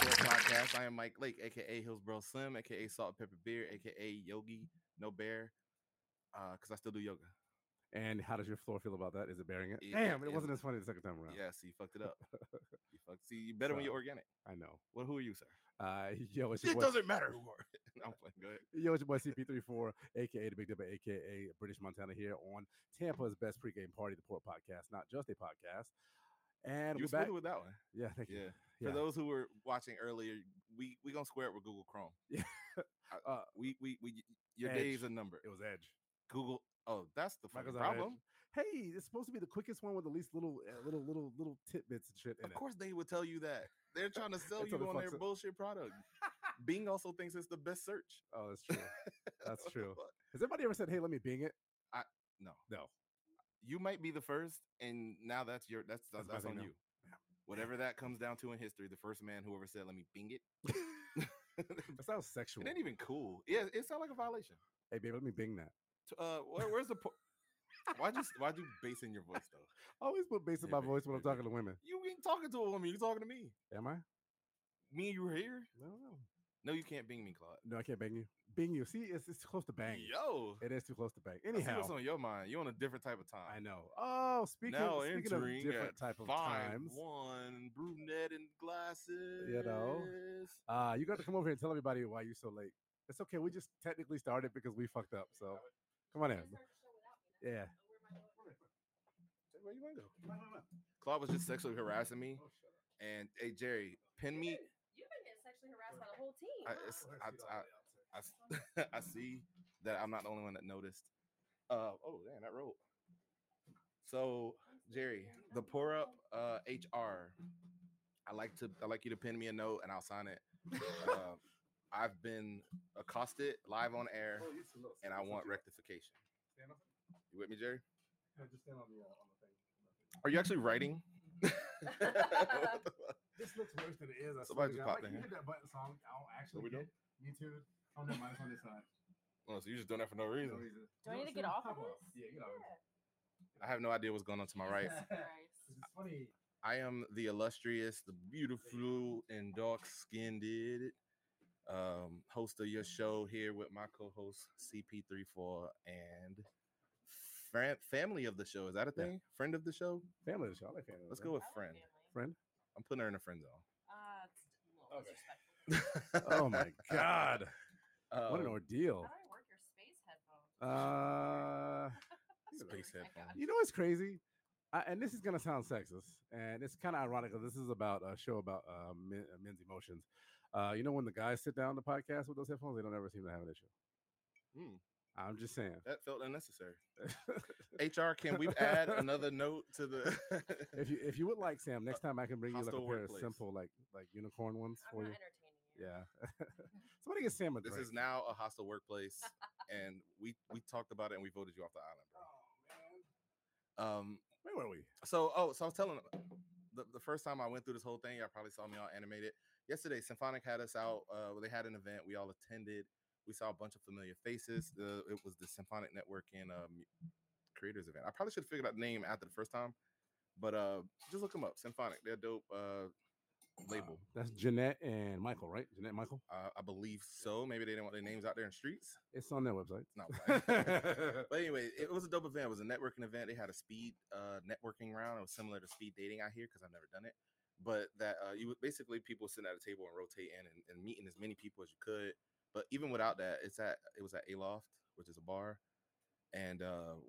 podcast. I am Mike Lake, aka Hillsboro Slim, aka Salt and Pepper Beer, aka Yogi No Bear, because I still do yoga. And how does your floor feel about that? Is it bearing it? It- Damn, it, it- wasn't as funny the second time around. Yeah, see, you fucked it up. you fucked. See, you better when you're organic. I know. Well, who are you, sir? Uh, yo, it's your It boy, doesn't matter who are. I'm playing. Go ahead. yo, it's your boy CP34, aka the Big Dipper, aka British Montana, here on Tampa's best pregame party, the Port Podcast, not just a podcast. And You we're back. smooth with that one. yeah, thank you. Yeah. Yeah. For those who were watching earlier, we we gonna square it with Google Chrome. Yeah. I- Uh, we we we your Edge. days are numbered. It was Edge. Google. Oh, that's the fucking Microsoft problem. Edge. Hey, it's supposed to be the quickest one with the least little, uh, little, little, little tidbits and shit in Of course, they would tell you that they're trying to sell That's how you they on fucks their up. bullshit product. Bing also thinks it's the best search. it. Oh, that's true. That's What the true. fuck? Has anybody ever said, "Hey, let me bing it"? No, No. you might be the first, and now that's your that's that's, That's my that's thing on now. you. Yeah. Whatever that comes down to in history, the first man who ever said, "Let me Bing it," That sounds sexual. it ain't even cool. Yeah, it sounds like a violation. Hey, baby, let me bing that. T- Uh, where, where's the? Po- why just why do bass in your voice though? I always put bass in Hey, my babe, voice when I'm baby. talking to women. You ain't talking to a woman. You talking to me. Am I? Me and you were here. No, no. No, you can't Bing me, Claude. No, I can't bang you. Bing you. See, it's, it's too close to bang. Yo, It is too close to bang. I see what's Anyhow, on your mind? You on a different type of time. I know. Oh, speaking, now speaking of entering different different type of five, times, one brunette and glasses. uh, you got to come over here and tell everybody why you're so late. It's okay. We just technically started because we fucked up. So come on in. Yeah. Where you wanna go? Claude was just sexually harassing me, Oh, and hey Jerry, pin me. You've been getting sexually harassed by the whole team. I, huh? it's, I, I, I s- I see that I'm not the only one that noticed. Uh oh, damn that rolled. So Jerry, the pour up uh, HR. I like to I like you to pin me a note and I'll sign it. Uh, I've been accosted live on air, Oh, and I want rectification. You with me, Jerry? Just stand on the, uh, on the thing. Are you actually writing? This looks worse than it is. I Somebody swear to just God. popped in here. that button song. I don't we doing? Me too. Oh, no, mine's on this side. oh, so you're just doing that for no No reason. reason. Do I No, need to see, get off pop of this? Yeah, get off. of it. I have no idea what's going on to my right. Christ. It's funny. I am the illustrious, the beautiful, and dark skinned um, host of your show here with my co host CP34 and fran- family of the show. Is that a Yeah. thing? Friend of the show? Family of the show. I like family. of the Let's show. go with I like friend. family. friend. I'm putting her in a friend zone. Uh, it's a little Okay. disrespectful. Oh my god. What an Um, ordeal. How do I work your space headphones? Uh Space I got headphones. you know what's crazy? I, and this is gonna sound sexist, and it's kind of ironic 'cause this is about a show about uh, men, uh, men's emotions. Uh, you know, when the guys sit down to podcast with those headphones, they don't ever seem to have an issue. Hmm, I'm just saying. that felt unnecessary. HR, can we add another note to the if you if you would like, Sam, next time I can bring you like a Hostile pair workplace. of simple like like unicorn ones I'm for not you. entertaining you. Yeah. Somebody get Sam a This drink. is now a hostile workplace, and we we talked about it and we voted you off the island, Oh, bro. Um, Where were we? so oh, so I was telling the, the first time I went through this whole thing, y'all probably saw me all animated. Yesterday, Symphonic had us out. Uh, they had an event we all attended. We saw a bunch of familiar faces. The, it was the Symphonic Network and um, Creators event. I probably should have figured out the name after the first time, but uh, just look them up. Symphonic, they're dope. Uh, label, Uh, that's Jeanette and Michael, right? Jeanette and Michael. uh, I believe so. Maybe they didn't want their names out there in the streets. It's on their website. Not. why. But anyway, it was a dope event. It was a networking event. They had a speed uh, networking round. It was similar to speed dating out here because I've never done it. But that uh, you would basically people sitting at a table and rotate in and, and meeting as many people as you could. But even without that, it's at it was at Aloft, which is a bar, and uh,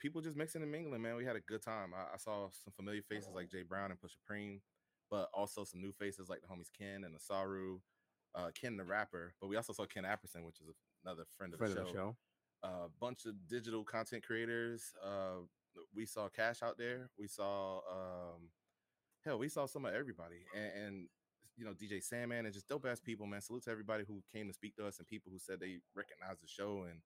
people just mixing and mingling. Man, we had a good time. I, I saw some familiar faces like Jay Brown and Push Supreme, but also some new faces like the homies Ken and Asaru, uh, Ken the rapper. But we also saw Ken Apperson, which is another friend of Friend the of the show show. a bunch of digital content creators. Uh, we saw Cash out there. We saw, um, hell, we saw some of everybody, and, and you know DJ Sandman and just dope ass people, man. Salute to everybody who came to speak to us and people who said they recognized the show, and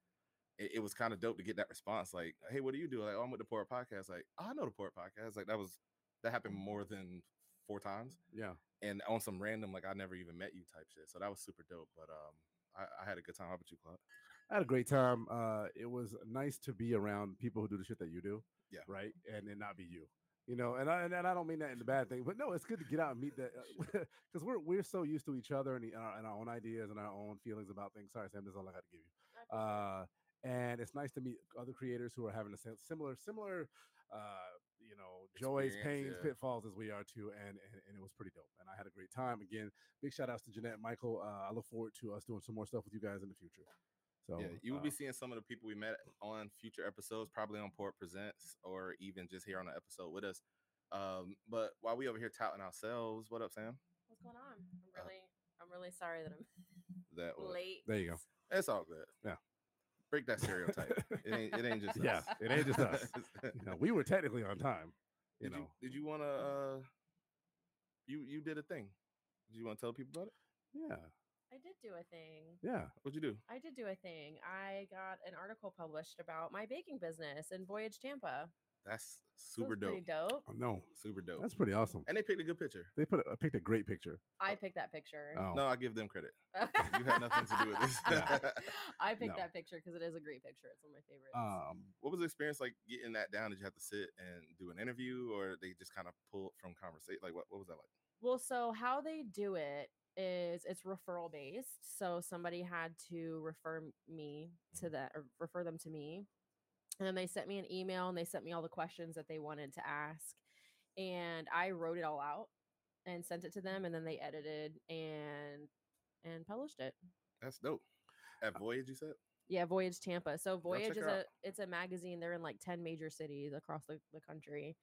it, it was kind of dope to get that response. Like, hey, what do you do? Like, oh, I'm with the Port Podcast. Like, oh, I know the Port Podcast. Like, that was that happened more than four times, Yeah. and on some random like I never even met you type shit. So that was super dope. But um, I, I had a good time. How about you, Claude? I had a great time. Uh, it was nice to be around people who do the shit that you do. Yeah. Right. And then not be you. You know, and I and, and I don't mean that in a bad thing, but no, it's good to get out and meet that because we're we're so used to each other and, the- and, our, and our own ideas and our own feelings about things. Sorry, Sam, this is all I got to give you I appreciate uh, and it's nice to meet other creators who are having the same similar similar uh, you know joys Experience, pains yeah. pitfalls as we are too and, and and it was pretty dope and i had a great time again big shout outs to jeanette and michael uh, i look forward to us doing some more stuff with you guys in the future so yeah, you will uh, be seeing some of the people we met on future episodes, probably on Port Presents or even just here on the episode with us. Um, but while we over here touting ourselves, what up, Sam? it. What's going on? Uh, I'm really, I'm really sorry that I'm That was, late. oh, There you go. it's all good. Yeah. break that stereotype. it ain't. It ain't just. Yeah, us. it ain't just us. you know, we were technically on time you did know you did you want to? Uh, you you did a thing. Did you want to tell people about it? yeah I did do a thing. yeah What'd you do? I did do a thing. I got an article published about my baking business in Voyage Tampa. That's So it super was dope. Pretty dope. oh, no Super dope. that's pretty awesome and they picked a good picture. they put a, I picked a great picture I picked that picture. oh No, I give them credit. You had nothing to do with this. I No. picked that picture because it is a great picture. It's one of my favorites. um What was the experience like getting that down? Did you have to sit and do an interview, or they just kind of pull it from conversation? Like, what, what was that like? Well, so how they do it is it's referral based. So somebody had to refer m- me to that or refer them to me. And then they sent me an email and they sent me all the questions that they wanted to ask. And I wrote it all out and sent it to them and then they edited and and published it. That's dope. Uh, At Voyage, you said. Yeah, Voyage Tampa. So Voyage check is her a out. it's a magazine. They're in like ten major cities across the, the country,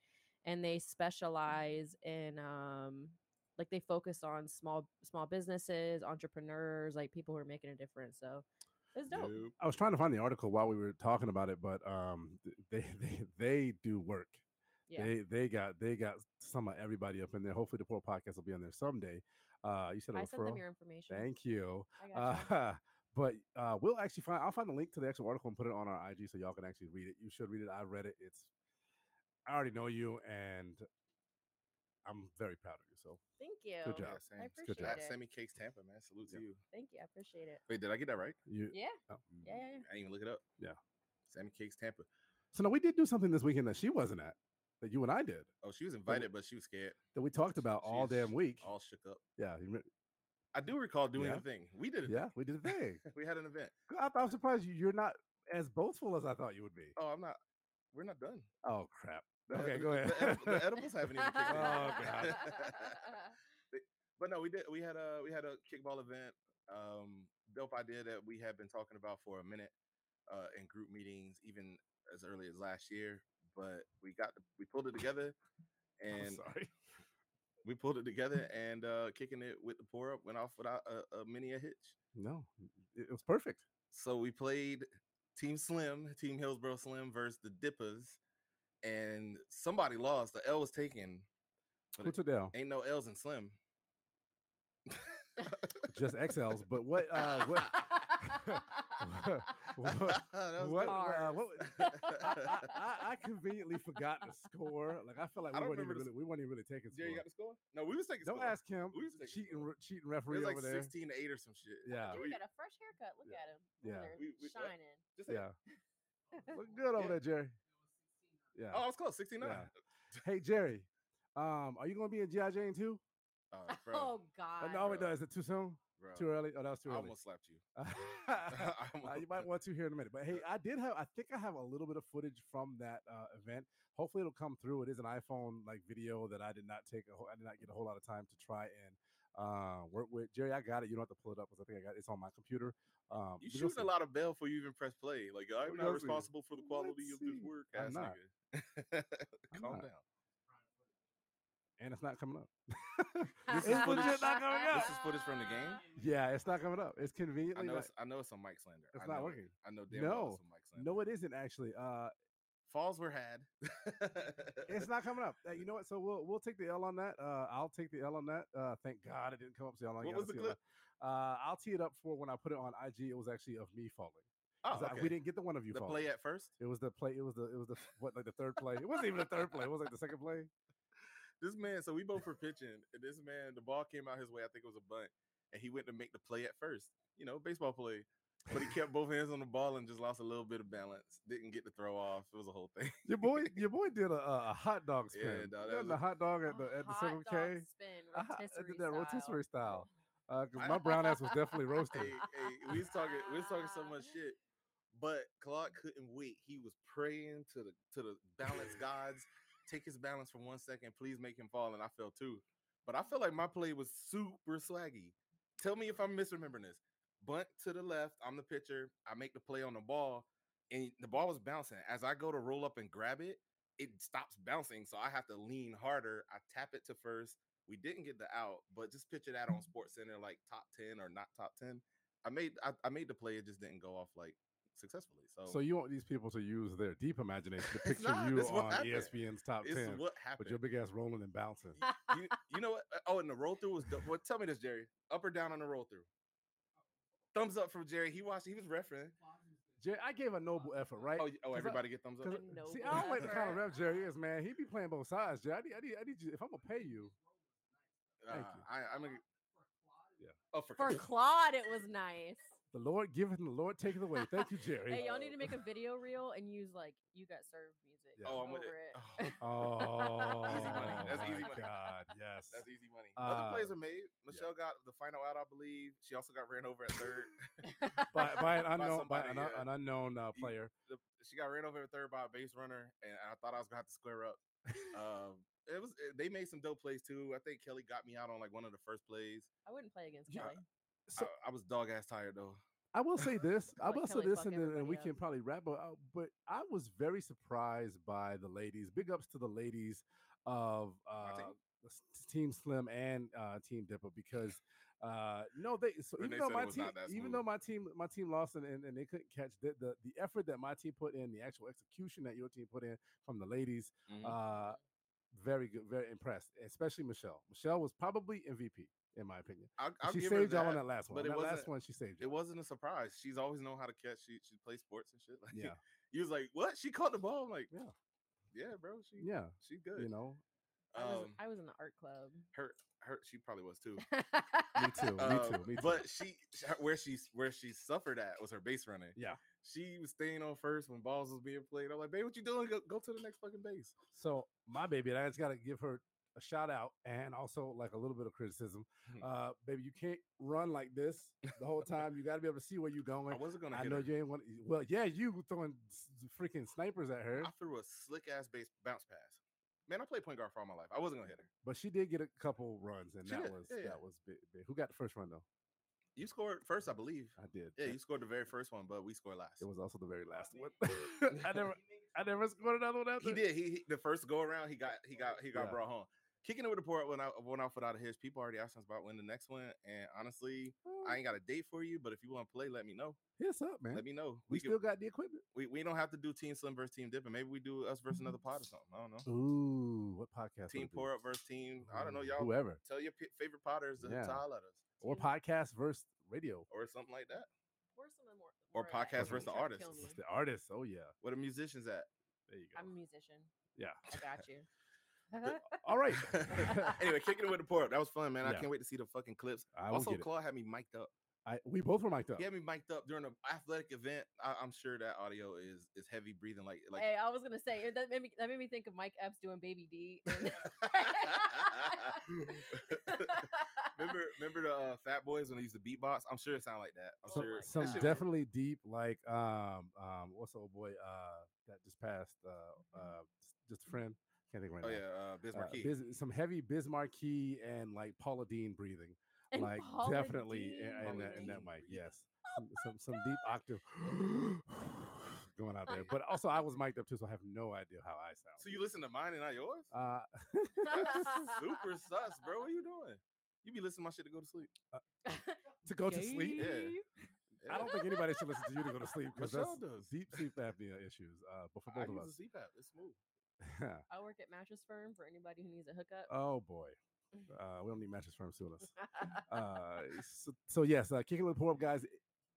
and they specialize in um like they focus on small small businesses, entrepreneurs, like people who are making a difference. So it's dope. Nope. I was trying to find the article while we were talking about it, but um, th- they they, they do work. Yeah. They they got they got some of everybody up in there. Hopefully, the poor podcast will be on there someday. Uh, you said a I sent referral. them your information. Thank you. I Uh, gotcha. but uh, we'll actually find. I'll find the link to the actual article and put it on our IG so y'all can actually read it. You should read it. I read it. It's. I already know you, and I'm very proud of you. So Thank you. good Yeah, job. same. I good appreciate job. Shout out it. Sammy Cakes Tampa, man. Salute to Yeah. you. Thank you. I appreciate it. Wait, did I get that right? You. Yeah. oh, mm. Yeah. yeah, yeah. I didn't even look it up. Yeah. Sammy Cakes Tampa. So no, we did do something this weekend that she wasn't at, that you and I did, Oh, she was invited, but she was scared. that we talked about all She's damn week. All shook up. Yeah, you remem- I do recall doing Yeah. a thing. We did it. yeah, we did a thing. We had an event. Girl, I, I'm surprised you, you're not as boastful as I thought you would be. Oh, I'm not. We're not done. Oh crap! The- Okay, the- go ahead. Oh, The, edi- the edibles haven't even Oh, kicked in. God. but no, we did. We had a we had a kickball event. Um, dope idea that we have been talking about for a minute uh, in group meetings, even as early as last year. But we got the, we pulled it together, I'm and sorry. we pulled it together, and uh, kicking it with the pour up went off without a, a mini a hitch. No, it, it was perfect. So we played Team Slim, Team Hillsborough Slim versus the Dippers, and somebody lost. The L was taken. But Who it- took down? Ain't no L's in Slim. Just XLs, but what? Uh, what? what, That was what, good. uh, Cars. what I, I, I conveniently forgot the score. Like I feel like I we don't weren't even remember the really, we weren't even really taking Jerry, you got score. the score? No, we was taking. Don't score. ask him. We was taking Cheating, score. re- cheating It was referee like over there. sixteen to eight or some shit. Yeah. We- Dude, you got a fresh haircut. Look at him. Yeah. Over there, We- we- what? shining. just say- Yeah, look good over Yeah. there, Jerry. Yeah. Oh, I was close. Sixty nine. Hey, Jerry. Um, are you gonna be in GI Jane too? Oh, bro, Oh Uh, God. no, wait, bro. no. Is it too soon? bro. Too early? Oh, that was too I early. almost slapped you. Uh, I you almost- might want to here in a minute. But hey, I did have, I think I have a little bit of footage from that uh, event. Hopefully, it'll come through. It is an iPhone like video that I did not take, a whole, I did not get a whole lot of time to try and uh, work with. Jerry, I got it. You don't have to pull it up because I think I got it. It's on my computer. Um, You but you'll shooting a see. lot of bail before you even press play. Like I'm We not gonna see. responsible for the quality of Let's this see. work, I'm ass not. nigga. I'm Calm not. down. And it's not coming up. This is legit not coming up. This is footage from the game? yeah, it's not coming up. It's I conveniently. know. not- It's, I know it's some Mike slander. It's I not know it. working. I know damn well No. it's some Mike slander. no, it isn't actually. Uh, Falls were had. it's not coming up. Uh, you know what? So we'll we'll take the L on that. Uh, I'll take the L on that. Uh, thank God it didn't come up so y'all. ain't What gotta was the see it clip? live. Uh, I'll tee it up for when I put it on IG. It was actually of me falling. Oh, 'Cause I- okay. We didn't get the one of you the falling. play at first. It was the play. It was the it was the what like the third play. It wasn't even the third play. It was like the second play. This man, so we both were pitching, and this man, the ball came out his way. I think it was a bunt, and he went to make the play at first. You know, baseball play. but he kept both hands on the ball and just lost a little bit of balance. Didn't get the throw off. It was a whole thing. Your boy, your boy did a, a a hot dog Yeah, spin. Yeah, dawg, that was the a- hot dog at the at the Oh, Hot Circle K. dog spin, I ha- I rotisserie did that style. rotisserie style. Uh, 'cause I- my brown ass was definitely roasted. hey, hey, we was talking we was talking so much shit. But Claude couldn't wait. He was praying to the to the balance gods. Take his balance for one second, please make him fall. And I fell too. But I felt like my play was super swaggy. Tell me if I'm misremembering this. Bunt to the left. I'm the pitcher. I make the play on the ball, and the ball was bouncing. As I go to roll up and grab it, it stops bouncing. So I have to lean harder. I tap it to first. We didn't get the out, but just picture that on Mm-hmm. Sports Center, like top ten or not top ten. I made I, I made the play. It just didn't go off like successfully. So, So you want these people to use their deep imagination to It's picture not, you it's what on E happened. ESPN's top it's ten, what but happened. your big ass rolling and bouncing. you, you know what? Oh, and the roll through was. dope. Well, tell me this, Jerry. Up or down on the roll through? Thumbs up from Jerry. He watched. He was referencing. Jerry, I gave a noble effort, right? Oh, y- oh, I- everybody get thumbs up. 'Cause- A see, noble I don't like the kind of effort. ref Jerry is, man. He be playing both sides, Jerry. I need, I need, I need you. If I'm gonna pay you, Uh, thank you. I, I'm gonna. Yeah. Oh, for, For Claude, it was nice. the Lord giveth and the Lord taketh away. Thank you, Jerry. Hey, y'all need to make a video reel and use like you got served music. Yeah. Oh, I'm over with it. it. Oh, Oh, money. That's easy my money. God, yes. that's easy money. Uh, Other plays were made. Michelle got the final out, I believe. She also got ran over at third. Oh. by, by an By unknown, by, somebody, an, yeah. an unknown uh, You- player. the, she got ran over at third by a base runner, and I thought I was gonna have to square up. um, it was eh, they made some dope plays too. I think Kelly got me out on like one of the first plays. I wouldn't play against Yeah. Kelly. So I, I was dog ass tired though. I will say this. I Like will say Kelly this, fuck and, then- and we everybody can up. probably wrap up. uh, But I was very surprised by the ladies. Big ups to the ladies of uh, team? s- s- Team Slim and uh, Team Dipper because uh, no, they. So Renee even though said it my was team, not that even smooth. though my team, my team lost and, and, and they couldn't catch the, the the effort that my team put in, the actual execution that your team put in from the ladies. Mm-hmm. Uh, very good, very impressed, especially Michelle. Michelle was probably MVP in my opinion. I'll, I'll she give her saved y'all on that. that last one. but On it that last wasn't- one, she saved It you. wasn't a surprise. She's always known how to catch. She she plays sports and shit. Like, Yeah, He was like, "What? She caught the ball?" I'm like, Yeah. yeah, bro. She yeah. she good." You know, I, was, Um, I was in the art club. her her she probably was too. me too, me too, Um, me too. But she sh- where she where she suffered at was her base running. Yeah. She was staying on first when balls was being played. I'm like, babe, what you doing? Go, go to the next fucking base. so my baby, and I just gotta give her a shout out and also like a little bit of criticism. Mhm. Uh, baby, you can't run like this the whole time. You gotta be able to see where you're I going. wasn't gonna. I hit know her. you ain't want. Well, yeah, you throwing s- freaking snipers at her, I threw a slick ass base bounce pass. Man, I played point guard for all my life. I wasn't gonna hit her. but she did get a couple runs, and She that did, was yeah, yeah. that was big, big. Who got the first run though? You scored first, I believe. I did. Yeah, and you scored the very first one, but we scored last. It was also the very last one. I never, I never scored another one after. he did. He, he- the first go around, he got he got he got Yeah. brought home. Kicking it with the port went out went off without a hitch. People already asked us about when the next one, and honestly, I ain't got a date for you. But if you want to play, let me know. Yes, up, man. Let me know. we We can, still got the equipment. we, we don't have to do Team Slim versus Team Dipping. Maybe we do us versus another pod or something. I don't know. Ooh, what podcast? would Team it be? Pour Up versus Team. I don't know. Ooh, Y'all Whoever. tell your p- favorite potters to, Yeah. to holler at us or Team- podcast versus radio. or something like that. Where's some of the more, Or more podcast acting? versus the You're trying to artist. kill What's me. the artist? Oh yeah, Where the musicians at? there you I'm a go. musician. Yeah. I got you. All right. anyway, kicking it with the port. That was fun, man. Yeah. I can't wait to see the fucking clips. I will also, get it. Claude had me mic'd up. I, we both were mic'd up. He had me mic'd up during an athletic event. I, I'm sure that audio is is heavy breathing, like like. hey, I was gonna say it- that made me that made me think of Mike Epps doing Baby D. and- remember, remember the uh, Fat Boys when they used to beatbox? I'm sure it sounded like that. I'm Oh Some, sure that some shit was- definitely deep, like um um what's the old boy uh that just passed uh uh just a friend can't think right Mm-hmm. Oh now. yeah, uh, Biz Uh, Marquee. Biz- some heavy Bismarcky and like Paula Dean breathing, and like Paula definitely Deen. in, in Paula that in that Deen mic. breathing. Yes, some some, some deep octave going out there. But also, I was mic'd up too, so I have no idea how I sound. so you listen to mine and not yours? Uh, That's super sus, bro. What are you doing? You be listening to my shit to go to sleep. to go to sleep. Yeah. I don't think anybody should listen to you to go to sleep because that's Michelle does. deep sleep apnea issues. Uh, but for I both of use a CPAP. It's smooth. us, I work at Mattress Firm for anybody who needs a hookup. oh boy, uh, we don't need mattress firm suing us. Uh, so, so yes, uh, kicking with the poor up guys.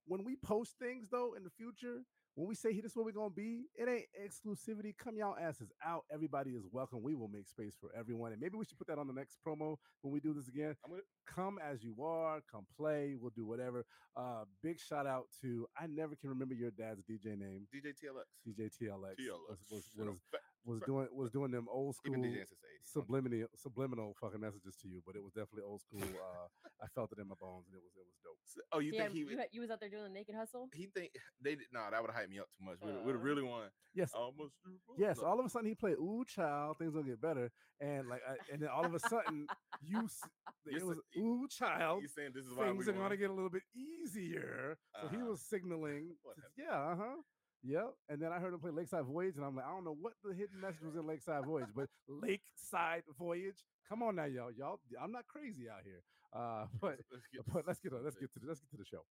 When we post things though in the future, When we say here, this is where we're gonna be, it ain't exclusivity. Come y'all asses out. Everybody is welcome. We will make space for everyone, and maybe we should put that on the next promo when we do this again. I'm with it. Come as you are. Come play. We'll do whatever. Uh, big shout out to I never can remember your dad's DJ name. DJ TLX. DJ TLX, was, TLX. was, you know, was, fa- was fa- doing was doing them old He's been school DJing since the 80s. I'm- subliminal subliminal fucking messages to you, but it was definitely old school. Uh, I felt it in my bones, and it was it was dope. So- Oh, you yeah, think he? you, would- had- you was out there doing the naked hustle. He think they did. Nah, that would hype me up too much. Would would Uh. have really won. Yes, Almost. threw up. yes. No, All of a sudden, he played "Ooh Child," things gonna get better, and like, I, and then all of a sudden, you s- You're it was sa- you- "Ooh Child." He's saying this is why we Things are won. gonna get a little bit easier. So he Uh-huh. was signaling, What to- happened? yeah, uh huh, yep. And then I heard him play Lakeside Voyage, and I'm like, I don't know what the hidden message was in Lakeside Voyage, but Lakeside Voyage. Come on now, y'all, y'all. I'm not crazy out here, uh, but Let's- let's get but to let's get on. Let's Slim get to the, let's get to the show.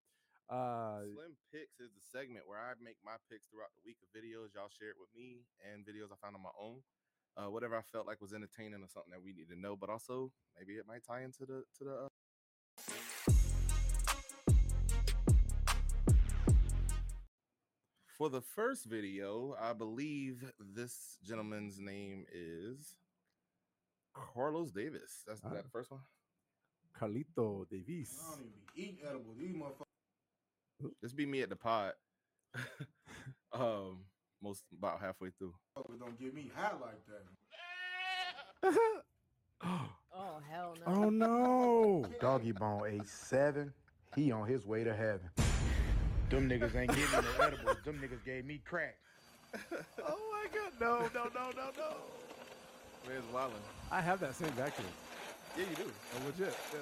Uh, Slim Picks is the segment where I make my picks throughout the week of videos y'all share it with me and videos I found on my own. Uh, whatever I felt like was entertaining or something that we need to know, but also maybe it might tie into the to the. Uh... For the first video, I believe this gentleman's name is Carlos Davis. That's Ah. that the first one. Carlito Davis. I don't even be eating edibles. These motherfuckers. This be me at the pod. um, most about halfway through. motherfuckers don't get me high like that. Oh hell no! oh no! Doggy Bone age seven. He on his way to heaven. Them niggas ain't getting no edibles. Them niggas gave me crack. Oh my god! No, no, no, no, no! Where's Wildin? I have that same vacuum. Oh, Yeah, you do. Legit. Yeah.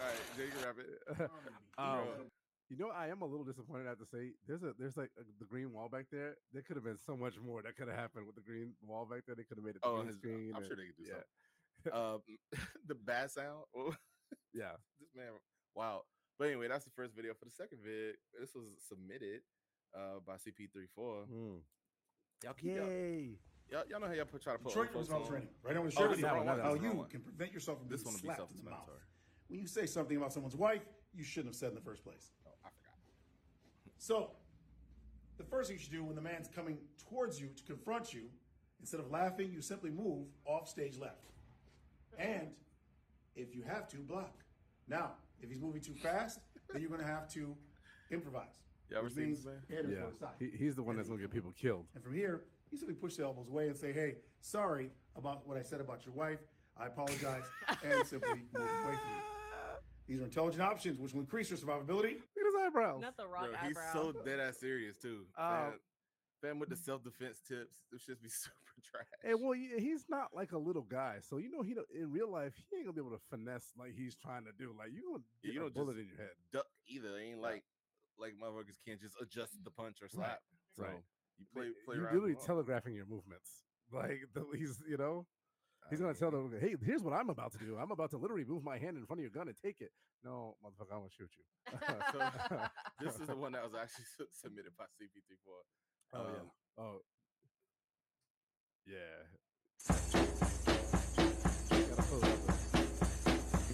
All right, Jay, you can wrap it. I don't even be Um, eating edibles. You know, I am a little disappointed. I have to say, there's a there's like a, the green wall back there. There could have been so much more that could have happened with the green wall back there. They could have made it the Oh, green his, screen. I'm and- sure they can do yeah, something. Um, the bad sound. What was- yeah. this man, wow. But anyway, that's the first video. For the second vid, this was submitted uh by CP34. Mm. Y'all keep y'all, Yay! y'all, y'all know how y'all put, try to put Detroit old was folks not on? training. Right on the Oh, shirt. this is the Yeah, wrong one. but that's This is the how wrong you one. can prevent yourself from This one being will be slapped in the mouth. self-explanatory. When you say something about someone's wife, you shouldn't have said in the first place. Oh, I forgot. So, the first thing you should do when the man's coming towards you to confront you, instead of laughing, you simply move off stage left. And if you have to, block. Now, if he's moving too fast, then you're going to have to improvise. You ever which seen this means man? head is Yeah, going to side. he, he's the one that's gonna get people killed. And from here, you simply push the elbows away and say, hey, sorry about what I said about your wife. I apologize. and simply move away from you. These are intelligent options which will increase your survivability. Look at his eyebrows. Not the rock Bro, he's eyebrow. so dead ass serious too. Oh. fam, fam with the self defense tips, this should be super trash. And well, y- he's not like a little guy, so you know he don't- in real life he ain't gonna be able to finesse like he's trying to do. Like you gonna Yeah, get you a don't bullet just- in your head. duck either. It ain't like like motherfuckers can't just adjust the punch or slap. So Right. you play Like, play You're around. literally with all. telegraphing your movements. Like the, he's, you know, I he's gonna mean, tell them, "Hey, here's what I'm about to do. I'm about to literally move my hand in front of your gun and take it." No, motherfucker, I'm gonna shoot you. This is the one that was actually su- submitted by CP34. Oh Um, yeah. Oh. Yeah. Gotta pull it up there.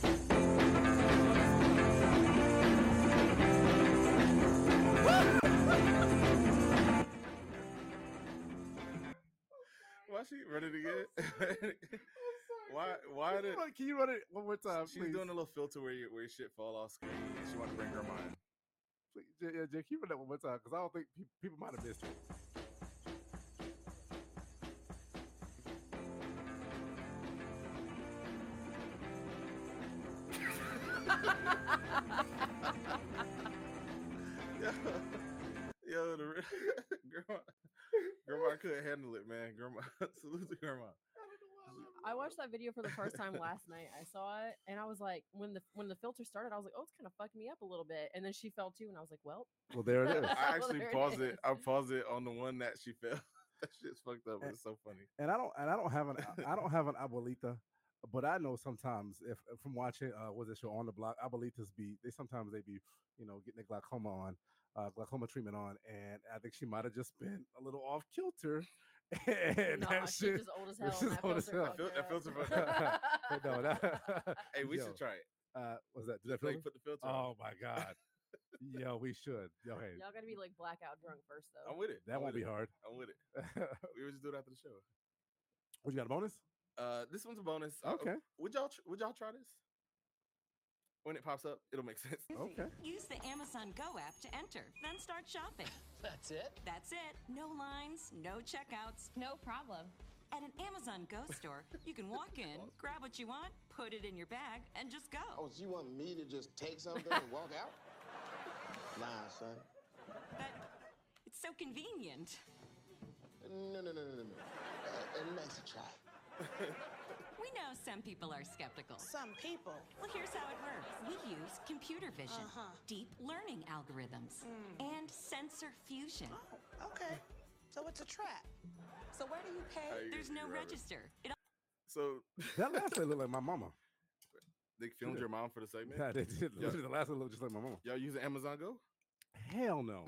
Why she running again? why why Can you did run- can you run it one more time? she's please? doing a little filter where you, where your shit fall off screen? She want to bring her mind. Please, J- yeah, Jake, you run that one more time because I don't think peop people might have missed it. Yo, yo the re- grandma, grandma couldn't handle it, man. Grandma, salute to grandma. I watched that video for the first time last night. I saw it and I was like, when the when the filter started, I was like, oh, it's kind of fucking me up a little bit. And then she fell too, and I was like, well, Well, there it I is. Well, actually there it paused it. is. I paused it on the one that she fell. that shit's fucked up. but It's so funny. and I don't and I don't have an I don't have an abuelita, but I know sometimes if from watching uh was it show on the block, abuelitas be they sometimes they be, you know, getting the glaucoma on, uh glaucoma treatment on, and I think she might have just been a little off kilter. And nah, that she's shit just old as that hell. and shit's that old as filter hell. Fil- that fucked filter me fucked- up. but no, that, Hey, we yo, should try it. uh was that did Just that like feel put the filter. on. Oh my god. Yo, we should. Yo, hey, Y'all gotta be like blackout drunk first though. I'm with it. Oh, that I'm won't with be it. hard. I'm with it. what We would just do it after the show. you got a bonus? Uh, this one's a bonus. Oh, Uh, Okay. Would y'all tr- would y'all try this? When it pops up, it'll make sense. Okay. Use the Amazon Go app to enter, then start shopping. That's it? That's it. No lines, no checkouts. No problem. At an Amazon Go store, you can walk in, grab what you want, put it in your bag, and just go. Oh, so you want me to just take something and walk out? Nah, son. But it's so convenient. No, no, no, no, no, no. Uh, it makes a try. We know some people are skeptical. Some people. Well, here's how it works. We use computer vision, Uh-huh. deep learning algorithms, Mm. and sensor fusion. Oh, okay. So it's a trap. So where do you How pay? you There's gonna no figure out this? register. It So That last one looked like my mama. they filmed your mom for the segment. Yeah, they did. Yeah. The last one looked just like my mama. Y'all using Amazon Go? Hell no.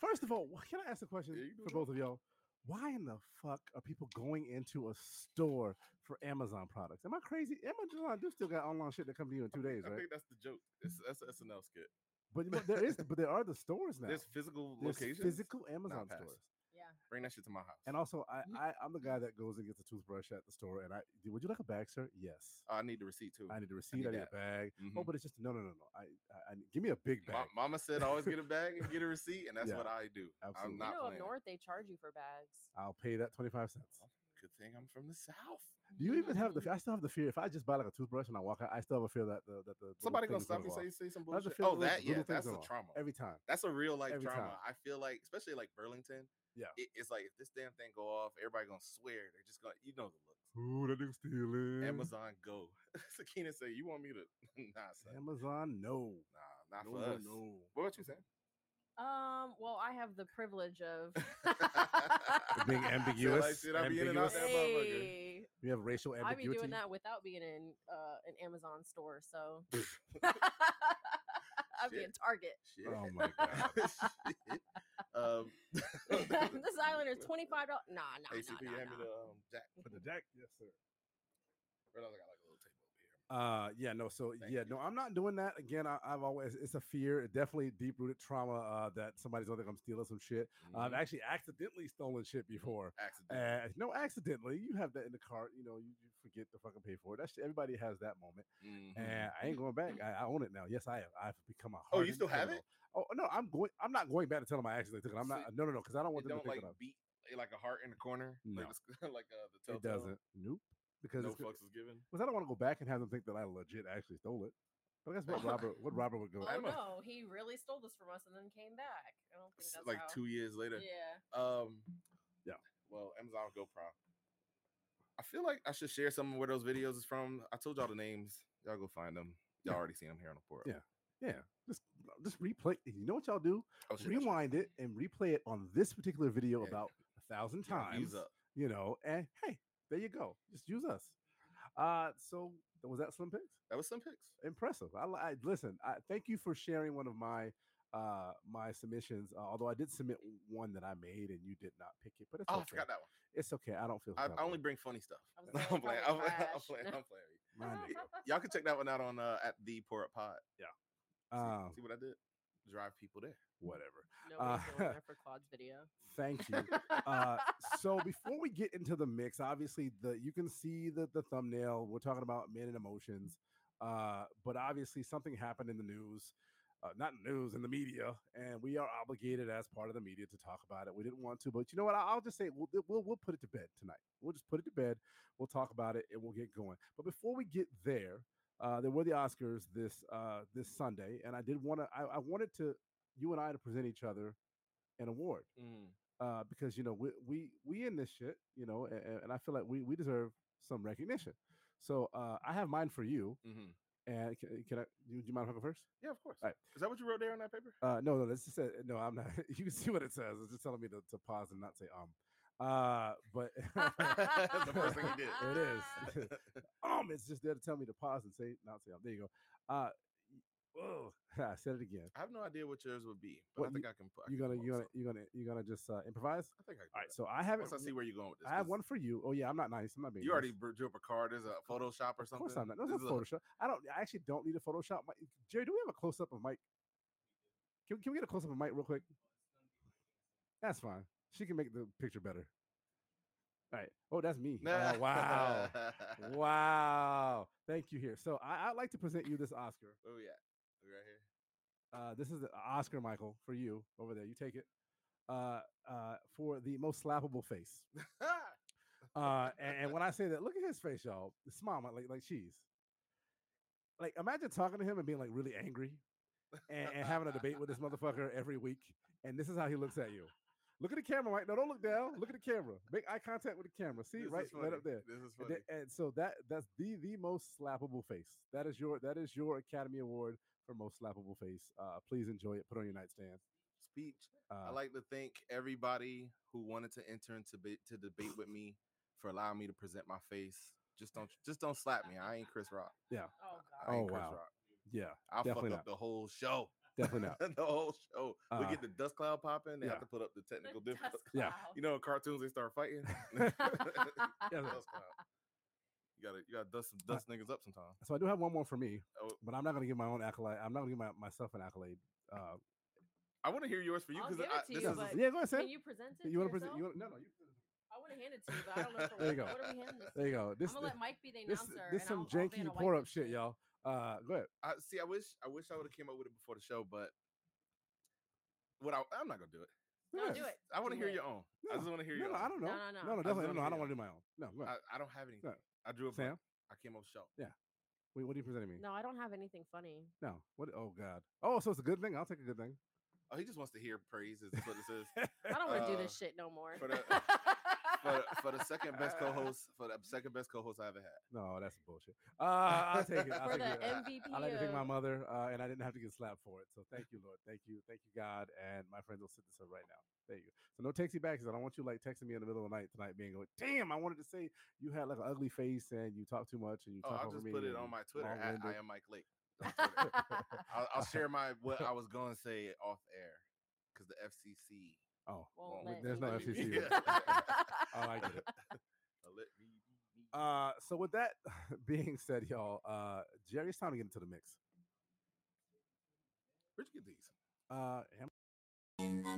First of all, wh- can I ask a question Yeah, you can for do it. both of y'all? Why in the fuck are people going into a store for Amazon products? Am I crazy? Amazon do still got online shit that come to you in two days, I right? think that's the joke. It's, that's an SNL skit. But you know, there is, but there are the stores now. There's physical There's locations. physical Amazon past. stores. Yeah. Bring that shit to my house. And also, I, Mm-hmm. I I'm the guy that goes and gets a toothbrush at the store. And I "D- would you like a bag, sir? Yes. Oh, I need the receipt too. I need a receipt. I need, need a bag. Oh, Mhm. but it's just no, no, no, no. I, I, I give me a big Ma- bag. Mama said always get a bag and get a receipt, and that's Yeah, what I do. absolutely. I'm You not you know, up playing. north they charge you for bags. I'll pay that twenty five cents. Good thing I'm from the south. Do you even have the? I still have the fear. If I just buy like a toothbrush and I walk out, I still have a fear that the that the little Somebody gonna thing's stop you go say off. you say some That's a bullshit. feel Oh, little- that little yeah, things that's a go off. trauma. every time. That's a real life Every trauma. time. I feel like, especially like Burlington. Yeah. it- it's like if this damn thing go off, everybody gonna swear. They're just gonna, you know, the looks. Ooh, that nigga stealing. Amazon Go. Sakina say, you want me to? nah, son. Amazon, no, nah, not no, for no, us. no. What about you, Sam? Mm-hmm. Um, well, I have the privilege of Being ambiguous. shit, I be in and out ambiguous. that motherfucker. Hey, We have racial I be ambiguity. doing that without being in uh, an Amazon store, so I'm being Shit. Target. Shit. Oh my god. Shit. Um, this Islander is twenty five dollars. Nah, nah, ACP, nah, nah, hand me nah. the um, jack. For the jack, yes sir. Right, I got like a little table over here. Uh, yeah, no. So Thank yeah, you. no. I'm not doing that again. I, I've always it's a fear, it definitely deep rooted trauma uh, that somebody's gonna think I'm stealing some shit. I've Mhm. actually accidentally stolen shit Mm-hmm. before. Accident. Uh, no, accidentally, you have that in the car. You know, you, you forget to fucking pay for it. That's everybody has that moment, Mhm. and I ain't going back. I, I own it now. Yes, I have. I've become a. Oh, you hardened still have criminal. Oh no, I'm going. I'm not going back to tell them I accidentally took it. I'm So not. No, no, no, because I don't want it them don't to think like that I'm- beat eh, like a heart in the corner. No. Like, the sc- like uh, the It telltale. doesn't. Nope. Because No it's gonna- fucks is given. 'cause I don't want to go back and have them think that I legit actually stole it. But I guess what Robert, what Robert would go. Oh I'm a- no, he really stole this from us and then came back. I don't think S- that's Like how. two years later. Yeah. Um, Yeah. Well, Amazon Go Pro. I feel like I should share some of where those videos is from. I told y'all the names. Y'all go find them. Y'all Yeah. already seen them here on the portal. Yeah. Yeah, just just replay. You know what y'all do? Oh, shit, I should- Rewind it and replay it on this particular video Yeah. about a thousand yeah, times. views up. you know, and hey, there you go. Just use us. Uh, so th- was that Slim Picks? That was some pics. Impressive. I, li- I listen. I thank you for sharing one of my uh my submissions. Uh, although I did submit w- one that I made and you did not pick it, but it's Oh, okay. I forgot that one. It's okay. I don't feel. I, bad I only about bring funny stuff. I was No, like, I'm playing. I'm, probably playing. I'm trash. playing. I'm playing. it. My nigga. Y'all can check that one out on uh, at the Pour Up Pod. See, Uh, see what I did? Drive people there. whatever. Nobody's Uh, going there for Claude's video. Thank you. uh, so before we get into the mix, obviously the you can see the the thumbnail. We're talking about men and emotions, uh, but obviously something happened in the news, uh, not in the news in the media, and we are obligated as part of the media to talk about it. We didn't want to, but you know what? I- I'll just say we'll we'll, we'll put it to bed tonight. We'll just put it to bed. We'll talk about it and we'll get going. But before we get there, uh, there were the Oscars this uh, this Sunday, and I did want to. I, I wanted to you and I to present each other an award uh, because you know we we we in this shit, you know, and, and I feel like we we deserve some recognition. So uh, I have mine for you, Mm-hmm. and can, can I? You, do you mind if I go first? Yeah, of course. Alright. Is that what you wrote there on that paper? Uh, no, no, that's just a, no. I'm not. You can see what it says. It's just telling me to, to pause and not say um. Uh, but the first thing you did. it is um. It's just there to tell me to pause and say not say um. There you go. Uh, oh, I said it again. I have no idea what yours would be, but What, I you- think I can put. I You're can gonna pull up you're gonna something. you're gonna you're gonna just uh, improvise. I think I. Can do All right, that. so I haven't. Once I see where you're going with this, I have 'cause one for you. Oh yeah, I'm not nice. I'm not being. You nice. already br- drew up a card. Is a Photoshop or Of something? course I'm not. No, This it's is not a- Photoshop. I don't. I actually don't need a Photoshop. Mi- Jerry, do we have a close up of Mike Can, can we get a close up of Mike real quick? That's fine. She can make the picture better. All right. Oh, that's me. Oh, wow. wow. Thank you here. So I, I'd like to present you this Oscar. Where we at? We right here. Uh, this is the Oscar, Michael, for you over there. You take it. Uh, uh, for the most slappable face. Uh, and, and when I say that, look at his face, y'all. The smile, like like cheese. Like imagine talking to him and being like really angry, and, and having a debate with this motherfucker every week. And this is how he looks at you. Look at the camera, right? No, don't look down. Look at the camera. Make eye contact with the camera. See, This is right, right up funny. there. This is And, funny. th- and so that that's the the most slappable face. That is your that is your Academy Award for most slappable face. Uh, please enjoy it. Put it on your nightstand. Speech. Uh, I like to thank everybody who wanted to enter into ba- to debate with me for allowing me to present my face. Just don't just don't slap me. I ain't Chris Rock. Oh god. I ain't Oh, Chris wow. Rock. Yeah, I'll Definitely fuck not. up the whole show. definitely not. the whole show. we Uh, get the dust cloud popping. They yeah. have to put up the technical The difficulty. dust Yeah. cloud. You know, in cartoons they start fighting. Yeah, dust cloud. but- You gotta you gotta dust some Uh. dust niggas up sometime. So I do have one more for me, Oh. but I'm not gonna give my own accolade. I'm not gonna give my, myself an accolade. Uh, I want to hear yours for you I'll because give it to this you, is but- yeah, go ahead, Sam. Can you present it? You want to present? yourself? You wanna, no, no. You, I want to hand it to you, but I don't know. For There you what, go. What are we handing this? there you go. This I'm gonna let Mike be the this announcer. this and some I'll, I'll janky be in a white pour up t-shirt. shit, y'all. Uh, go ahead. I see. I wish I wish I would have came up with it before the show, but what I, I'm not gonna do it. No, I do just- it. I want to Do hear it. your own. I No, just want to hear No, your no, own. I don't know. No, no, no. no, I definitely. just No, no, wanna I don't hear want to do my own. No, go ahead. I, I don't have anything. No. I drew a blank. Sam, I came up short. wait, what are you presenting me? No, I don't have anything funny. No. What? Oh God. Oh, so it's a good thing. I'll take a good thing. Oh, he just wants to hear praise. Is what this is. I don't want to do Uh, this shit no more. for the- For, for the second best Uh, co-host, for the second best co-host I ever had. No, that's bullshit. Uh, I'll take it. I'll For take it. the I- MVP. I like to thank my of- mother, uh, and I didn't have to get slapped for it. So thank you, Lord. Thank you. Thank you, God. And my friends will sit this up right now. There you go. So no texty backs. I don't want you like texting me in the middle of the night tonight, being like, "Damn, I wanted to say you had like an ugly face and you talk too much and you Oh, talk I'll over just me." put it on and my you Twitter. At, long-winded." I am Mike Lake. on Twitter. I'll, I'll share my what I was going to say off air because the FCC. oh, Well, Won't let there's me no be. FCC. Yeah. I like it. Let me be me. Uh, so with that being said, y'all, uh, Jerry, it's time to get into the mix. Where'd you get these? Uh, am-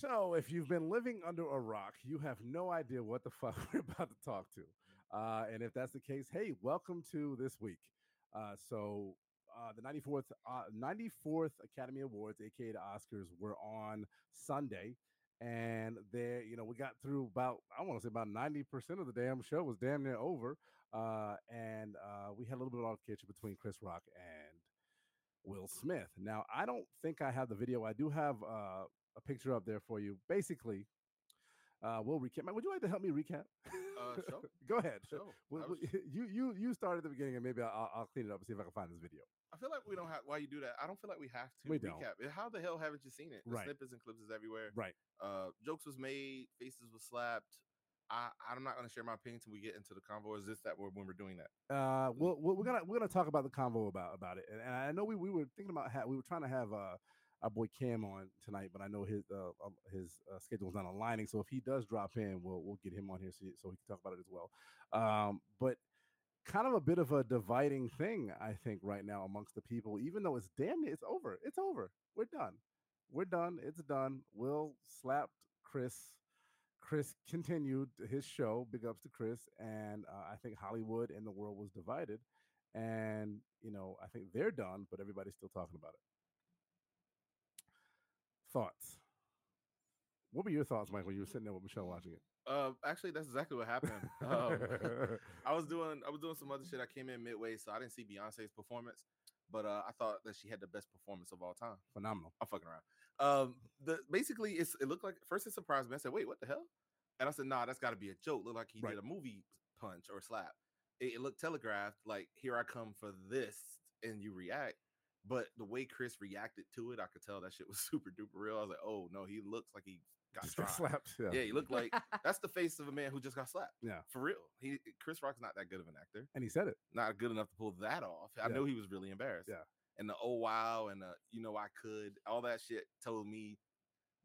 so, if you've been living under a rock, you have no idea what the fuck we're about to talk to. Uh, and if that's the case, hey, welcome to this week. Uh, so, uh, the 94th, uh, 94th Academy Awards, aka the Oscars, were on Sunday. And there, you know, we got through about, I want to say about 90% of the damn show was damn near over. Uh, and uh, we had a little bit of altercation between Chris Rock and Will Smith. Now, I don't think I have the video. I do have uh, a picture up there for you. Basically, uh, we'll recap. Mike, Would you like to help me recap? Uh, sure. Go ahead. Show. Well, I, was- well, you you you start at the beginning, and maybe I'll- I'll, I'll clean it up and see if I can find this video. I feel like we don't have. Why you do that? I don't feel like we have to We don't. recap. it. How the hell haven't you seen it? The Right. Snippets and clips is everywhere. Right. Uh, jokes was made. Faces was slapped. I I'm not gonna share my opinion until we get into the convo. Is this that word when we're doing that? Uh, we'll, we'll- we're gonna we're gonna talk about the convo about about it, and, and I know we, we were thinking about ha- we were trying to have uh, our boy Cam on tonight, but I know his uh, um, his uh, schedule's not aligning. So if he does drop in, we'll we'll get him on here so, so he can talk about it as well. Um, but kind of a bit of a dividing thing, I think, right now amongst the people, even though it's damn near- it's over. It's over. We're done. We're done. It's done. Will slapped Chris. Chris continued his show. Big ups to Chris. And uh, I think Hollywood and the world was divided. And, you know, I think they're done, but everybody's still talking about it. Thoughts? What were your thoughts, Mike, when you were sitting there with Michelle watching it? Uh, actually, that's exactly what happened. Um, I was doing I was doing some other shit. I came in midway, so I didn't see Beyonce's performance, but uh, I thought that she had the best performance of all time. Phenomenal. I'm fucking around. Um, the basically it's it looked like first it surprised me. I said, wait, what the hell? And I said, nah, that's got to be a joke. Look like he Right. did a movie punch or slap. It, it looked telegraphed. Like here I come for this, and you react. But the way Chris reacted to it, I could tell that shit was super duper real. I was like, oh no, he looks like he got Just got slapped. slapped. Yeah. Yeah, he looked like that's the face of a man who just got slapped. Yeah. for real. He Chris Rock's not that good of an actor And he said it. not good enough to pull that off. I Yeah. knew he was really embarrassed. Yeah. And the oh wow and the you know I could all that shit told me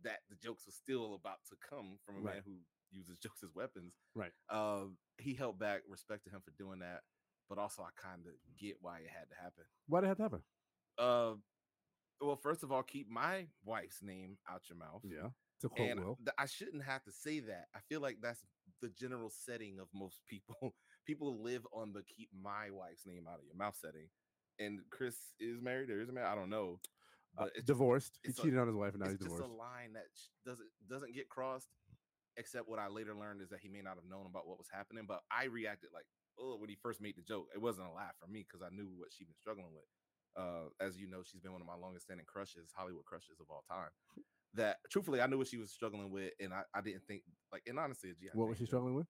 that the jokes were still about to come from a Right. man who uses jokes as weapons. Right. Um, he held back, respect to him for doing that, but also I kind of get why it had to happen. Why did it have to happen? Uh, well, first of all, keep my wife's name out your mouth. Yeah. To quote and Will. th- I shouldn't have to say that. I feel like that's the general setting of most people. people live on the keep my wife's name out of your mouth setting. And Chris is married or isn't married. I don't know. Uh, But it's just- divorced. it's a- he cheated on his wife and now he's it's just divorced. a line that sh- doesn't doesn't get crossed. Except what I later learned is that he may not have known about what was happening, but I reacted like, oh, when he first made the joke, it wasn't a laugh for me because I knew what she'd been struggling with. Uh, as you know, she's been one of my longest standing crushes, Hollywood crushes of all time. That truthfully, I knew what she was struggling with, and I, I didn't think like, and honestly, gee, I What think was she that- struggling with?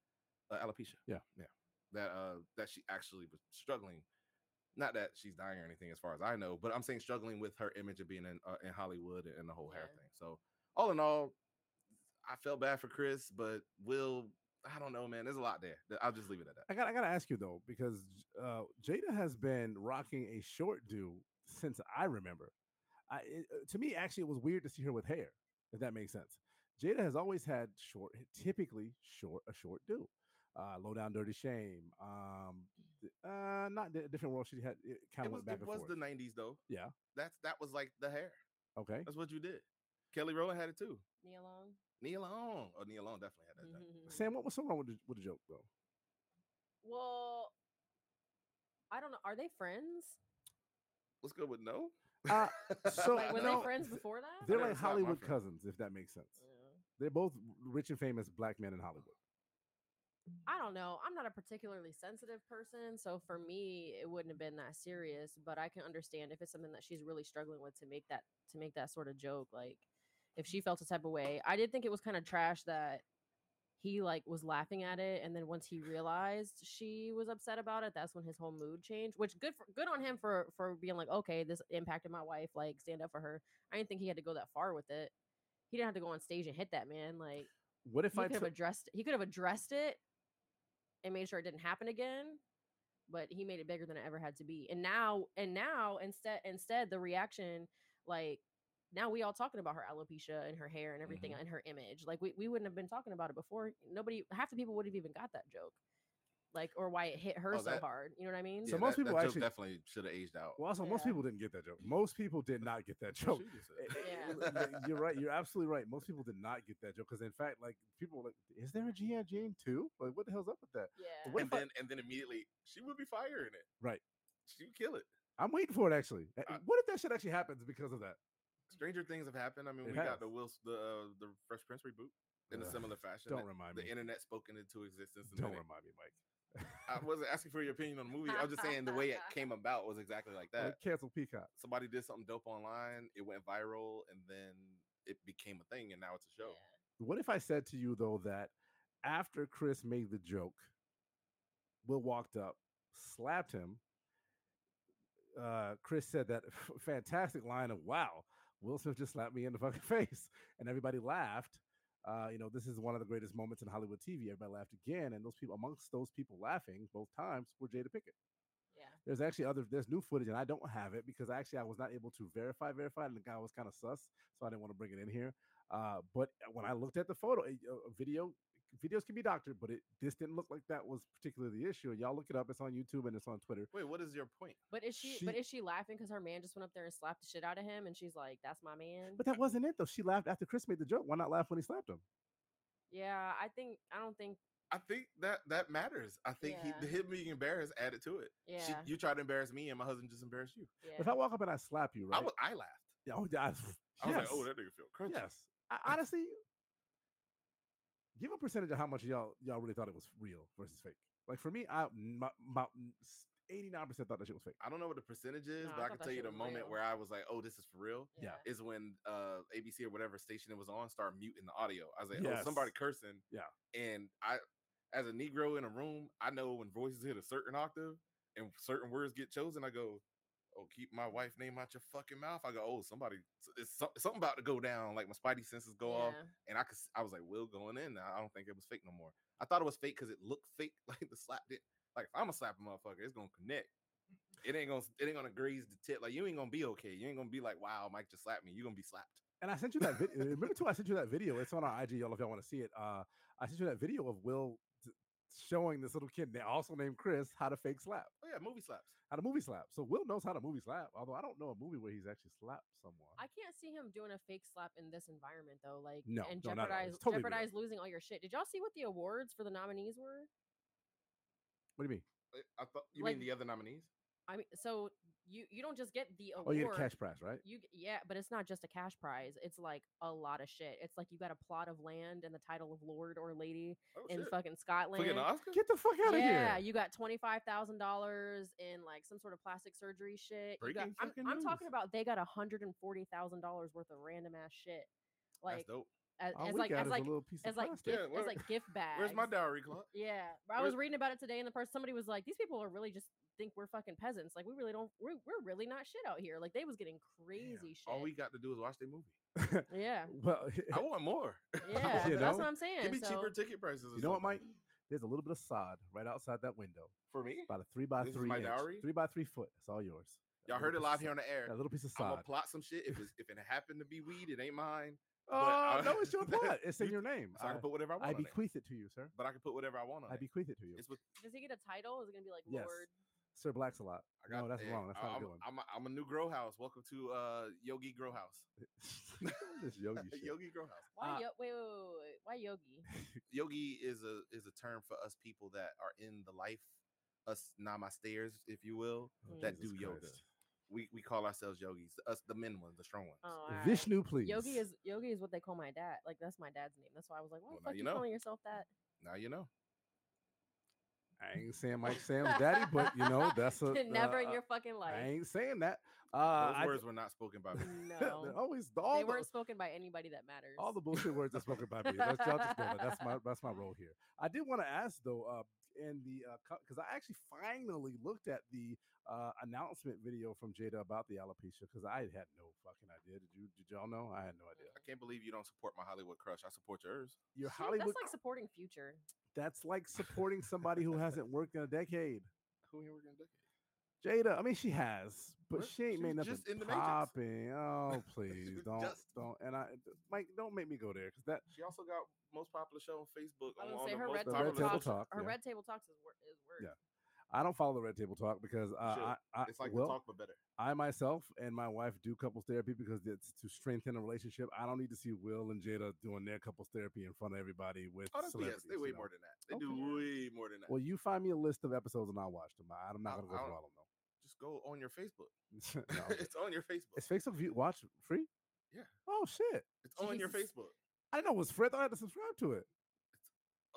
uh, alopecia. Yeah. yeah. That uh, that she actually was struggling. Not that she's dying or anything, as far as I know, but I'm saying struggling with her image of being in uh, in Hollywood and the whole hair Yeah. thing. So all in all, I felt bad for Chris, but Will, I don't know, man. There's a lot there. Th- I'll just leave it at that. I got I gotta ask you though, because uh, Jada has been rocking a short do since I remember. I, it, uh, to me, actually, it was weird to see her with hair. If that makes sense, Jada has always had short, typically short, a short do. Uh, low down, dirty shame. Um, th- uh, not di- different world. She had it It kind was, of went back it and was forth. the '90s though. Yeah. That's that was like the hair. okay, That's what you did. Kelly Rowland had it too. Knee along. Neil Long, oh Neil Long definitely had that. thing. Mm-hmm. Sam, what was so wrong with the, with the joke though? well, I don't know. Are they friends? What's good with no? Uh, so- Mm-hmm. Like, were No, they friends th- before that? They're never like saw it, my Hollywood friend. cousins, if that makes sense. Yeah. They're both rich and famous black men in Hollywood. I don't know. I'm not a particularly sensitive person, so for me, it wouldn't have been that serious. But I can understand if it's something that she's really struggling with to make that to make that sort of joke. Like, if she felt a type of way, I did think it was kind of trash that he like was laughing at it, and then once he realized she was upset about it, that's when his whole mood changed. Which good for, good on him for for being like, okay, this impacted my wife. Like, stand up for her. I didn't think he had to go that far with it. He didn't have to go on stage and hit that man. Like What if he I could have took addressed he could have addressed it and made sure it didn't happen again but he made it bigger than it ever had to be and now and now instead instead the reaction like now we all talking about her alopecia and her hair and everything Mm-hmm. and her image like we, we wouldn't have been talking about it before nobody half the people would have even got that joke like or why it hit her Oh, so that- hard you know what i mean So most that- people that joke actually- definitely should have aged out. Well, also, most Yeah. people didn't get that joke. Most people did not get that joke. Eh, Yeah. Y- eh, You're right. You're absolutely right. Most people did not get that joke because, in fact, like people were like, "Is there a GI Jane too? Like, what the hell's up with that?" yeah What and if I- then and then immediately she would be firing it. Right. She would kill it. I'm waiting for it. Actually, Uh, I- what if that shit actually happens because of that? Stranger things have happened. I mean, It we has. got the Will the uh, the Fresh Prince reboot in a Ugh, similar fashion. Don't The- remind the me. internet spoken into existence. And Don't then it- remind me, Mike. I wasn't asking for your opinion on the movie. I was just saying the way it came about was exactly like Like, that. cancel Peacock. Somebody did something dope online. It went viral, and then it became a thing, and now it's a show. What if I said to you though that after Chris made the joke, Will walked up, slapped him. Uh, Chris said that fantastic line of "Wow, Will Smith just slapped me in the fucking face," and everybody laughed. Uh, you know, this is one of the greatest moments in Hollywood TV. Everybody laughed again, and those people amongst those people laughing both times were Jada Pickett. yeah There's actually other there's new footage, and I don't have it because actually I was not able to verify verify, and the guy was kind of sus, so I didn't want to bring it in here. Uh, but when I looked at the photo, it- uh, video videos can be doctored, but it this didn't look like that was particularly the issue. Y'all look it up; it's on YouTube and it's on Twitter. Wait, what is your point? but is she, but She- is she laughing because her man just went up there and slapped the shit out of him and she's like that's my man But that wasn't it though. She laughed after Chris made the joke. Why not laugh when he slapped him? yeah i think i don't think I think that that matters. I think Yeah. he, him being embarrassed added to it. yeah, She, you tried to embarrass me, and my husband just embarrassed you. yeah. If I walk up and I slap you, right? I was, I laughed. Yeah, oh, yeah, I, I was like, oh, yes, that nigga feel crunchy. yes. I, honestly, give a percentage of how much y'all y'all really thought it was real versus fake. Like for me, I my, my 89% thought that shit was fake. I don't know what the percentage is, but No, I I, thought can that tell you shit the was moment real. where I was like, "Oh, this is for real." yeah. Is when uh, ABC or whatever station it was on started muting the audio. I was like, "Oh, somebody Yes. cursing." Yeah. And I, as a Negro in a room, I know when voices hit a certain octave and certain words get chosen. I go, "Oh, keep my wife name out your fucking mouth." I go, "Oh, somebody, it's so- something about to go down." Like my spidey senses go um, off. Yeah. and I could, s- I was like, Will going in. I don't think it was fake no more. I thought it was fake because it looked fake, like the slap did. Like if I'm a slap a motherfucker, it's gonna connect. It ain't gonna, s- it ain't gonna graze the tip. Like you ain't gonna be okay. You ain't gonna be like, wow, Mike just slapped me. You gonna be slapped. And I sent you that video. Remember too, I sent you that video. It's on our IG, y'all, if y'all want to see it. Uh, I sent you that video of Will t- showing this little kid, na- also named Chris, how to fake slap, Oh yeah, movie slaps. how to movie slap. So Will knows how to movie slap, although I don't know a movie where he's actually slapped someone. I can't see him doing a fake slap in this environment though. Like No, and no, not at all. jeopardize It's totally real. jeopardize losing all your shit. Did y'all see what the awards for the nominees were? what do you mean? I- Eh, I thought you Like- mean the other nominees? I mean, so you you don't just get the Oh, award. you get a cash prize, right? You g- yeah, but it's not just a cash prize. It's like a lot of shit. It's like you got a plot of land and the title of lord or lady Oh in shit. fucking For Scotland. getting an Oscar? Get the fuck out of yeah, here! you got twenty five thousand dollars in like some sort of plastic surgery shit. You got- Breaking I'm, fucking I'm talking news. about they got hundred and forty thousand dollars worth of random ass shit. Like That's dope. as, All as we like got as is like a little piece as of like plastic. gift, Yeah, as where- like gift bags. Where's my dowry, Clark? Yeah, I Where's- was reading about it today, and the person somebody was like, "These people are really just think we're fucking peasants. Like we really don't. We're, we're really not shit out here. Like they was getting crazy Damn, shit. All we got to do is watch their movie. yeah, well, I want more. yeah. You that's know? what I'm saying. Give me so, cheaper ticket prices. or you know what, Mike? something. There's a little bit of sod right outside that window, For me, about a three by This is three my inch, dowry? three by three foot. It's all yours. A y'all little heard it piece live of- here on the air. A little piece of I'm gonna sod. plot some shit. If it's, if it happened to be weed, it ain't mine. Oh but, uh, no, it's your plot. It's in you- your name. So I, I, can put whatever I want. I on it. bequeath it to you, sir. But I can put whatever I want on I it. bequeath it to you, It's with Does he get a title? Is it gonna be like Yes. Lord? Sir Black's a lot. I got. no, that's hey, wrong. That's I- not I'm, doing. I'm a, I'm a new grow house. Welcome to uh Yogi Grow House. this yogi shit. Yogi Grow House. Why? Uh, yo- wait, wait, wait, wait, wait, Why Yogi? Yogi is a is a term for us people that are in the life, us namasteers, if you will, Oh, that Jesus do yoga. Christ. We we call ourselves yogis. Us the men ones, the strong ones. Oh, all right. Vishnu, please. Yogi is Yogi is what they call my dad. Like that's my dad's name. That's why I was like, why Well, the now fuck you you know. calling yourself that? Now you know. I ain't saying Mike Sam's daddy, but you know that's a never uh, in your fucking life. I ain't saying that. Uh, Those I- words were not spoken by me. they're No. always all they the, weren't spoken by anybody that matters. all the bullshit words are spoken by me. That's, y'all just know that. that's my that's my role here. I did want to ask though, uh, in the because I actually finally looked at the uh, announcement video from Jada about the alopecia because I had no fucking idea. Did you? Did y'all know? I had no idea. I can't believe you don't support my Hollywood crush. I support yours. Your Shit, Hollywood. That's like supporting future. that's like supporting somebody who hasn't worked in a decade. Who ain't working today? Jada, I mean, she has, but What? she ain't She made was nothing just in The Matrix. popping. Oh, please was don't, just- don't. And I, Mike, don't make me go there because that She also got most popular show on Facebook. on I would one say of her most red, The table popular Red Table shows. talks. Talk, Her yeah. red table talks is word. Is word. Yeah. I don't follow the red table talk because uh, should. I, I, It's like well, the talk, but better. I myself and my wife do couples therapy because it's to strengthen a relationship. I don't need to see Will and Jada doing their couples therapy in front of everybody with Oh, that's BS. celebrities. They you way know? more than that. They Okay. do way more than that. Well, you find me a list of episodes and I'll watch them. I, I'm not I'll- gonna go through I'll- all of Just go on your Facebook. them. though. No, I'm good. it's on your Facebook. It's, Is Facebook View watch free? Yeah. Oh shit! on your Jesus. Facebook. I didn't know it was free. I thought I had to subscribe to it.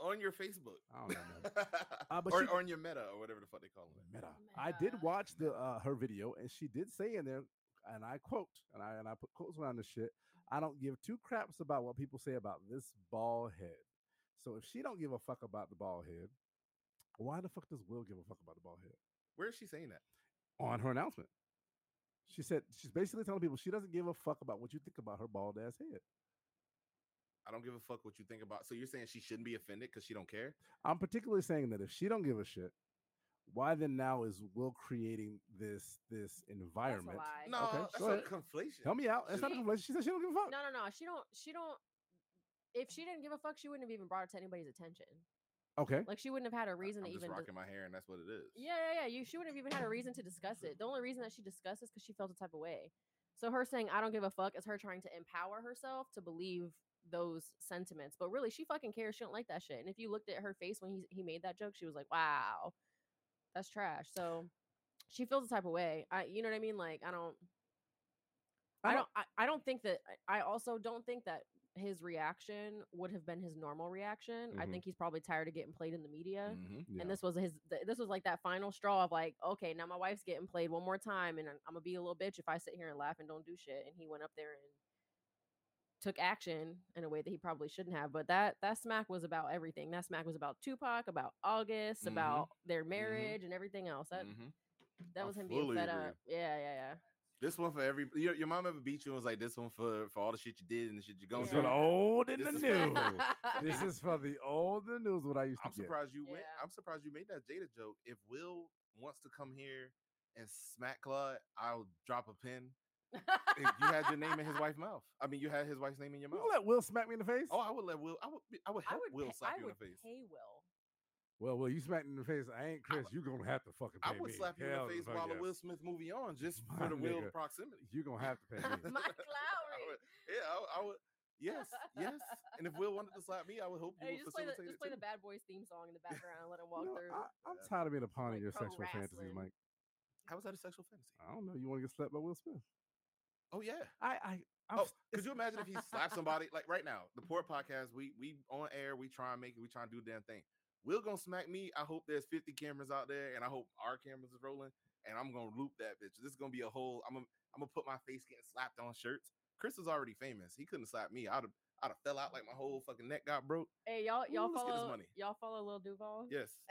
On your Facebook. I don't know. man. Uh, but or, she- Mm-hmm. or on your Meta or whatever the fuck they call it. Meta. I did Meta. watch the uh, her video, and she did say in there, and I quote, and I and I put quotes around this shit. Mm-hmm. I don't give two craps about what people say about this bald head. So if she don't give a fuck about the bald head, why the fuck does Will give a fuck about the bald head? Where is she saying that? On her announcement, she said she's basically telling people she doesn't give a fuck about what you think about her bald ass head. I don't give a fuck what you think about. So you're saying she shouldn't be offended because she don't care? I'm particularly saying that if she don't give a shit, why then now is Will creating this this That's a environment? lie. No, Okay, that's go a ahead. conflation. Tell me out. That's not a She- confession. She said she don't give a fuck. No, no, no. She don't. She don't. If she didn't give a fuck, she wouldn't have even brought it to anybody's attention. Okay. Like she wouldn't have had a reason I'm to just even. dis- rocking my hair, and that's what it is. yeah, yeah, yeah. You. She wouldn't have even had a reason to discuss it. The only reason that she discussed is because she felt a type of way. So her saying "I don't give a fuck" is her trying to empower herself to believe those sentiments. But really, she fucking cares. She don't like that shit. And if you looked at her face when he he made that joke, she was like, "Wow, that's trash." So she feels a type of way. I, you know what I mean? Like I don't. I don't. I, I don't think that. I I also don't think that his reaction would have been his normal reaction. I Mhm. think he's probably tired of getting played in the media, Mhm. Yeah. and this was his. th- This was like that final straw of like, okay, now my wife's getting played one more time, and I'm gonna be a little bitch if I sit here and laugh and don't do shit. And he went up there and took action in a way that he probably shouldn't have. But that that smack was about everything. That smack was about Tupac, about August, Mhm. about their marriage, and everything else. That Mhm. I that was him fully being fed agree. up. Yeah, yeah, yeah. This one for every. Your, your mom ever beat you and was like, "This one for for all the shit you did and the shit you're going It's Yeah. for through." the old and the This new. is- this is for the old and the news. What I used to I'm get. surprised you went. Yeah. I'm surprised you made that Jada joke. If Will wants to come here and smack Claude, I'll drop a pin. If you had your name in his wife's mouth. I mean, you had his wife's name in your You mouth. gonna let Will smack me in the face? Oh, I would let Will. I would. be- I would I help would Will pay, slap I you in would the face. pay Will. Well, well, you smacked me in the face. I ain't Chris. You're gonna have to fucking pay I would me. slap you in Hell the face fuck while the yes. Will Smith movie on, just My for the Will nigga. proximity. You're gonna have to pay me. Mike I Lowry. would- yeah, I, I would. Yes, yes. And if Will wanted to slap me, I would hope you Hey, would just play the facilitate just it play the too. Bad Boys theme song in the background. Let it walk You know, through. I, am tired of being a pawn Like in your pro sexual fantasies, wrestling. Mike. How was that a sexual fantasy? I don't know. You want to get slapped by Will Smith? Oh yeah. I, I, I'm, Oh, s- could you imagine if he slapped somebody like right now? The poor podcast. We we on air. We try and make it. We try and do the damn thing. Will gonna smack me. I hope there's 50 cameras out there, and I hope our cameras is rolling. And I'm gonna loop that bitch. This is gonna be a whole. I'm gonna I'm gonna put my face getting slapped on shirts. Chris was already famous. He couldn't slap me. I'd have I'd have fell out like my whole fucking neck got broke. Hey, y'all, y'all Ooh, let's get his follow money. y'all follow Lil Duval. Yes.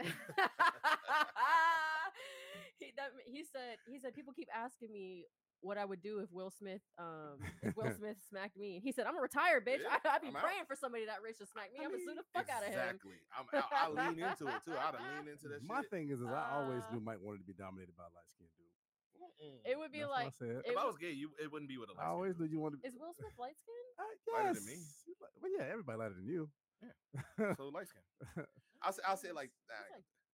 he that, he said he said people keep asking me what I would do if Will Smith um if Will Smith smacked me. He said I'm a retired bitch. Yeah, I, I'd be I'm out. praying for somebody that rich to smack me. I, am gonna sue the fuck out of him. Exactly. I'm out. I lean into it too. I'd have leaned into that my shit. thing is, is I always Uh, knew Mike wanted to be dominated by a light skinned dude. Mm-mm. It would be That's like what I said. if it I would- was gay, you it wouldn't be with a I light-skinned always dude. knew you wanted to. is Will Smith light skinned? Uh, lighter than me? yes. Well, yeah, everybody lighter than you. so light skin. I'll say, I'll say it like He's that.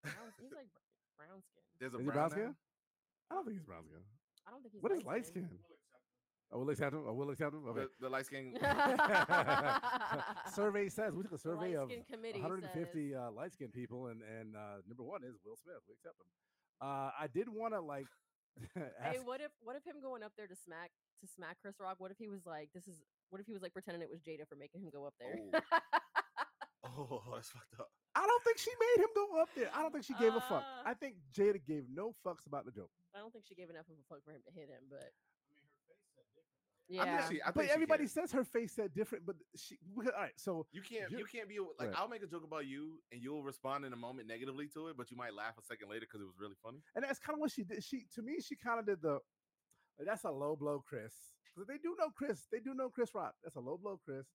like brown, he's like br- brown skin. There's a Is he brown now? brown skin? I don't think he's brown skin. I don't think he's What is light skin? I will accept him. I will accept him. Okay. The, the light skin. The survey says we took a survey of light skin committee 150 says- uh, light skinned people, and and uh, number one is Will Smith. We accept him. Uh, I did want to like ask Hey, what if what if him going up there to smack to smack Chris Rock? What if he was like, this is what if he was like pretending it was Jada for making him go up there? Oh. oh, that's fucked up. I don't think she made him go up there. I don't think she gave a fuck. Uh, I think Jada gave no fucks about the joke. I don't think she gave enough of a fuck for him to hit him, but I think yeah, she- I but think she everybody can. says her face said different. But she, all right. So You can't. you- You can't be a- like. Right. I'll make a joke about you, and you'll respond in a moment negatively to it, but you might laugh a second later because it was really funny. and that's kind of what she did. She to me, she kind of did the. "Like, That's a low blow, Chris. 'Cause they do know Chris. They do know Chris Rock. That's a low blow, Chris.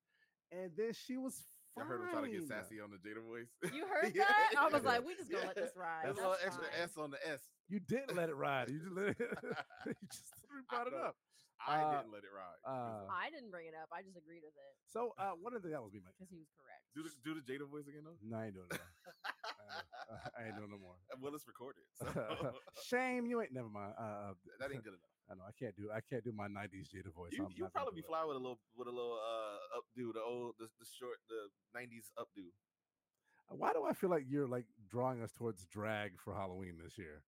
And then she was. I Fine. heard him trying to get sassy on the Jada voice. you heard Yeah, that? I was yeah. like, we just gonna let Yeah. this ride. There's a that's little extra fine. S on the S. You didn't let it ride. You just let it. you just literally I brought it know. up. I Uh, didn't let it ride. Uh, I didn't bring it up. I just agreed with it so uh, one of the that was me, Mike. because he was correct. do the do the Jada voice again though. No, I ain't doing it. Uh, I ain't doing no more. well, it's recorded, so Shame you ain't. Never mind. Uh, uh, that ain't good enough. I know I can't do I can't do my '90s Jada voice. You I'm you not gonna probably be do it. fly with a little with a little uh updo, the old the, the short the nineties updo. Why do I feel like you're like drawing us towards drag for Halloween this year?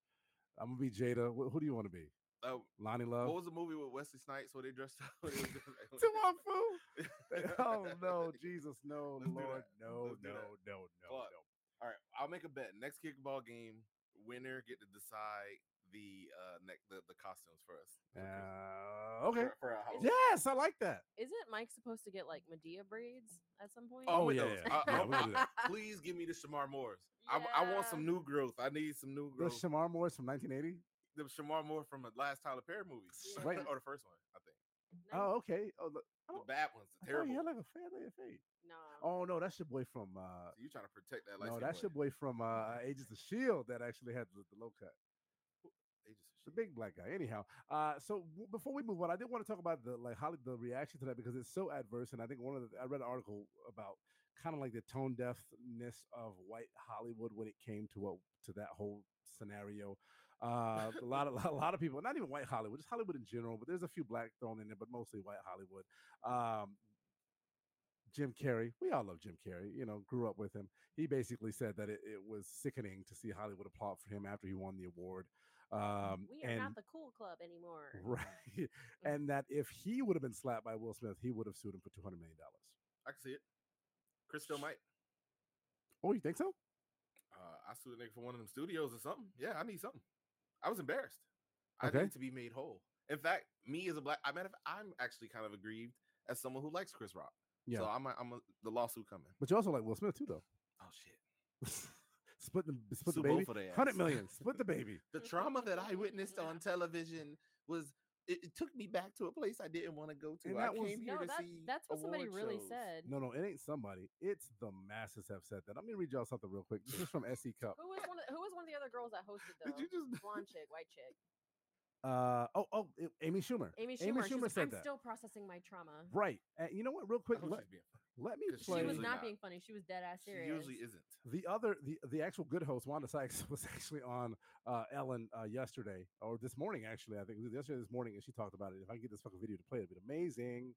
I'm gonna be Jada. Wh- who do you want to be? Uh, Lonnie Love. What was the movie with Wesley Snipes where they dressed up? when they was doing that- Come on, fool. oh no, Jesus, no, Let's do Lord, that. no, Let's do no, that. no, no, Fuck. All right, I'll make a bet. Next kickball game, winner get to decide the uh neck the, the costumes for us. for no. Christmas- Uh, okay. For, for our Halloween. Yes, I like that. Isn't Mike supposed to get like Medea braids at some point? Oh, Oh, with yeah, those. yeah, I- yeah, I- we'll do that. Please give me the Shamar Moores. I, I want some Yeah. new growth. I need some new The growth. Shamar Moore's from 1980. the Shamar Moore from the last Tyler Perry movie, Yeah. Right. or the first one, I think. No, Oh, okay. Oh, the, The Oh, bad ones, the oh, terrible. he had ones. like a family of fate. no. Oh no, that's your boy from. uh So you trying to protect that? No, light-skinned that's your boy from uh Agents of Shield that actually had the, the low cut. They just- the big black guy. Anyhow, uh, so w- before we move on, I did want to talk about the like Holly, the reaction to that because it's so adverse, and I think one of the I read an article about kind of like the tone deafness of white Hollywood when it came to what to that whole scenario. Uh, a lot of a lot of people, not even white Hollywood, just Hollywood in general, but there's a few black thrown in there, but mostly white Hollywood. Um, Jim Carrey, we all love Jim Carrey, you know, grew up with him. He basically said that it, it was sickening to see Hollywood applaud for him after he won the award. Um, Mm, we are and not the cool club anymore. Mm. Right. and that if he would have been slapped by Will Smith, he would have sued him for two hundred million dollars. I can see it. Chris Phil might. Oh, you think so? uh, I sued a nigga for one of them studios or something. Yeah, I need something. I was embarrassed. I Okay. need to be made whole. In fact, me as a black, I mean, I'm actually kind of aggrieved as someone who likes Chris Rock. Yeah. So I'm, a, I'm a, the lawsuit coming. But you also like Will Smith too, though. Oh shit! split the split Sue the both baby. of their Hundred ass. million. Split the baby. The trauma that I witnessed on television was it, it took me back to a place I didn't want to go to. And I that was- came here No, to that's see. that's what somebody award really shows. said. No, no, it ain't somebody. It's the masses have said that. I'm gonna read y'all something real quick. This is from SC Cup. Who was one of the, who was one of the other girls that hosted though? Did you just Blonde chick, white chick. Uh, oh, oh, it- Amy Schumer. Amy Schumer. she's like, said I'm that. still processing my trauma. right. And you know what? Real quick, I hope let, she's being funny. let me 'cause she play she was Usually not, not. being funny. She was dead ass She serious. usually isn't. the other the the actual good host Wanda Sykes was actually on uh, Ellen uh, yesterday or this morning actually I think it was yesterday this morning and she talked about it. If I can get this fucking video to play, it'd be amazing.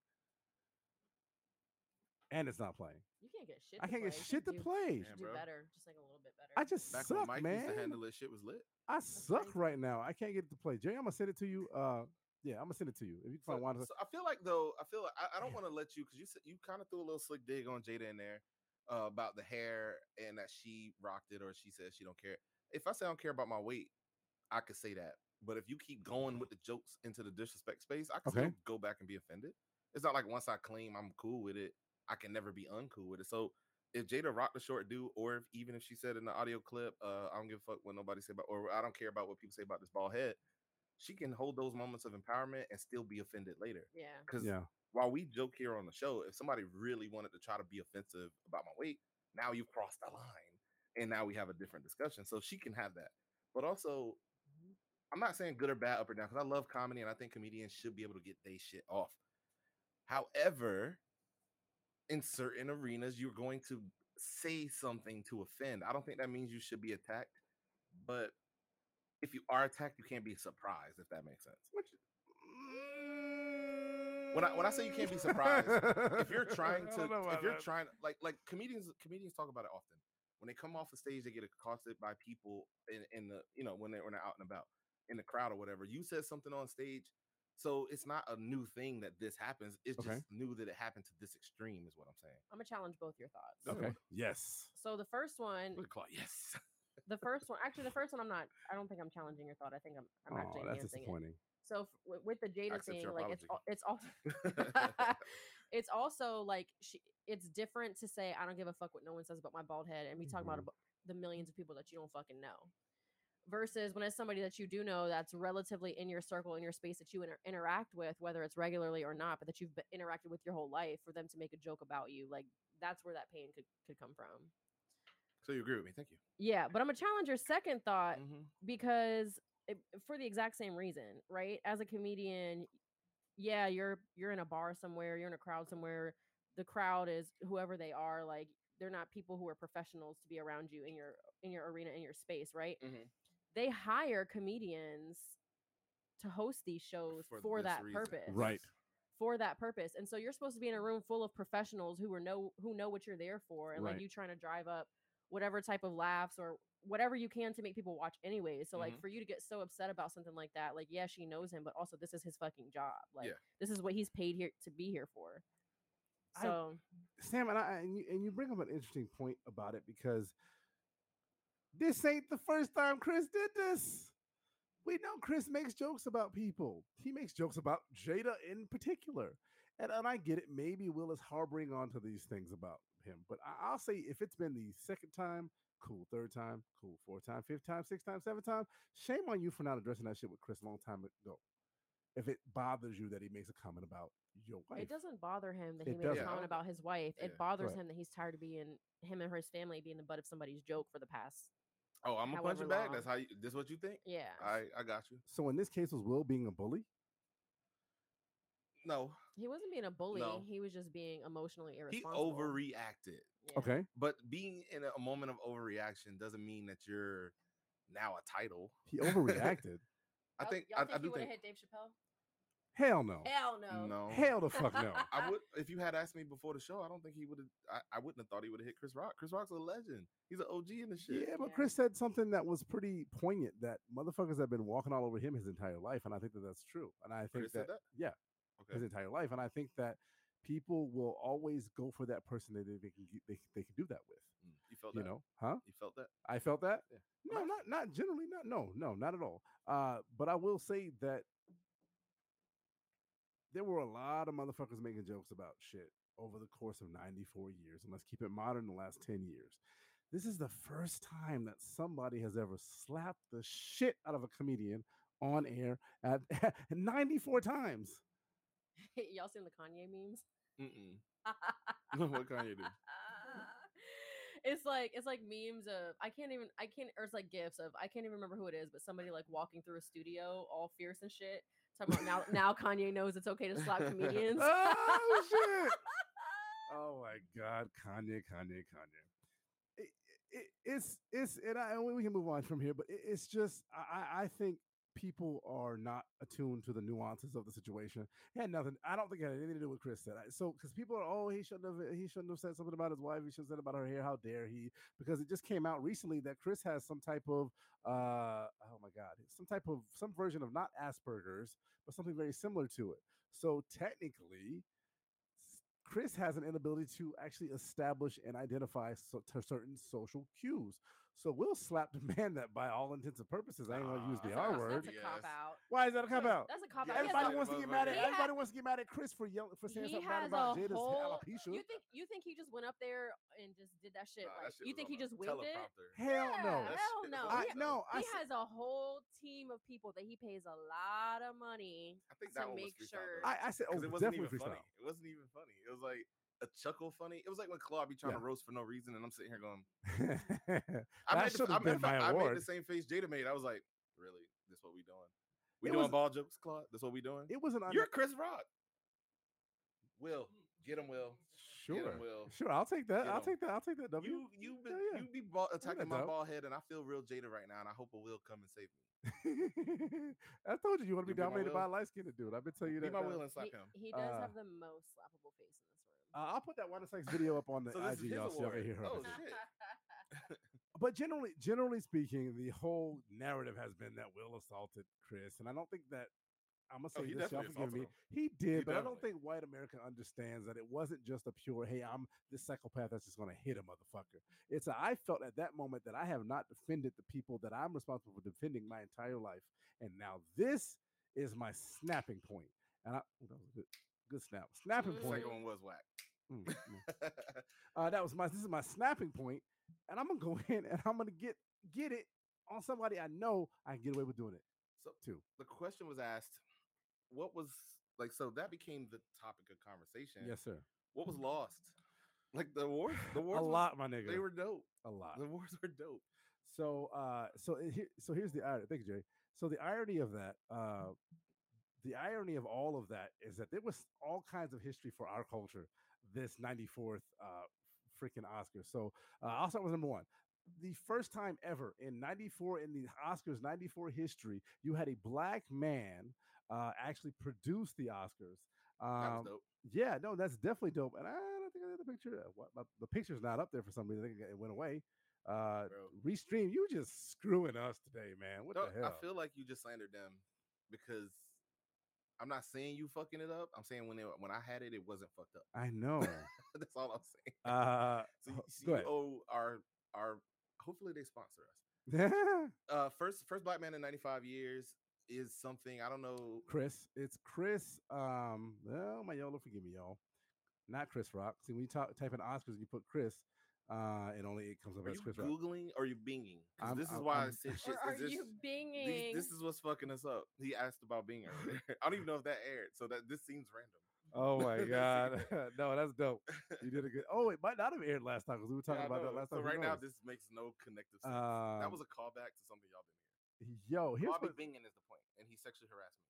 And it's not playing. You can't get shit. I to can't play. get You shit to do- play. Yeah, Do bro. better, just like a little bit better. I just Back when suck, Mike man. used to handle this shit was lit. I suck crazy. right now. I can't get it to play. Jerry, I'm gonna send it to you. Uh, yeah, I'm gonna send it to you. If you can So, find Wanda, so I feel like though, I feel like I, I don't want to let you because you said you kind of threw a little slick dig on Jada in there uh, about the hair and that she rocked it or she says she don't care. If I say I don't care about my weight, I could say that. But if you keep going with the jokes into the disrespect space, I can Okay. still go back and be offended. It's not like once I claim I'm cool with it, I can never be uncool with it. So if Jada rocked the short dude, or if, even if she said in the audio clip, uh, I don't give a fuck what nobody say about, or I don't care about what people say about this bald head, she can hold those moments of empowerment and still be offended later. yeah. Because yeah, while we joke here on the show, if somebody really wanted to try to be offensive about my weight, now you've crossed the line and now we have a different discussion. So she can have that. But also, I'm not saying good or bad, up or down, because I love comedy and I think comedians should be able to get they shit off. However, in certain arenas, you're going to say something to offend. I don't think that means you should be attacked, but if you are attacked, you can't be surprised, if that makes sense. When I- when I say you can't be surprised, if you're trying to if you're trying like like comedians comedians talk about it often when they come off the stage they get accosted by people in, in the you know when they're, when they're out and about in the crowd or whatever you said something on stage so it's not a new thing that this happens it's Okay. just new that it happened to this extreme is what i'm saying I'm gonna challenge both your thoughts. okay, yes, So the first one, Look at Claude, yes the first one, actually, the first one, I'm not. I don't think I'm challenging your thought. I think I'm. oh, I'm actually that's enhancing it. disappointing. So f- w- with the Jada accept thing, your like it's apology. al- it's also it's also like she it's different to say I don't give a fuck what no one says about my bald head, and we talk about Mhm. about the millions of people that you don't fucking know, versus when it's somebody that you do know that's relatively in your circle in your space that you inter- interact with, whether it's regularly or not, but that you've been interacted with your whole life, for them to make a joke about you, like that's where that pain could could come from. so you agree with me thank you Yeah, but I'm gonna challenge your second thought Mhm. Mm-hmm. because it, for the exact same reason, right? As a comedian, yeah, you're you're in a bar somewhere, you're in a crowd somewhere. The crowd is whoever they are. Like they're not people who are professionals to be around you in your in your arena in your space, right? Mhm. They hire comedians to host these shows for, this that reason. purpose Right. for that purpose. And so you're supposed to be in a room full of professionals who are know who know what you're there for and Right. like you trying to drive up whatever type of laughs or whatever you can to make people watch anyway. So Mm-hmm. like for you to get so upset about something like that, like yeah, she knows him, but also this is his fucking job. Like Yeah. this is what he's paid here to be here for. I- So Sam and I and you, and you bring up an interesting point about it because this ain't the first time Chris did this. We know Chris makes jokes about people. He makes jokes about Jada in particular. And, and I get it. Maybe Will is harboring onto these things about him. But I, I'll say if it's been the second time, cool. Third time, cool. Fourth time, fifth time, sixth time, seventh time, shame on you for not addressing that shit with Chris a long time ago. If it bothers you that he makes a comment about your wife. it doesn't bother him that It he made a doesn't. comment about his wife. Yeah. It bothers Right. him that he's tired of being him and his family being the butt of somebody's joke for the past. oh i'm a However punching bag long. that's how you this what you think Yeah. i i got you So in this case, was Will being a bully? no he wasn't being a bully. No. He was just being emotionally he irresponsible. overreacted Yeah. Okay. but being in a moment of overreaction doesn't mean that you're now a title. He overreacted. I Y'all- think y'all I, I think he do would've think hit Dave Chappelle. Hell no. Hell no. no. Hell the fuck no. I would if you had asked me before the show, I don't think he would have I, I wouldn't have thought he would have hit Chris Rock. Chris Rock's a legend. He's an OG in the shit. Yeah, but Yeah. Chris said something that was pretty poignant that motherfuckers have been walking all over him his entire life. And I think that that's true. And I think Chris said that? yeah, Okay. his entire life. And I think that people will always go for that person that they, they can get- they, they can do that with, Mm, You felt you that. know, huh? You felt that. I felt that. Yeah. No, not not generally. Not no, no, not at all. Uh, but I will say that there were a lot of motherfuckers making jokes about shit over the course of 94 years, and let's keep it modern. The last 10 years, this is the first time that somebody has ever slapped the shit out of a comedian on air at 94 times. Y'all seen the Kanye memes? Mm-mm. what Kanye do? it's like it's like memes of I can't even I can't or it's like gifs of I can't even remember who it is, but somebody like walking through a studio all fierce and shit. Talking about now now Kanye knows it's okay to slap comedians. oh shit! Oh my god, Kanye, Kanye, Kanye. It, it, it's it's and I and we can move on from here, but it, it's just I I- I think people are not attuned to the nuances of the situation. It had nothing. I don't think it had anything to do with Chris said. I, so because people are oh he shouldn't have he shouldn't have said something about his wife. He should have said about her hair. How dare he? Because it just came out recently that Chris has some type of uh oh my god some type of some version of not Asperger's but something very similar to it. So technically, s- Chris has an inability to actually establish and identify so, to certain social cues. So we'll slap the man that by all intents and purposes, I ain't gonna use Ah, the That's not- that's R a- word. That's a Yes. cop out. Why is that a cop No, out? That's a cop out. He has Everybody a- a- wants to get mad at He has- everybody wants to get mad at Chris for yelling for saying he something has bad a about Jada's whole- alopecia. You think you think he just went up there and just did that shit? Nah, like that shit was you on think he the just whipped it? teleprompter. Hell Yeah, no. That hell shit no. was I on the- no, I He s- has a whole team of people that he pays a lot of money. I think to that one was make freestyle, sure- though. I, I said oh, because it wasn't even definitely freestyle. funny. It wasn't even funny. It was like a chuckle funny. It was like when Claude be trying to roast for no reason, and I'm sitting here going, That I made, the, should've I, made been the- my I made award. the same face Jada made. I was like, really? This what we doing? We It doing was- ball jokes, Claude? That's what we doing? it was an You're Chris Rock. Will Mm. get him, Will. sure, Will. sure. I'll take that. Get I'll him. take that. I'll take that. W. You you been, Hell yeah. you be ball, attacking my doubt. ball head, and I feel real Jada right now, and I hope a Will come and save me. I told you you want to You be be my dominated Will? by a light skinned dude. I've been telling you Be that. my now. Will and slap He, him. he does Uh, have the most slappable face in this room. Uh, I'll put that Wanda Sykes video up on the So this is IG. his Y'all see y'all can award. hear her. Oh, shit. But generally, generally speaking, the whole narrative has been that Will assaulted Chris, and I don't think that I'm gonna Oh, say he this. Y'all definitely forgive me. assaulted He did, He but I don't definitely- think white America understands that it wasn't just a pure "Hey, I'm this psychopath that's just gonna hit a motherfucker." It's a, I felt at that moment that I have not defended the people that I'm responsible for defending my entire life, and now this is my snapping point. And I, ooh, that was a good, good snap, snapping The point. second one was whack. Mm, mm. Uh, that was my. This is my snapping point, and I'm gonna go in and I'm gonna get get it on somebody I know I can get away with doing it so too. the question was asked, what was like? So that became the topic of conversation. Yes, sir. What was lost? Like the awards, the awards a was- lot, Uh, my nigga. They were dope. a lot. The awards were dope. So, uh, so it- here, so here's the irony. Thank you, Jerry. So the irony of that, uh, the irony of all of that is that there was all kinds of history for our culture. This 94th uh, freaking Oscar. So uh, I'll start with number one. The first time ever in 94 in the Oscars 94 history, you had a black man uh, actually produce the Oscars. That Um, was dope. yeah, no, that's definitely dope. And I don't think I did the picture. uh, What, my, the picture's not up there for some reason. I think it went away. Uh, Bro. Restream, you just screwing us today, man. What No, the hell? I feel like you just slandered them because I'm not saying you fucking it up. I'm saying when they, when I had it, it wasn't fucked up. I know. That's all I'm saying. uh, So you, ho- so go you E ahead. owe our our. Hopefully they sponsor us. Uh, first first black man in 95 years is something I don't know. Chris, it's Chris. Um, oh my YOLO, forgive me, y'all. Not Chris Rock. See, when you talk, type in Oscars, and you put Chris, uh, and only it comes up Are as you Chris Rock. googling or are you binging? 'Cause I'm- this is I'm- why I I'm- said shit. Or are is this, you these- binging? this is what's fucking us up. He asked about being earlier. I don't even know if that aired, so that this seems random. Oh my That's god, it. no, that's dope. You did a good. Oh, it might not have aired last time because we were talking Yeah, I about that know. last so time. who right now, knows? this makes no connective sense. um, that was a callback to something y'all been hearing. yo. Here's Bobby what, Bingen is the point, and he sexually harassed me.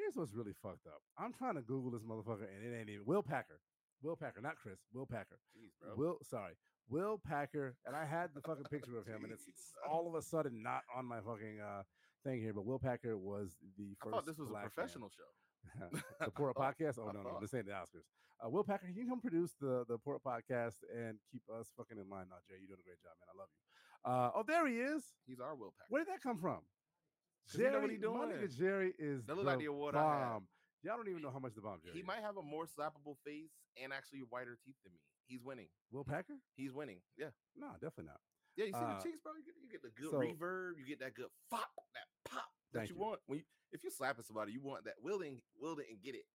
here's what's really fucked up. I'm trying to Google this motherfucker, and it ain't even Will Packer. Will Packer, not Chris. Will Packer. Jeez, bro. Will, sorry, Will Packer, and I had the fucking picture of him, and it's Jeez, s- all of a sudden not on my fucking uh thing here. But Will Packer was the I first. thought this was a black man. professional show. the Port I thought- Podcast. Oh I no, no, thought. this ain't the Oscars. Uh, Will Packer, can you come produce the the Port Podcast and keep us fucking in line? Now, Jay, you're doing a great job, man. I love you. Uh, oh, there he is. He's our Will Packer. Where did that come from? 'Cause he know what he my nigga doing. Jerry is That the look like the award I had. bomb. Y'all don't even know how much the bomb Jerry. He is. might have a more slappable face and actually whiter teeth than me. He's winning. Will Packer? He's winning. Yeah. No, definitely not. Yeah, you see Uh, the cheeks, bro. You get, you get the good so- reverb. You get that good pop, that pop that Thank you, you. want. When you, if you're slapping somebody, you want that. Will it, and- will it and get it.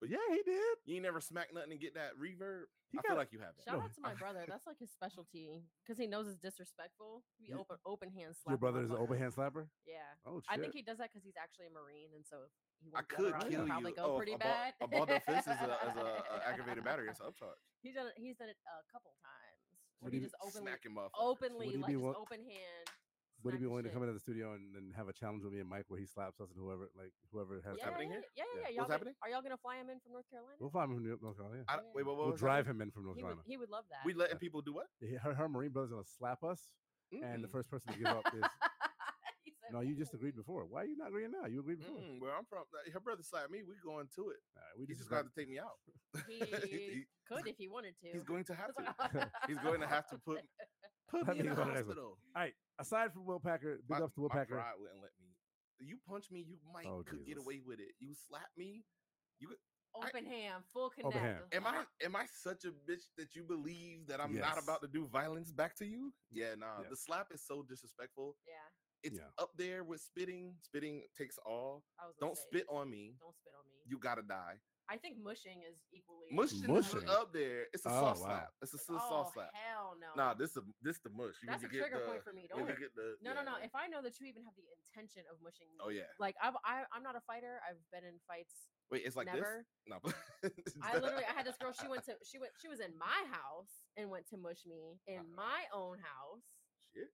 But yeah, he did. You ain't never smack nothing and get that reverb. He I feel got- like you have it. Shout No, out to my brother. That's like his specialty because he knows it's disrespectful. He Your- open open hand slap. your a brother is an motherfucker. overhand slapper. Yeah, Oh shit! I think he does that because he's actually a marine, and so if he I went the other could route, Right. it'd kill probably you. go Oh, pretty a ball- bad. A ball defense is a, is a, a aggravated battery. It's an upcharge. he's done it, he's done it a couple times. Would Would he he just openly, smacking motherfuckers. openly, Would he like be just wil- open hand? Would he smack be the willing to shit. come into the studio and, and have a challenge with me and Mike where he slaps us and whoever like whoever has What's yeah, time- happening yeah, here? Yeah, yeah, yeah. What's Y'all gonna- happening? Are y'all gonna fly him in from North Carolina? We'll find him from New North Carolina. I don't- wait, what, what We'll was drive that? him in from North he would, Carolina. he would love that. We letting people do what? Yeah, Her, her Marine brother's gonna slap us, and the Mm-mm. first person to give up is He said, no. You just "Ooh." agreed before. Why are you not agreeing now? You agreed before. Mm-mm, where I'm from, like, her brother slapped me. We going to it. All right, we He's just Mm. just got about to take me out. He He- could if he wanted to. He's going to have to. He's going to have to put put Let me in me the go to the next one. hospital. aside from Will Packer. Big my, ups to Will my Packer. pride wouldn't let me. You punch me, you might Oh, could get Jesus. away with it. You slap me. Open ham, full connect. Open hand. Am I am I such a bitch that you believe that I'm not Yes. about to do violence back to you? Yeah, nah. Yeah. The slap is so disrespectful. Yeah, It's Yeah. up there with spitting. Spitting takes all. I was. gonna Don't say, spit on me. Don't spit on me. You gotta die. I think mushing is equally. Mushing, Mushing. is up there. It's a Oh, soft wow. slap. It's a Like, s- soft oh, slap. hell no. Nah, this is this the mush. You that's a need to get trigger the- point for me. you Don't. need worry. to get the- No, no, no. yeah. If I know that you even have the intention of mushing me, oh yeah. like I've, I, I'm not a fighter. I've been in fights Wait, it's like never. this. No. I literally, I had this girl. She went to, she went, she was in my house and went to mush me in Uh-oh. my own house. Shit.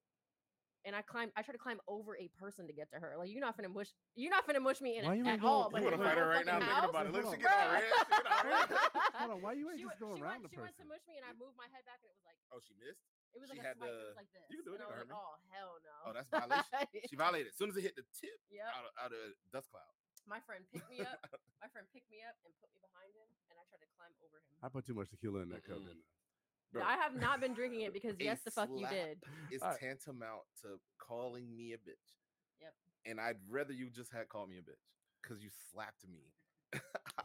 And I climbed. I tried to climb over a person to get to her. Like you're not finna mush. You're not finna mush me in Why a, you ain't at go- all. You you want But in to my fight her right fucking now? Thinking house? about it. Look, she Hold get all on. red. She get all red. Hold on, why you ain't she just went, going she around went, the she went to person? mush me, and I moved my head back, and it was like Oh, she missed. it was She like a had swipe. the- It was like this. you can do it, and I it was don't like, oh Oh. hell no. Oh, that's violation. She violated. As soon as it hit the tip yep. out of, out of dust cloud. My friend picked me up. My friend picked me up and put me behind him, and I tried to climb over him. I put too much tequila in that cup. Mm-mm. didn't No, I have not been drinking it because A yes, the fuck you slap did. It's Alright. tantamount to calling me a bitch. Yep. And I'd rather you just had called me a bitch because you slapped me. I?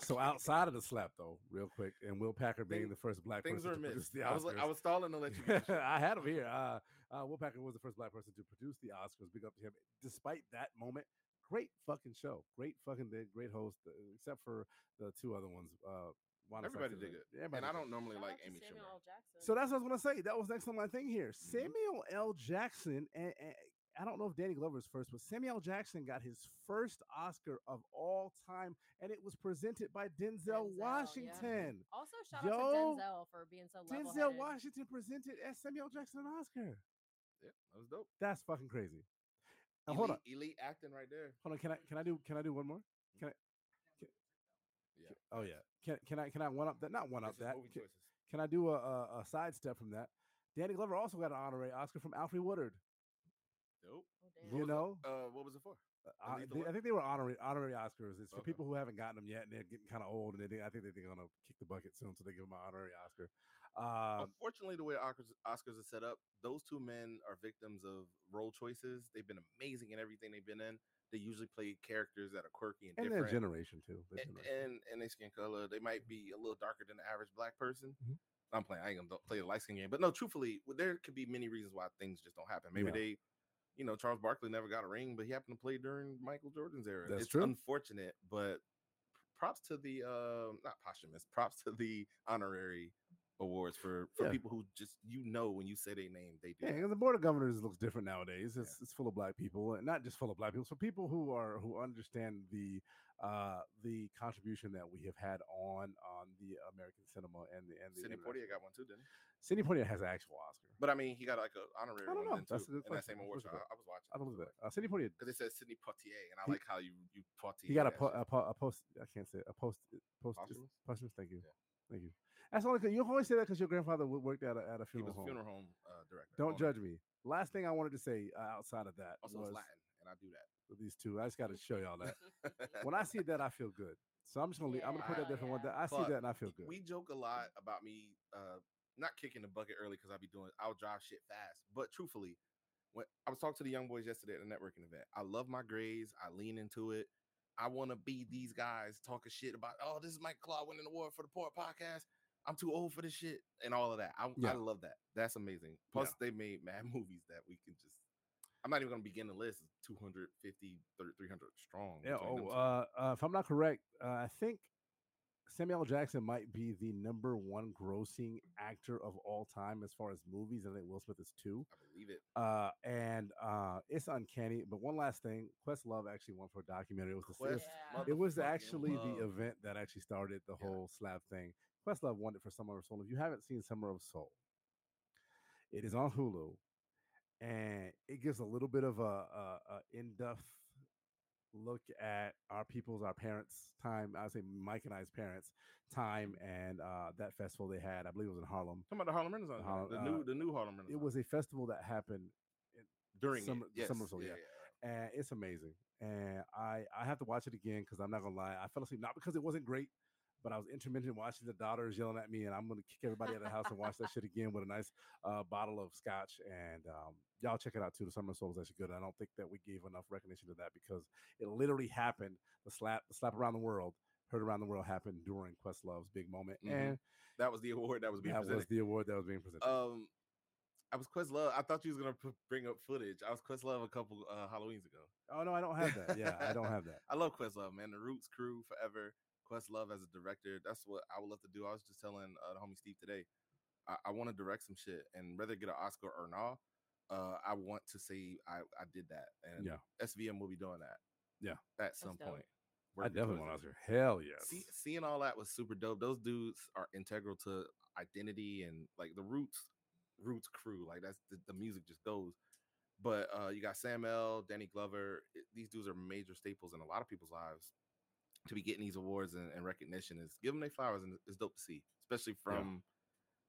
So outside of the slap, though, real quick, and Will Packer being Thing- the first black Things person were to missed. produce the I was like, I Oscars. was stalling to let you. Finish. I had him here. Uh, uh, Will Packer was the first black person to produce the Oscars. Big up to him. Despite that moment, great fucking show. Great fucking did. Great host, uh, except for the two other ones. Uh, Wanda Sykes Everybody did and- good. Everybody and I did good. don't normally Shout like out to Amy Samuel Schumer. L. Jackson. So that's what I was gonna say. That was next on my thing here. Samuel L. Jackson and, and I don't know if Danny Glover's first, but Samuel L. Jackson got his first Oscar of all time, and it was presented by Denzel, Denzel, yeah. Washington. also shout out to Yo, Denzel for being so Oh, level Denzel Washington presented as Samuel L. Jackson an Oscar. Yeah, that was dope. That's fucking crazy. And hold on, Elite- elite acting right there. hold on. Can I can I do can I do one more? Can I? Can, Yeah. Oh yeah. Can can I can I one up that? Not one This up is that. movie Can, choices. can I do a, a, a sidestep from that? Danny Glover also got an honorary Oscar from Alfred Woodard. Dope. Washington. You know, Uh, what was it for? Uh, Lethal they, I Weapon? think they were honorary honorary Oscars. It's for Okay. people who haven't gotten them yet, and they're getting kind of old, and they think, I think they're gonna kick the bucket soon, so they give them an honorary Oscar. Oh, Um, Unfortunately, the way Oscars, Oscars are set up, those two men are victims of role choices. They've been amazing in everything they've been in. They usually play characters that are quirky and, and their different. generation too. Their and, generation. and and their skin color, they might be a little darker than the average black person. Mhm. I'm playing. I ain't gonna play the light skin game, but no, truthfully, w- there could be many reasons why things just don't happen. Maybe Yeah. they, you know, Charles Barkley never got a ring, but he happened to play during Michael Jordan's era. That's it's true. unfortunate, but props to the uh, not posthumous, props to the honorary awards for for Yeah. people who just you know when you say their name they do. yeah, that. 'cause the board of governors looks different nowadays. It's, it's full of black people, and not just full of black people. So people who are who understand the uh, the contribution that we have had on on the American cinema and the and the Sidney international- Poitier got one too, didn't he? Sidney Poitier has an actual Oscar. But I mean, he got like an honorary I don't know. one then That's a too good in that question. same award Let's show. look it I, up. I was watching. I don't believe that. Uh, Sidney Poitier because it says Sidney Poitier, and I He- like how you you Poitier. He got a, uh, that po- shit. a, po- a post. I can't say it, a post. uh, Post. Posthumous? Posthumous. Thank you. Yeah. Thank you. That's only 'cause- you always say that because your grandfather wo- worked at a, at a He funeral was home. funeral home uh, director. Don't owner. judge me. Last thing I wanted to say uh, outside of that Also, was it's Latin, and I do that. with these two. I just got to show y'all that when I see that I feel good. So I'm just gonna leave, I'm gonna put Yeah. that there for one. Yeah. That I see But that and I feel good. We joke a lot about me uh, not kicking the bucket early because I be doing I'll drive shit fast. But truthfully, when I was talking to the young boys yesterday at a networking event, I love my grades. I lean into it. I want to be these guys talking shit about oh this is Mike Claw winning the award for the poor podcast. I'm too old for this shit and all of that. I, I Yeah. love that. That's amazing. Plus, they made mad movies that we can just. I'm not even gonna begin the list. It's 250, 30, 300 strong. yeah. between them Oh, two. uh, uh, if I'm not correct, uh, I think Samuel L. Jackson might be the number one grossing actor of all time as far as movies, and I think Will Smith is two. I believe it. uh and uh it's uncanny but one last thing questlove actually won for a documentary it was, the, it was, Quest Yeah. it was motherfucking actually the love. event that actually started the Yeah. whole slab thing questlove won it for summer of soul if you haven't seen summer of soul It is on Hulu, and it gives a little bit of a, a, a in-depth look at our people's, our parents' time. I would say Mike and I's parents' time, and uh, that festival they had. I believe it was in Harlem. Talking about the Harlem Renaissance, Har- the uh, new the new Harlem It Renaissance. was a festival that happened, Mm-hmm. during summer- it. Yes. summer so, yeah. and it's amazing. And I I have to watch it again because I'm not gonna lie, I fell asleep not because it wasn't great, but I was intermittent watching the daughters yelling at me, and I'm gonna kick everybody out of the house and watch that shit again with a nice uh, bottle of scotch. And um, y'all check it out too. The Summer of Soul is actually good. I don't think that we gave enough recognition to that because it literally happened. The slap, the slap around the world, heard around the world happened during Questlove's big moment, Mhm. and That was the award that was being that presented. was the award that was being presented. um, I was Questlove. I thought you was gonna p- bring up footage. I was Questlove a couple uh, Halloweens ago. oh no, I don't have that. Yeah, I don't have that. I love Questlove, man. The Roots crew forever. Questlove as a director. That's what I would love to do. I was just telling uh, the homie Steve today. I, I want to direct some shit, and whether get an Oscar or not, uh, I want to say I, I did that, and Yeah. SVM will be doing that. Yeah. at some dope. point. I Working definitely towards want it. Oscar. Hell yes. See, seeing all that was super dope. Those dudes are integral to identity and like the roots, roots crew. Like that's the, the music just goes. But uh, you got Sam L, Danny Glover. i- these dudes are major staples in a lot of people's lives. To be getting these awards and, and recognition is give them their flowers, and it's dope to see, especially Yeah. from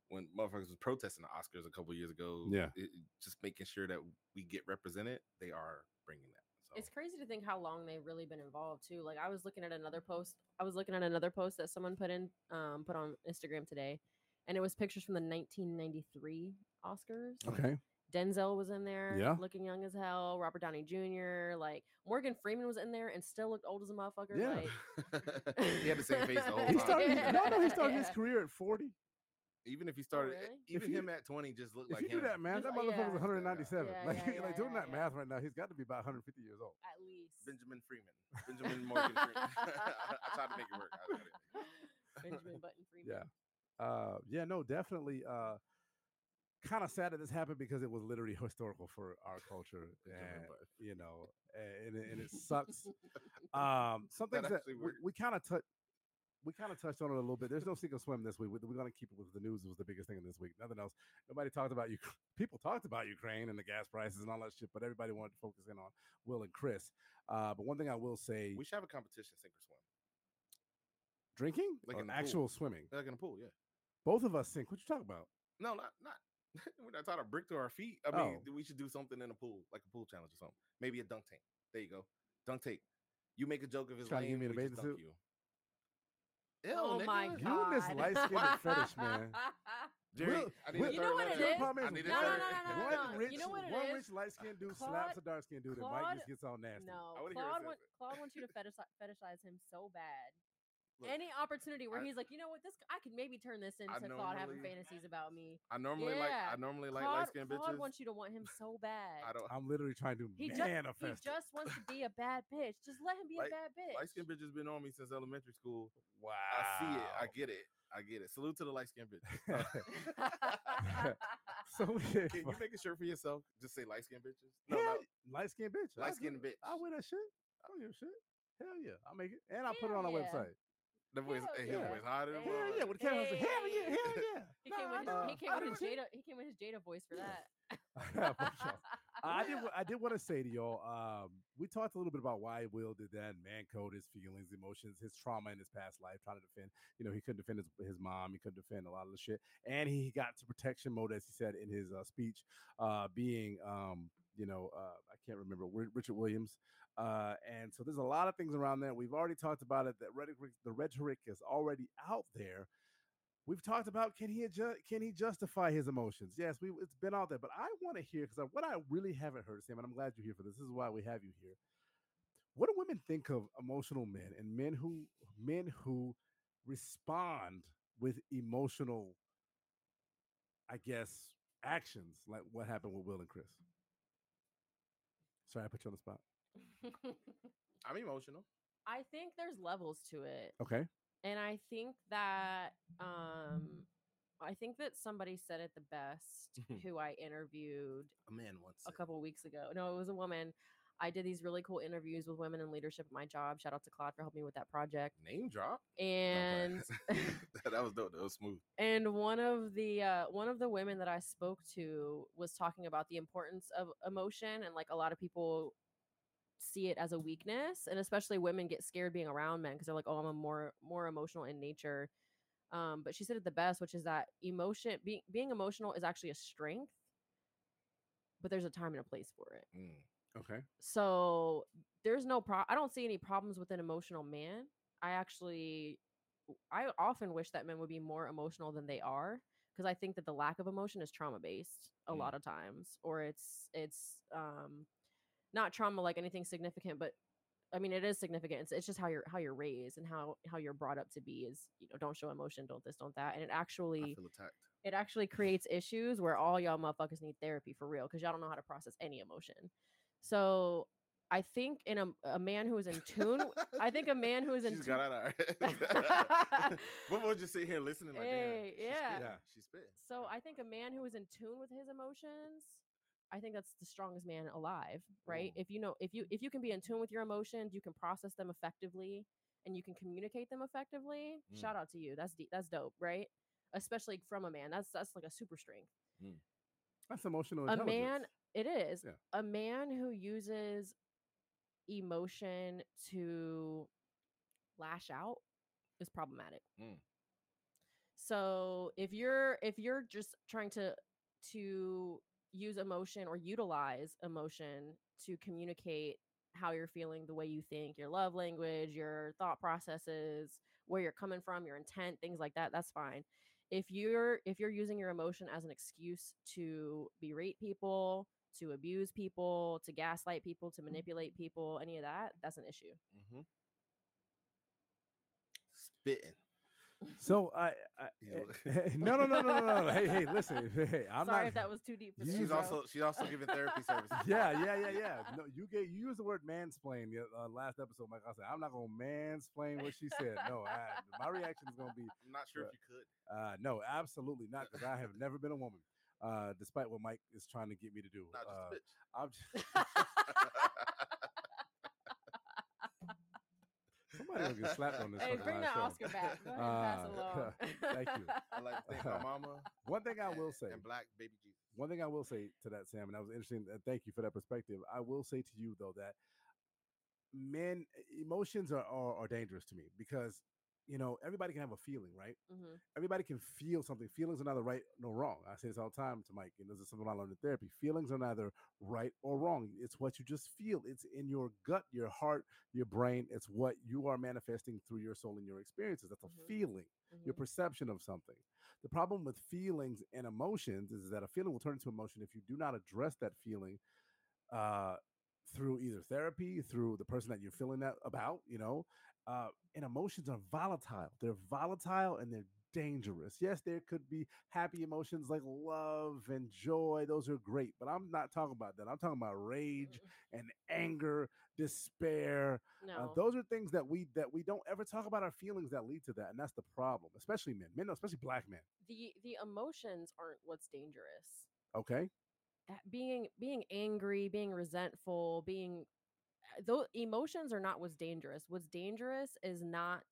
when motherfuckers was protesting the Oscars a couple years ago. Yeah. it, it- just making sure that we get represented. They are bringing that. So. It's crazy to think how long they've really been involved too. Like I was looking at another post. I was looking at another post that someone put in um put on Instagram today, and it was pictures from the 1993 Oscars. Okay. Denzel was in there, Oh. Yeah. looking young as hell. Robert Downey Jr. Like Morgan Freeman was in there and still looked old as a motherfucker. Yeah. Like, he had the same face the whole He time. started. his- No, no, he started his Yeah. career at forty. Even if he started, Oh, eh, really? If even you- him at 20 just looked If like you him. do that math, Just that like- motherfucker's yeah. 197. Yeah, like, yeah, like yeah, doing that yeah. math right now, he's got to be about 150 years old. at least Benjamin Freeman. Benjamin Morgan Freeman. I tried to make it work. I tried to make it work. Benjamin Button Freeman. Yeah. Uh, yeah, no, definitely. Uh, kind of sad that this happened because it was literally historical for our culture, Benjamin and Button. you know, a- and, it- and it sucks. um, something that, actually we, worked. we kind of touched. We kind of touched on it a little bit. There's no sink or swim this week. We- We're going to keep it with the news. It was the biggest thing this week. Nothing else. Nobody talked about you. People talked about Ukraine and the gas prices and all that shit, but everybody wanted to focus in on Will and Chris. Uh, but one thing I will say: We should have a competition, sink or swim. drinking, like or in the pool. actual swimming. Like in a pool, yeah. Both of us sink. What you talking about? No, not not. We're not talking a brick to our feet. I mean, Oh. we should do something in a pool, like a pool challenge or something. Maybe a dunk tank. There you go. Dunk tank. You make a joke of his Trying to get me in a we just bathing dunk suit? You. Ew, oh my nigga. god! You and this light-skinned fetish, man. Jerry, Will- I need Will- a You third know what one, it Jerry. is? Problem I is need a No, no, third- no, no, no, One no, no. You rich, know what it one is? rich light skinned dude slaps Claude- a dark skinned dude, and Mike just Claude- gets all nasty. No, I wanna hear Claude, his want, answer. Claude wants you to fetishize, fetishize him so bad. Look, Any opportunity I- where he's like, you know what, this I could maybe turn this into Claude having normally- fantasies about me. I normally like Yeah. I normally like Claude, light skinned Claude bitches. wants you to want him so bad. I don't I'm literally trying to He just manifest. it. he just wants to be a bad bitch. Just let him be Light- a bad bitch. light skinned bitches been on me since elementary school. wow. I see it. I get it. I get it. Salute to the light skinned bitch. so yeah, Can you make a shirt for yourself? Just say light skinned bitches. No, no. hell, light skinned bitch. I'll Light-skinned do it. bitch. I wear that shit. I don't give a shit. Hell yeah, I'll make it, and I'll put it Hell on our yeah. website. The voice, Hell hey, his yeah. voice hotter than Hell Hell mine. yeah, with the camera. I said, Hell yeah, Hey. hell yeah. He came Nah, with his, nah, he came I with his didn't- Jada he came with his Jada voice for that. For sure. I did. wa- I did want to say to y'all. Um, we talked a little bit about why Will did that. and Man code his feelings, emotions, his trauma in his past life, trying to defend. You know, he couldn't defend his, his mom. He couldn't defend a lot of the shit, and he got to protection mode, as he said in his uh, speech, uh, being um, you know, uh, I can't remember Ri- Richard Williams. Uh, and so there's a lot of things around there. We've already talked about it. That rhetoric, the rhetoric is already out there. We've talked about can he adjust, can he justify his emotions? Yes, we it's been out there, but I want to hear because what I really haven't heard, Sam, and I'm glad you're here for this. This is why we have you here. What do women think of emotional men and men who men who respond with emotional, I guess, actions like what happened with Will and Chris? Sorry, I put you on the spot. I'm emotional. I think there's levels to it. Okay. And I think that um I think that somebody said it the best who I interviewed A man once. a said, couple weeks ago. No, it was a woman. I did these really cool interviews with women in leadership at my job. Shout out to Claude for helping me with that project. Name drop. And that was dope. That was smooth. and one of the uh, one of the women that I spoke to was talking about the importance of emotion and like a lot of people see it as a weakness and especially women get scared being around men because they're like oh I'm a more more emotional in nature um, but she said it the best which is that emotion being being emotional is actually a strength but there's a time and a place for it Mm, Okay. so there's no pro i don't see any problems with an emotional man i actually i often wish that men would be more emotional than they are because i think that the lack of emotion is trauma based a Mm. lot of times or it's it's um not trauma like anything significant but i mean it is significant it's, it's just how you're how you're raised and how how you're brought up to be is you know don't show emotion don't this don't that and it I actually feel attacked. it actually creates issues where all y'all motherfuckers need therapy for real because y'all don't know how to process any emotion. So I think in a, a man who is in tune, w- I think a man who is in She's got tune- out of What would you sit here listening? Like, Hey, yeah. yeah. She's spit. so I think a man who is in tune with his emotions, I think that's the strongest man alive, right? Ooh. If you know, if you if you can be in tune with your emotions, you can process them effectively and you can communicate them effectively. Shout out to you. That's deep, that's dope, right? Especially from a man. That's that's like a super strength. That's emotional a intelligence. man it is Yeah. a man who uses emotion to lash out is problematic Mm. so if you're if you're just trying to to use emotion or utilize emotion to communicate how you're feeling the way you think your love language your thought processes where you're coming from your intent things like that that's fine if you're if you're using your emotion as an excuse to berate people to abuse people to gaslight people Mm-hmm. to manipulate people any of that that's an issue Mm-hmm. Spitting. So I, I Yeah, eh, look. eh, no, no, no, no, no, no. Hey, hey, listen. Hey, I'm sorry not. if that was too deep for You the She's She's intro. also she's also giving therapy services. yeah, yeah, yeah, yeah. No, you get you used the word mansplain the uh, last episode. Like I said, I'm not gonna mansplain what she said. No, I, my reaction is gonna be I'm not sure if you could. uh, no, absolutely not, because I have never been a woman. Uh, despite what Mike is trying to get me to do, Not just uh, a bitch. I'm just, somebody will get slapped on this. hey fucking bring live that show. oscar back Go ahead and Ah, pass it along. thank you. I like to thank my mama. One thing I and- will say, And black baby Jesus. one thing I will say to that, Sam, and that was interesting. uh, Thank you for that perspective. I will say to you though that men e, emotions are are, are dangerous to me because you know everybody can have a feeling, right? Mhm. Everybody can feel something. Feelings are neither right nor wrong. I say this all the time to Mike, and this is something I learned in therapy. Feelings are neither right or wrong. It's what you just feel. It's in your gut, your heart, your brain. It's what you are manifesting through your soul and your experiences. That's a Mhm. feeling your Mhm. perception of something. The problem with feelings and emotions is that a feeling will turn into emotion if you do not address that feeling uh, through either therapy, through the person that you're feeling that about, you know. Uh, and emotions are volatile. They're volatile and they're dangerous. Yes, there could be happy emotions like love and joy. Those are great, but I'm not talking about that. I'm talking about rage and anger, despair, uh, no those are things that we that we don't ever talk about our feelings that lead to that, and that's the problem, especially men, men, especially black men. the the emotions aren't what's dangerous Okay, that- being being angry, being resentful, being those emotions are not what's dangerous. What's dangerous is not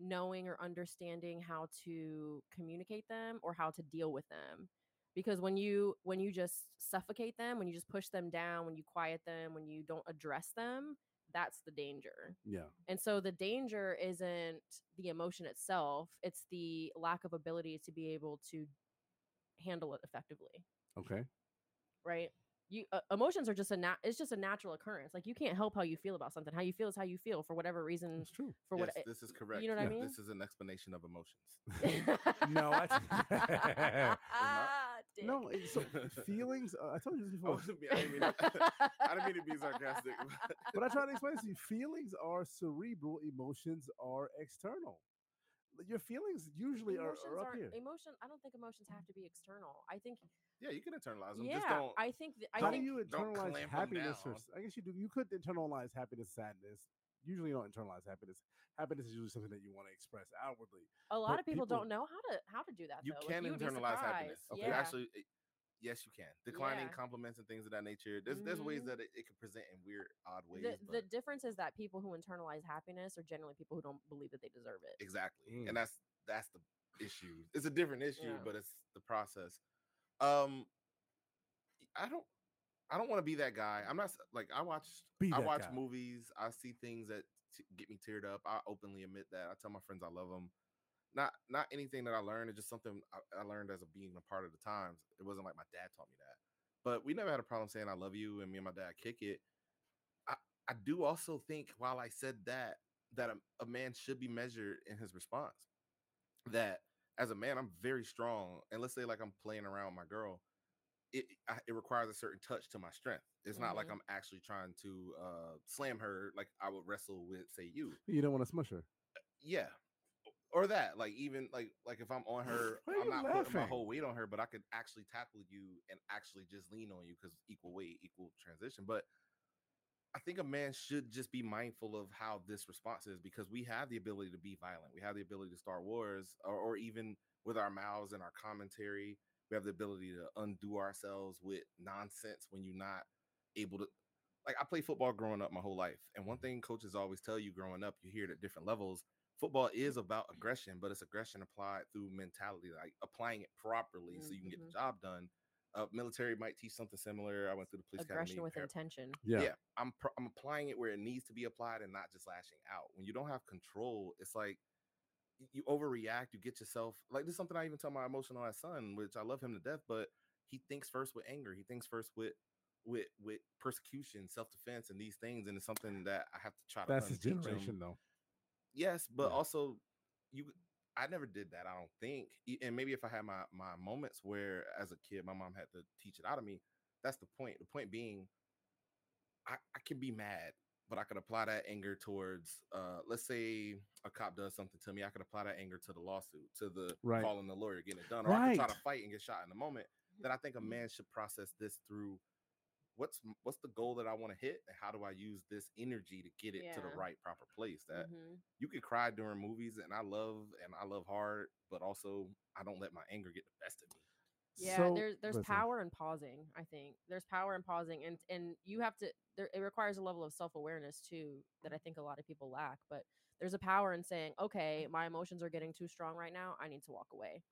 knowing or understanding how to communicate them or how to deal with them. Because when you when you just suffocate them, when you just push them down, when you quiet them, when you don't address them, that's the danger. yeah, And so the danger isn't the emotion itself, it's the lack of ability to be able to handle it effectively okay, right? You uh, emotions are just a nat- it's just a natural occurrence. Like you can't help how you feel about something. How you feel is how you feel for whatever reason. that's true. For yes, what this is correct. you know what I mean? This is an explanation of emotions. No, I- Dick. Oh. No, it- so feelings. Uh, I told you this I, before, wasn't being- I didn't mean to, I didn't mean to be sarcastic. but- but I try to explain this to you. Feelings are cerebral. Emotions are external. Like, Your feelings usually are, Emotions are up aren't- here. Emotion. I don't think emotions have to be external. I think. yeah, you can internalize them. Just Yeah, don't. I think. th- I How think do you don't internalize clamp 'em happiness? Or, down. s- I guess you do. You could internalize happiness, sadness. Usually, you don't internalize happiness. Happiness is usually something that you want to express outwardly. a lot but of people, people- don't know how to how to do that. you though. Like, can would be internalize surprised. happiness. Yeah. You actually, it- yes, you can. Declining Yeah. compliments and things of that nature. There's there's ways Mhm. that it, it can present in weird ways. the, the but difference is that people who internalize happiness are generally people who don't believe that they deserve it. exactly, Mm. and that's that's the issue. It's a different issue, Yeah. but it's the process. Um, I don't, I don't want to be that guy. I'm not s- like I watched Be I that watch guy. movies. I see things that t- get me teared up. I openly admit that. I tell my friends I love them. Not not anything that I learned. It's just something I, I learned as a being a part of the times. It wasn't like my dad taught me that. But we never had a problem saying I love you, and me and my dad kick it. I I do also think while I said that that a, a man should be measured in his response. That as a man, I'm very strong, and let's say like I'm playing around with my girl, it I, it requires a certain touch to my strength. It's not like Mhm. I'm actually trying to uh slam her like I would wrestle with say you. You don't want to smush her. Yeah. Or that, like even like like if I'm on her, Why are I'm you not putting my laughing? whole weight on her, but I could actually tackle you and actually just lean on you because equal weight, equal transition. But I think a man should just be mindful of how this response is because we have the ability to be violent. We have the ability to start wars, or, or even with our mouths and our commentary, we have the ability to undo ourselves with nonsense when you're not able to. Like I played football growing up my whole life, and Mm-hmm. one thing coaches always tell you growing up, you hear it at different levels. Football is about Mm-hmm. aggression, but it's aggression applied through mentality, like applying it properly so you can get the Mhm. job done. Uh, military might teach something similar. I went through the police academy. Aggression with para- intention. yeah, I'm pr- I'm applying it where it needs to be applied and not just lashing out. When you don't have control, it's like y- you overreact. You get yoess like this. Is something I even tell my emotional ass son, which I love him to death, but he thinks first with anger. He thinks first with with with persecution, self defense, and these things. And it's something that I have to try to. That's his unteach him. generation, though. Yes, but Yeah. also you I never did that, I don't think. E- And maybe if I had my my moments where as a kid my mom had to teach it out of me, that's the point. The point being I, I can be mad, but I could apply that anger towards uh let's say a cop does something to me, I could apply that anger to the lawsuit, to the Right. calling the lawyer, getting it done, or I could try to Right. Mm-hmm. fight and get shot in the moment. That I think a man should process this through what's m- what's the goal that I want to hit and how do I use this energy to get it to the Yeah. right proper place that Mhm. you could cry during movies and I love and I love hard, but also I don't let my anger get the best of me. Yeah, So- there's there's listen. power in pausing. I think there's power in pausing, and and you have to. There, it requires a level of self awareness too that I think a lot of people lack. But there's a power in saying, okay, my emotions are getting too strong right now. I need to walk away,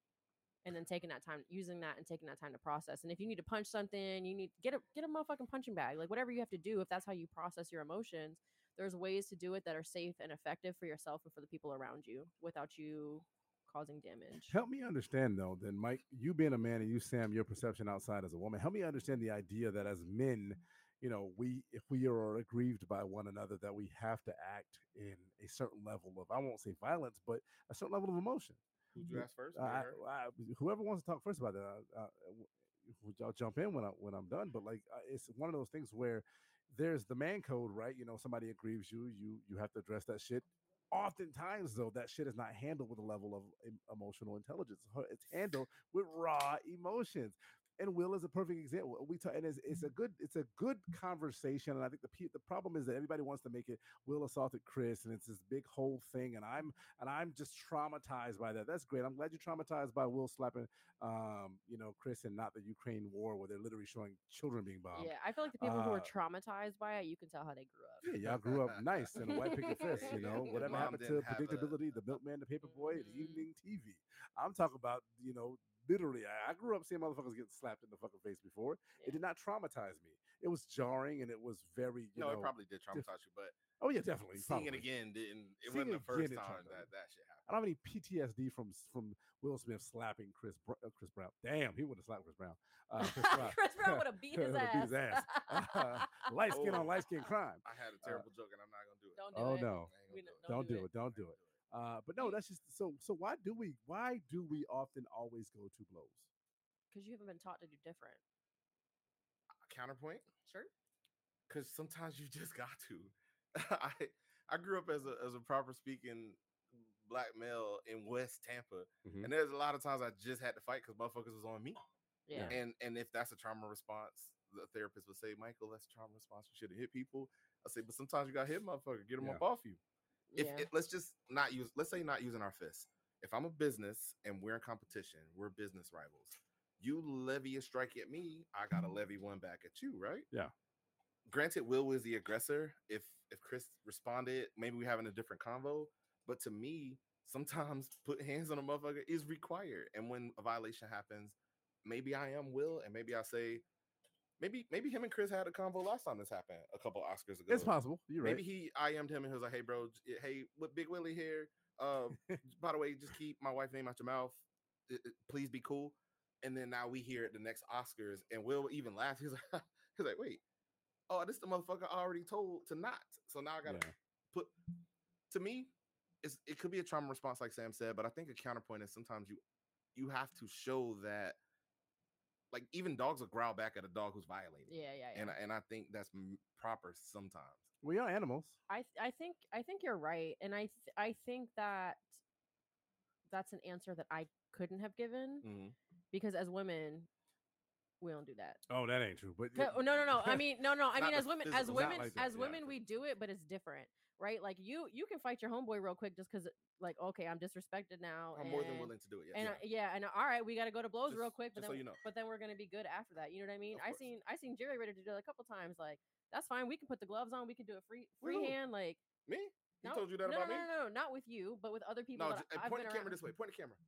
and then taking that time, using that, and taking that time to process. And if you need to punch something, you need get a get a motherfucking punching bag. Like whatever you have to do, if that's how you process your emotions, there's ways to do it that are safe and effective for yourself and for the people around you without you causing damage. Help me understand though, then Mike, you being a man and you Sam, your perception outside as a woman, help me understand the idea that as men, you know, we if we are aggrieved by one another, that we have to act in a certain level of I won't say violence, but a certain level of emotion. Who'd you ask first? Uh, I, I- whoever wants to talk first about that, uh, uh, w- would y'all jump in when I when I'm done? But like, uh, it's one of those things where there's the man code, right? You know, somebody aggrieves you, you you have to address that shit. Oftentimes, though, that shit is not handled with a level of em- emotional intelligence. Ho- It's handled with raw emotions. And Will is a perfect example. We talk, and it's, it's a good, it's a good conversation. And I think the pe- the problem is that everybody wants to make it. Will assaulted Chris, and it's this big whole thing. And I'm and I'm just traumatized by that. That's great. I'm glad you're traumatized by Will slapping, um, you know, Chris and not the Ukraine war where they're literally showing children being bombed. yeah, I feel like the people who uh, are traumatized by it, you can tell how they grew up. Yeah, y'all grew up nice in a white picket fence, you Yeah, know. your Whatever mom happened to didn't have a- Mm-hmm. predictability, the milkman, the paperboy, Mhm. the evening TV. I'm talking about, you know, literally. I, I grew up seeing motherfuckers get slapped in the fucking face before. It Yeah. did not traumatize me. It was jarring and it was very, you no, know. it probably did traumatize you, but oh yeah, definitely. seeing probably. it again didn't. It Seeing wasn't it the first again, it time that traumatized you. that shit happened. I don't have any PTSD from from Will Smith slapping Chris Br- uh, Chris Brown. Damn, he would have slapped Chris Brown. Uh, Chris Brown. Chris Brown would have beat his Would've ass. beat his Uh, light skin Oh. on light skin crime. I had a terrible joke, and I'm not gonna do it. Don't do Uh-huh. Oh it. no. I ain't We gonna don't- Don't do do it. it. Don't do it. Uh, but no, that's just so. So why do we? Why do we often always go to blows? Because you haven't been taught to do different. Counterpoint, Sure. because sometimes you just got to. I I grew up as a as a proper speaking black male in West Tampa, Mhm. and there's a lot of times I just had to fight because motherfuckers was on me. Yeah. And and if that's a trauma response, the therapist would say, Michael, that's trauma response. You should have hit people. I say, but sometimes you got to hit, motherfucker. Get them Yeah. up off you. If yeah. it, let's just not use, let's say not using our fists. If I'm a business and we're in competition, we're business rivals. You levy a strike at me, I gotta levy one back at you, right? Yeah. granted, Will was the aggressor. If if Chris responded, maybe we having a different convo. But to me, sometimes putting hands on a motherfucker is required. And when a violation happens, maybe I am Will, and maybe I say, maybe maybe him and Chris had a convo last time this happened a couple Oscars ago. It's possible. You're right. Maybe he IM'd him and he was like, "Hey, bro, j- hey, with Big Willie here. Uh, by the way, just keep my wife's name out your mouth. Uh, uh, Please be cool." And then now we hear at the next Oscars, and Will even laughed. He's like, "He's like, wait, oh, this the motherfucker I already told to not. So now I gotta Yeah. put." To me, it's, it could be a trauma response, like Sam said, but I think a counterpoint is sometimes you you have to show that, like, even dogs will growl back at a dog who's violating. Yeah, yeah, yeah. And I- and I think that's m- proper sometimes. We are animals. I th- I think I think you're right, and I th- I think that that's an answer that I couldn't have given Mm. Mm-hmm. because as women, we don't do that. Oh, that ain't true. But Co- No, no, no. I mean, no, no. I Not mean, the as women, as physical- not women, like that, as yeah. women, we do it, but it's different, right? Like you, you can fight your homeboy real quick just because, like, okay, I'm disrespected now. I'm more than and- willing to do it. and yeah. I, yeah, and all right, we got to go to blows real Just- quick, but just then, so you know. but then we're gonna be good after that. You know what I mean? Of I course. seen I seen Jerry Ritter do that a couple times. Like that's fine. We can put the gloves on. We can do it free With who? freehand. Like Me? He no, told you that no, about no, me? no, no, not with you, but with other people. No, that j- uh, I- I've point been the camera around. this way. Point the camera.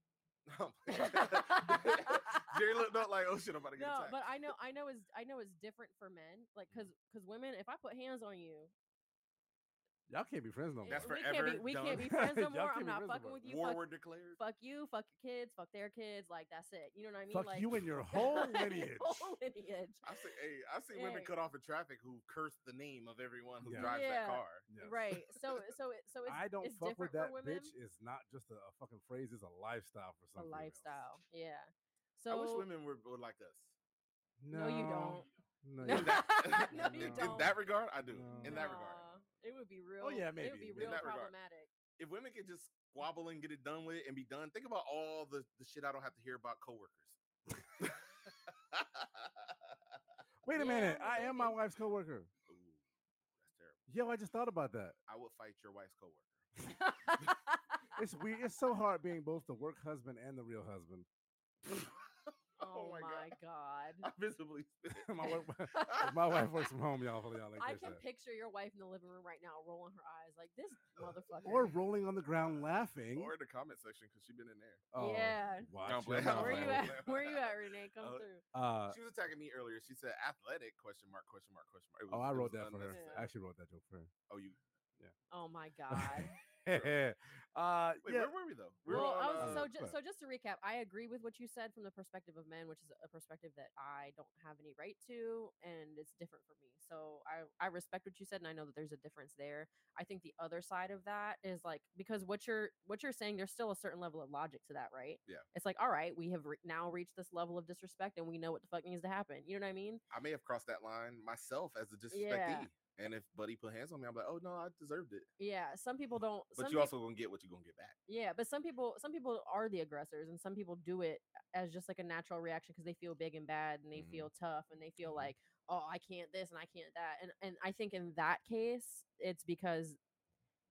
No. I'm playing. Jerry looked up like, oh shit, I'm about to get No, attacked. but I know I know is I know it's different for men. Like because because women, if I put hands on you, y'all can't be friends no more. That's we forever can't be we done. can't be friends no Y'all more. can't be I'm not friends no fucking more. with you. War Fuck, were declared. fuck you. Fuck your kids. Fuck their kids. Like that's it. You know what I mean? Fuck like you and your whole lineage. whole lineage. I see, hey, I see women Hey. cut off in traffic who curse the name of everyone who Yeah. drives Yeah. that car. Yes. Right. So so it- so it's I don't it's fuck with different that for women. bitch. Is not just a, a fucking phrase. It's a lifestyle for a some. females. lifestyle. Yeah. I wish So women were, were like us. No, you don't. No, No. you don't. That- No, you in, in don't. that regard, I do. No. In that regard, Nah, it would be real. Oh, yeah, It maybe, would be maybe. In real that regard. problematic. if women could just squabble and get it done with and be done, think about all the, the shit I don't have to hear about coworkers. Wait a Yeah, minute. I'm I am my thinking. wife's coworker. Ooh, that's terrible. Yo, I just thought about that. I would fight your wife's coworker. It's weird. It's so hard being both the work husband and the real husband. oh, my god. I visibly spit. my, work, my wife works from home, y'all. for y'all like I this can shit. picture your wife in the living room right now, rolling her eyes like this motherfucker. Or rolling on the ground laughing. or in the comment section because she been in there. Oh, yeah. watch Don't blame your her. mouth, Where you man. at? Where you at, Renee? Oh, Come through. Uh, she was attacking me earlier. She said athletic question mark question mark question mark. It was- oh, it I wrote was that for her. unnecessary. I actually wrote that joke for her. Oh, you. Oh my god. uh, Wait, yeah. where were we though? We were on, Well, I was, uh, so uh, ju- but- so just to recap, I agree with what you said from the perspective of men, which is a perspective that I don't have any right to, and it's different for me. So I I respect what you said, and I know that there's a difference there. I think the other side of that is like because what you're what you're saying, there's still a certain level of logic to that, right? Yeah. It's like all right, we have re- now reached this level of disrespect, and we know what the fuck needs to happen. You know what I mean? I may have crossed that line myself as a Yeah. disrespectee. And if Buddy put hands on me, I'm like, oh no, I deserved it. Yeah. Some people don't. But some you peop- also gonna get what you gonna get back. Yeah, but some people some people are the aggressors and some people do it as just like a natural reaction because they feel big and bad and they Mm-hmm. Mhm. feel tough and they feel Mhm. like, "Oh, I can't this and I can't that." And and I think in that case, it's because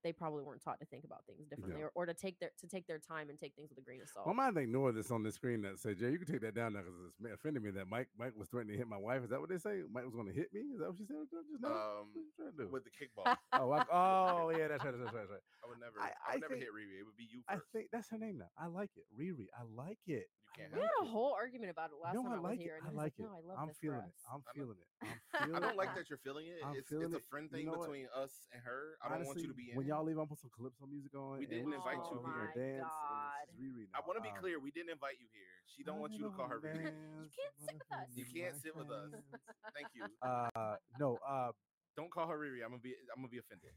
they probably weren't taught to think about things differently or, or to take their to take their time and take things with a grain of salt. Well, I might ignore this on the screen that said, "Jay, you can take that down now because it's ma- offended me that Mike Mike was threatening to hit my wife." Is that what they say? Mike was going to hit me? Is that what she said? Just now? Um, what you trying to do? with the kickball, oh, I, oh, yeah, that's right, that's right, that's right. I would never, I, I- I would never think- hit Riri. It would be you I first. think that's her name now. I like it, Riri. I like it. you can't we have had it. a whole argument about it last no, I time I was like it. here, and I was like it. No, I love I'm this for feeling us." it. I'm I know. feeling it. I'm feeling I don't like it. that you're feeling it. I'm it's feeling it's a it. friend You thing know what? between us and her. I don't want you Honestly, to be in. When it. y'all leave, I'm gonna put some calypso music on. We and didn't we'll invite sit you over here and here. Oh my dance, and God. this is Riri I now. want to be Um, clear. We didn't invite you here. She don't want you to call her. Little Riri. dance, can't sit with us. wonderful You can't Oh, my sit with us. friends. Thank you. Uh, no, uh, Don't call her Riri. I'm gonna be. I'm gonna be offended.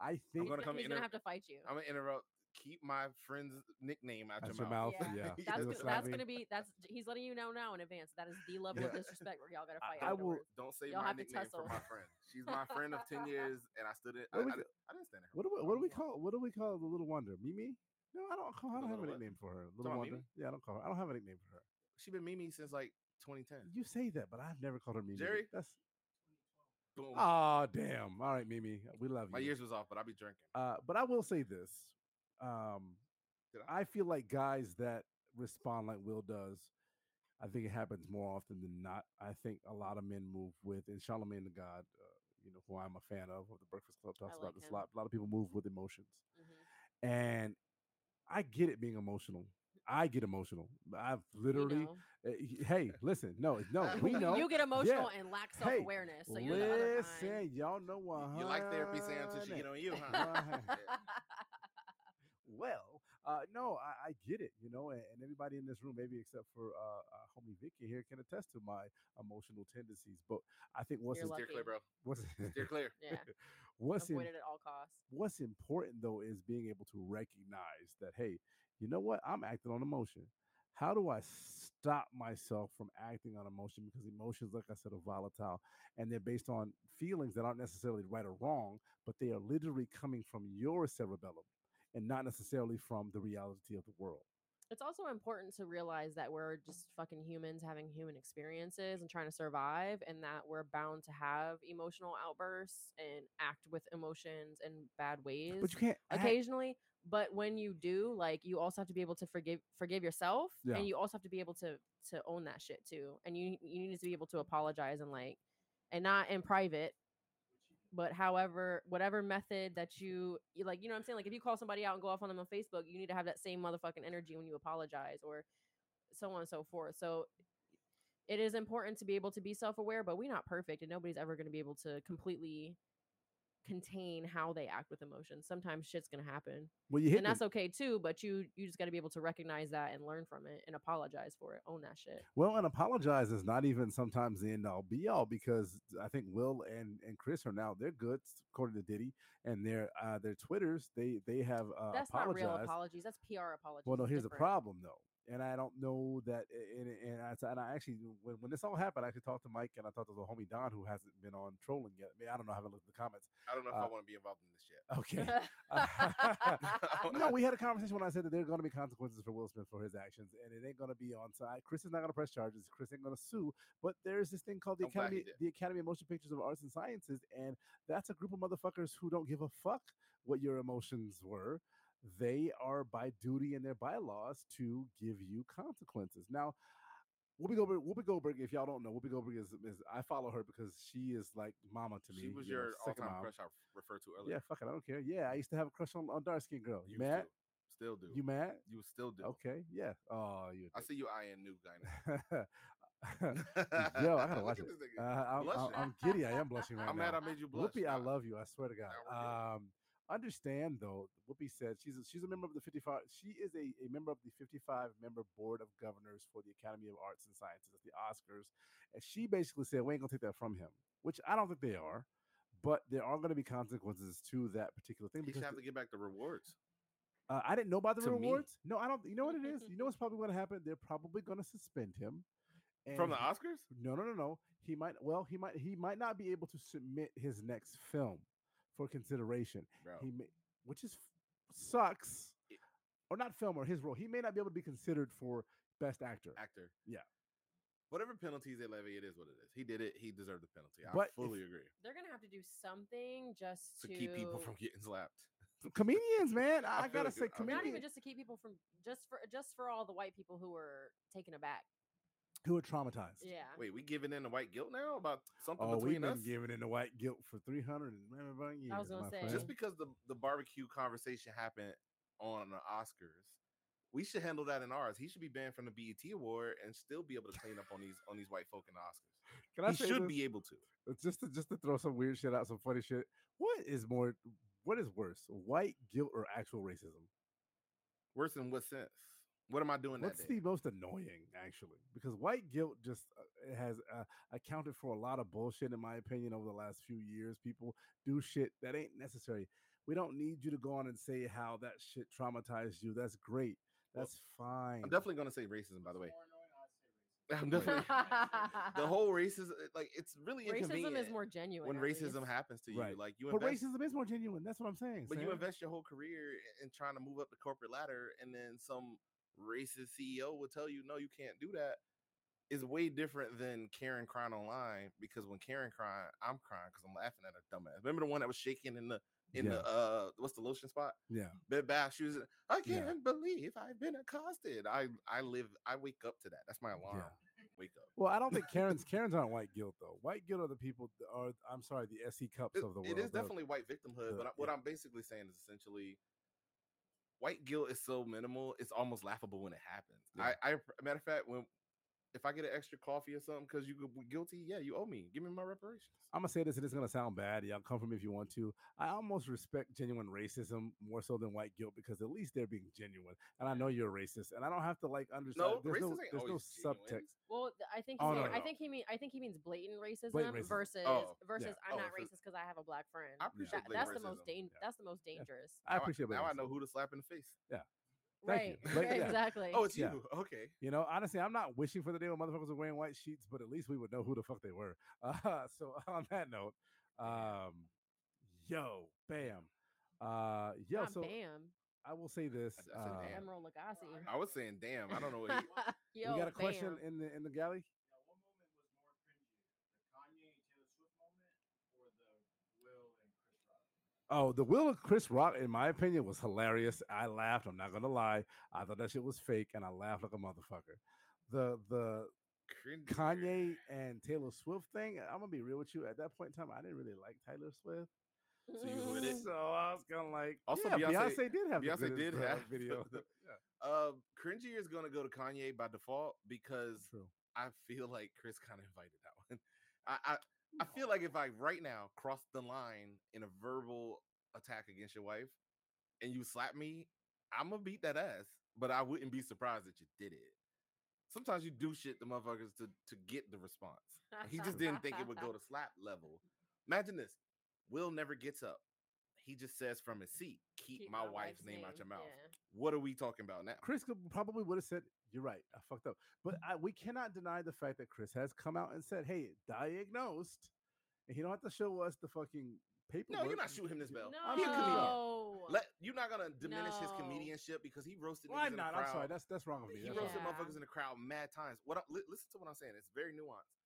I I'm think gonna He's come he's gonna inter- have to fight you. I'm gonna interrupt. Keep my friend's nickname out out your, your mouth. mouth. Yeah. That's Yeah, That's it'll gonna- gonna, slap that's me. gonna be that's he's letting you know now in advance that is the level of Yeah. disrespect where y'all gotta fight. I will- afterwards. Don't say Y'all my have to nickname for tussle. my friend. She's my friend of ten years, and I stood it. I, I, What was di- I didn't stand it. What do we, what do we call what do we call the little wonder? Mimi? No, I don't call. The I don't have a little what? nickname for her. Little about wonder. Mimi? Yeah, I don't call her. I don't have a nickname for her. She been Mimi since like 2010. You say that, but I've never called her Mimi. Jerry? That's Boom. oh damn. All right, Mimi, we love my you. years was off, but I be drinking. Uh, but I will say this. Um, Did I? I feel like guys that respond like Will does I think it happens more often than not. I think a lot of men move with, and Charlemagne the God, uh, you know, who I'm a fan of, of the Breakfast Club, talks like about this him. a lot. A lot of people move with emotions, Mhm. and I get it being emotional. I get emotional. I've You literally, know. uh, y- hey, listen, no, no, we know. You get emotional and lack Hey, self awareness. so you're the other kind. listen, y'all know what? You like therapy, Sam, till she get on you, huh? Right. well, uh, no, I, I get it, you know, and, and everybody in this room, maybe except for uh, uh, homie Vicky here, can attest to my emotional tendencies. But I think what's You're im- lucky. Steer clear, bro. what's Steer clear. Yeah. what's im- Avoid it at all costs. what's important though is being able to recognize that hey, you know what, I'm acting on emotion. How do I stop myself from acting on emotion? Because emotions, like I said, are volatile and they're based on feelings that aren't necessarily right or wrong, but they are literally coming from your cerebellum and not necessarily from the reality of the world. It's also important to realize that we're just fucking humans having human experiences and trying to survive, and that we're bound to have emotional outbursts and act with emotions in bad ways. But you can't. act- occasionally but when you do like you also have to be able to forgive forgive yourself Yeah. and you also have to be able to to own that shit too and you you need to be able to apologize and like and not in private but however whatever method that you, you like you know what i'm saying like if you call somebody out and go off on them on facebook you need to have that same motherfucking energy when you apologize or so on and so forth so it is important to be able to be self-aware but we're not perfect and nobody's ever going to be able to completely contain how they act with emotions sometimes shit's going to happen well, you hit and that's the- okay too but you you just got to be able to recognize that and learn from it and apologize for it own that shit Well, and apologize is not even sometimes the end all be all because I think Will and, and Chris are now they're good according to Diddy and their uh, their Twitters they they have uh, that's apologized. not real apologies that's pr apologies well, no, it's here's the different. problem though, and I don't know that. And, and, I, and I actually when, when this all happened, I actually talked to Mike and I talked to the homie Don who hasn't been on trolling yet. I, mean, I don't know, I haven't looked at the comments. I don't know if Uh, I want to be involved in this yet. Okay. no, we had a conversation when I said that there are going to be consequences for Will Smith for his actions, and it ain't going to be on side. Chris is not going to press charges. Chris ain't going to sue. But there's this thing called the I'm glad he Academy, did. the Academy of Motion Pictures of Arts and Sciences, and that's a group of motherfuckers who don't give a fuck what your emotions were. They are by duty and their bylaws to give you consequences. Now, Whoopi Goldberg, Whoopi Goldberg, if y'all don't know, Whoopi Goldberg is, is I follow her because she is like mama to me. She was you know, your second all-time mom. crush I referred to Yeah, earlier. fuck it. I don't care. Yeah, I used to have a crush on, on dark skinned girl. You You mad? still, still do. You You, mad? still do. Okay. Yeah. Oh, you. I see you eyeing new guy now. Yo, I gotta Look watch at it. this nigga. Uh, I'm, I'm, Blushing. I'm giddy. I am blushing right I'm now. mad I made you blush. Whoopi, I Nah. love you. I swear to God. Nah, Um, understand though. Whoopi said she's a, she's a member of the 55. She is a, a member of the 55 member board of governors for the Academy of Arts and Sciences at the Oscars, and she basically said we ain't gonna take that from him, which I don't think they are. But there are going to be consequences to that particular thing He because should have the- to get back the rewards. Uh, I didn't know about the To me. rewards. No, I don't. You know what it is? You know what's probably going to happen? They're probably going to suspend him and From the he- Oscars? No, no, no, no. He might. Well, he might. He might not be able to submit his next film for consideration. Bro. He may, which is sucks, or not film or his role. He may not be able to be considered for best actor. actor. Yeah. Whatever penalties they levy, it is what it is. He did it. He deserved the penalty. I But if- fully agree. they're gonna have to do something just To to, keep people from getting slapped. Comedians, man. I, I feel gotta you. say, Not not comedians even just to keep people from just for just for all the white people who were taken aback who are traumatized. yeah Wait, we giving in the white guilt now about something Oh, we've between been us? giving in the white guilt for three hundred and whatever years. gonna my say. friend. Just because the, the barbecue conversation happened on the Oscars, we should handle that in ours. He should be banned from the BET award and still be able to clean up on these on these white folk in the Oscars. Can I he say should this? be able to. Uh, just to just to throw some weird shit out, some funny shit. What is more? What is worse, white guilt or actual racism? Worse in what sense? What am I doing What's that day? the most annoying, actually? Because white guilt just uh, it has uh, accounted for a lot of bullshit, in my opinion, over the last few years. People do shit that ain't necessary. We don't need you to go on and say how that shit traumatized you. That's great. Well, That's fine. I'm definitely gonna say racism, by the way. I'm Wait. definitely the whole racism like it's really racism is inconvenient more genuine when at racism least. happens to you. Right. Like you But invest racism is more genuine. That's what I'm saying. But you Sam. invest your whole career i- in trying to move up the corporate ladder, and then some racist CEO will tell you, "No, you can't do that." Is way different than Karen crying online because when Karen crying, I'm crying because I'm laughing at her dumbass. Remember the one that was shaking in the in yeah, the uh what's the lotion spot? yeah. Bed Bath. She was. I Yeah. can't believe I've been accosted. I I live. I wake up to that. That's my alarm. Yeah. wake up. Well, I don't think Karen's Karen's on white guilt though. White guilt are the people that are I'm sorry, the SE cups It- of the it world. is the- definitely white victimhood, but the- I, what yeah. I'm basically saying is essentially white guilt is so minimal, it's almost laughable when it happens. Yeah. I, I matter of fact, when if I get an extra coffee or something because you gu- guilty, yeah, you owe me. Give me my reparations. I'm gonna say this, and it's gonna sound bad. Y'all come for me if you want to. I almost respect genuine racism more so than white guilt because at least they're being genuine. And I know you're a racist, and I don't have to like understand. No, there's racism no, ain't there's no always genuine. subtext. Well, th- I think Oh, he no, mean- I no. think he mean I think he means blatant racism, racism. versus Oh, versus I'm Oh, not for- racist because I have a black friend. I appreciate That- blatant that's the most racism. dan- Yeah. that's the most Yeah. dangerous. I Now appreciate Now I racism. know who to slap in the face. Thank Right. you. Like, right, yeah. Exactly. Oh, it's Yeah. you. Okay. You know, honestly, I'm not wishing for the day when motherfuckers were wearing white sheets, but at least we would know who the fuck they were. Uh, so on that note, um, yo, bam, uh, yo, Not so Ah, Bam. I will say this. I said Uh, bam. Emerald Lagasse. I was saying, damn, I don't know what he, Yo, we got a question Bam. in the in the galley. Oh, the will of Chris Rock, in my opinion, was hilarious. I laughed. I'm not gonna lie. I thought that shit was fake, and I laughed like a motherfucker. The the cringe. Kanye and Taylor Swift thing. I'm gonna be real with you. At that point in time, I didn't really like Taylor Swift. So you with it? So I was kind of like, Also, yeah, Beyonce- Beyonce, did have the Beyonce goodest did Beyonce have video. the- Uh, cringier is gonna go to Kanye by default because True. I feel like Chris kind of invited that one. I, I I feel like if I right now crossed the line in a verbal attack against your wife, and you slap me, I'm gonna beat that ass. But I wouldn't be surprised that you did it. Sometimes you do shit to motherfuckers to to get the response. He just didn't think it would go to slap level. Imagine this: Will never gets up. He just says from his seat, "Keep, my, wife's name, out your mouth." What are we talking about now? Chris could, probably would have said, "You're right. I fucked up." But Mm. I, we cannot deny the fact that Chris has come out and said, "Hey, diagnosed," and he don't have to show us the fucking paperwork. No, you're not shooting his bell. I'm No. a comedian. Let you're not gonna diminish his No. comedianship because he roasted. niggas Why in the not? I'm sorry. crowd. That's that's wrong of me. He That's wrote wrong. roasted Yeah. motherfuckers in the crowd mad times. What? I, li- listen to what I'm saying. It's very nuanced.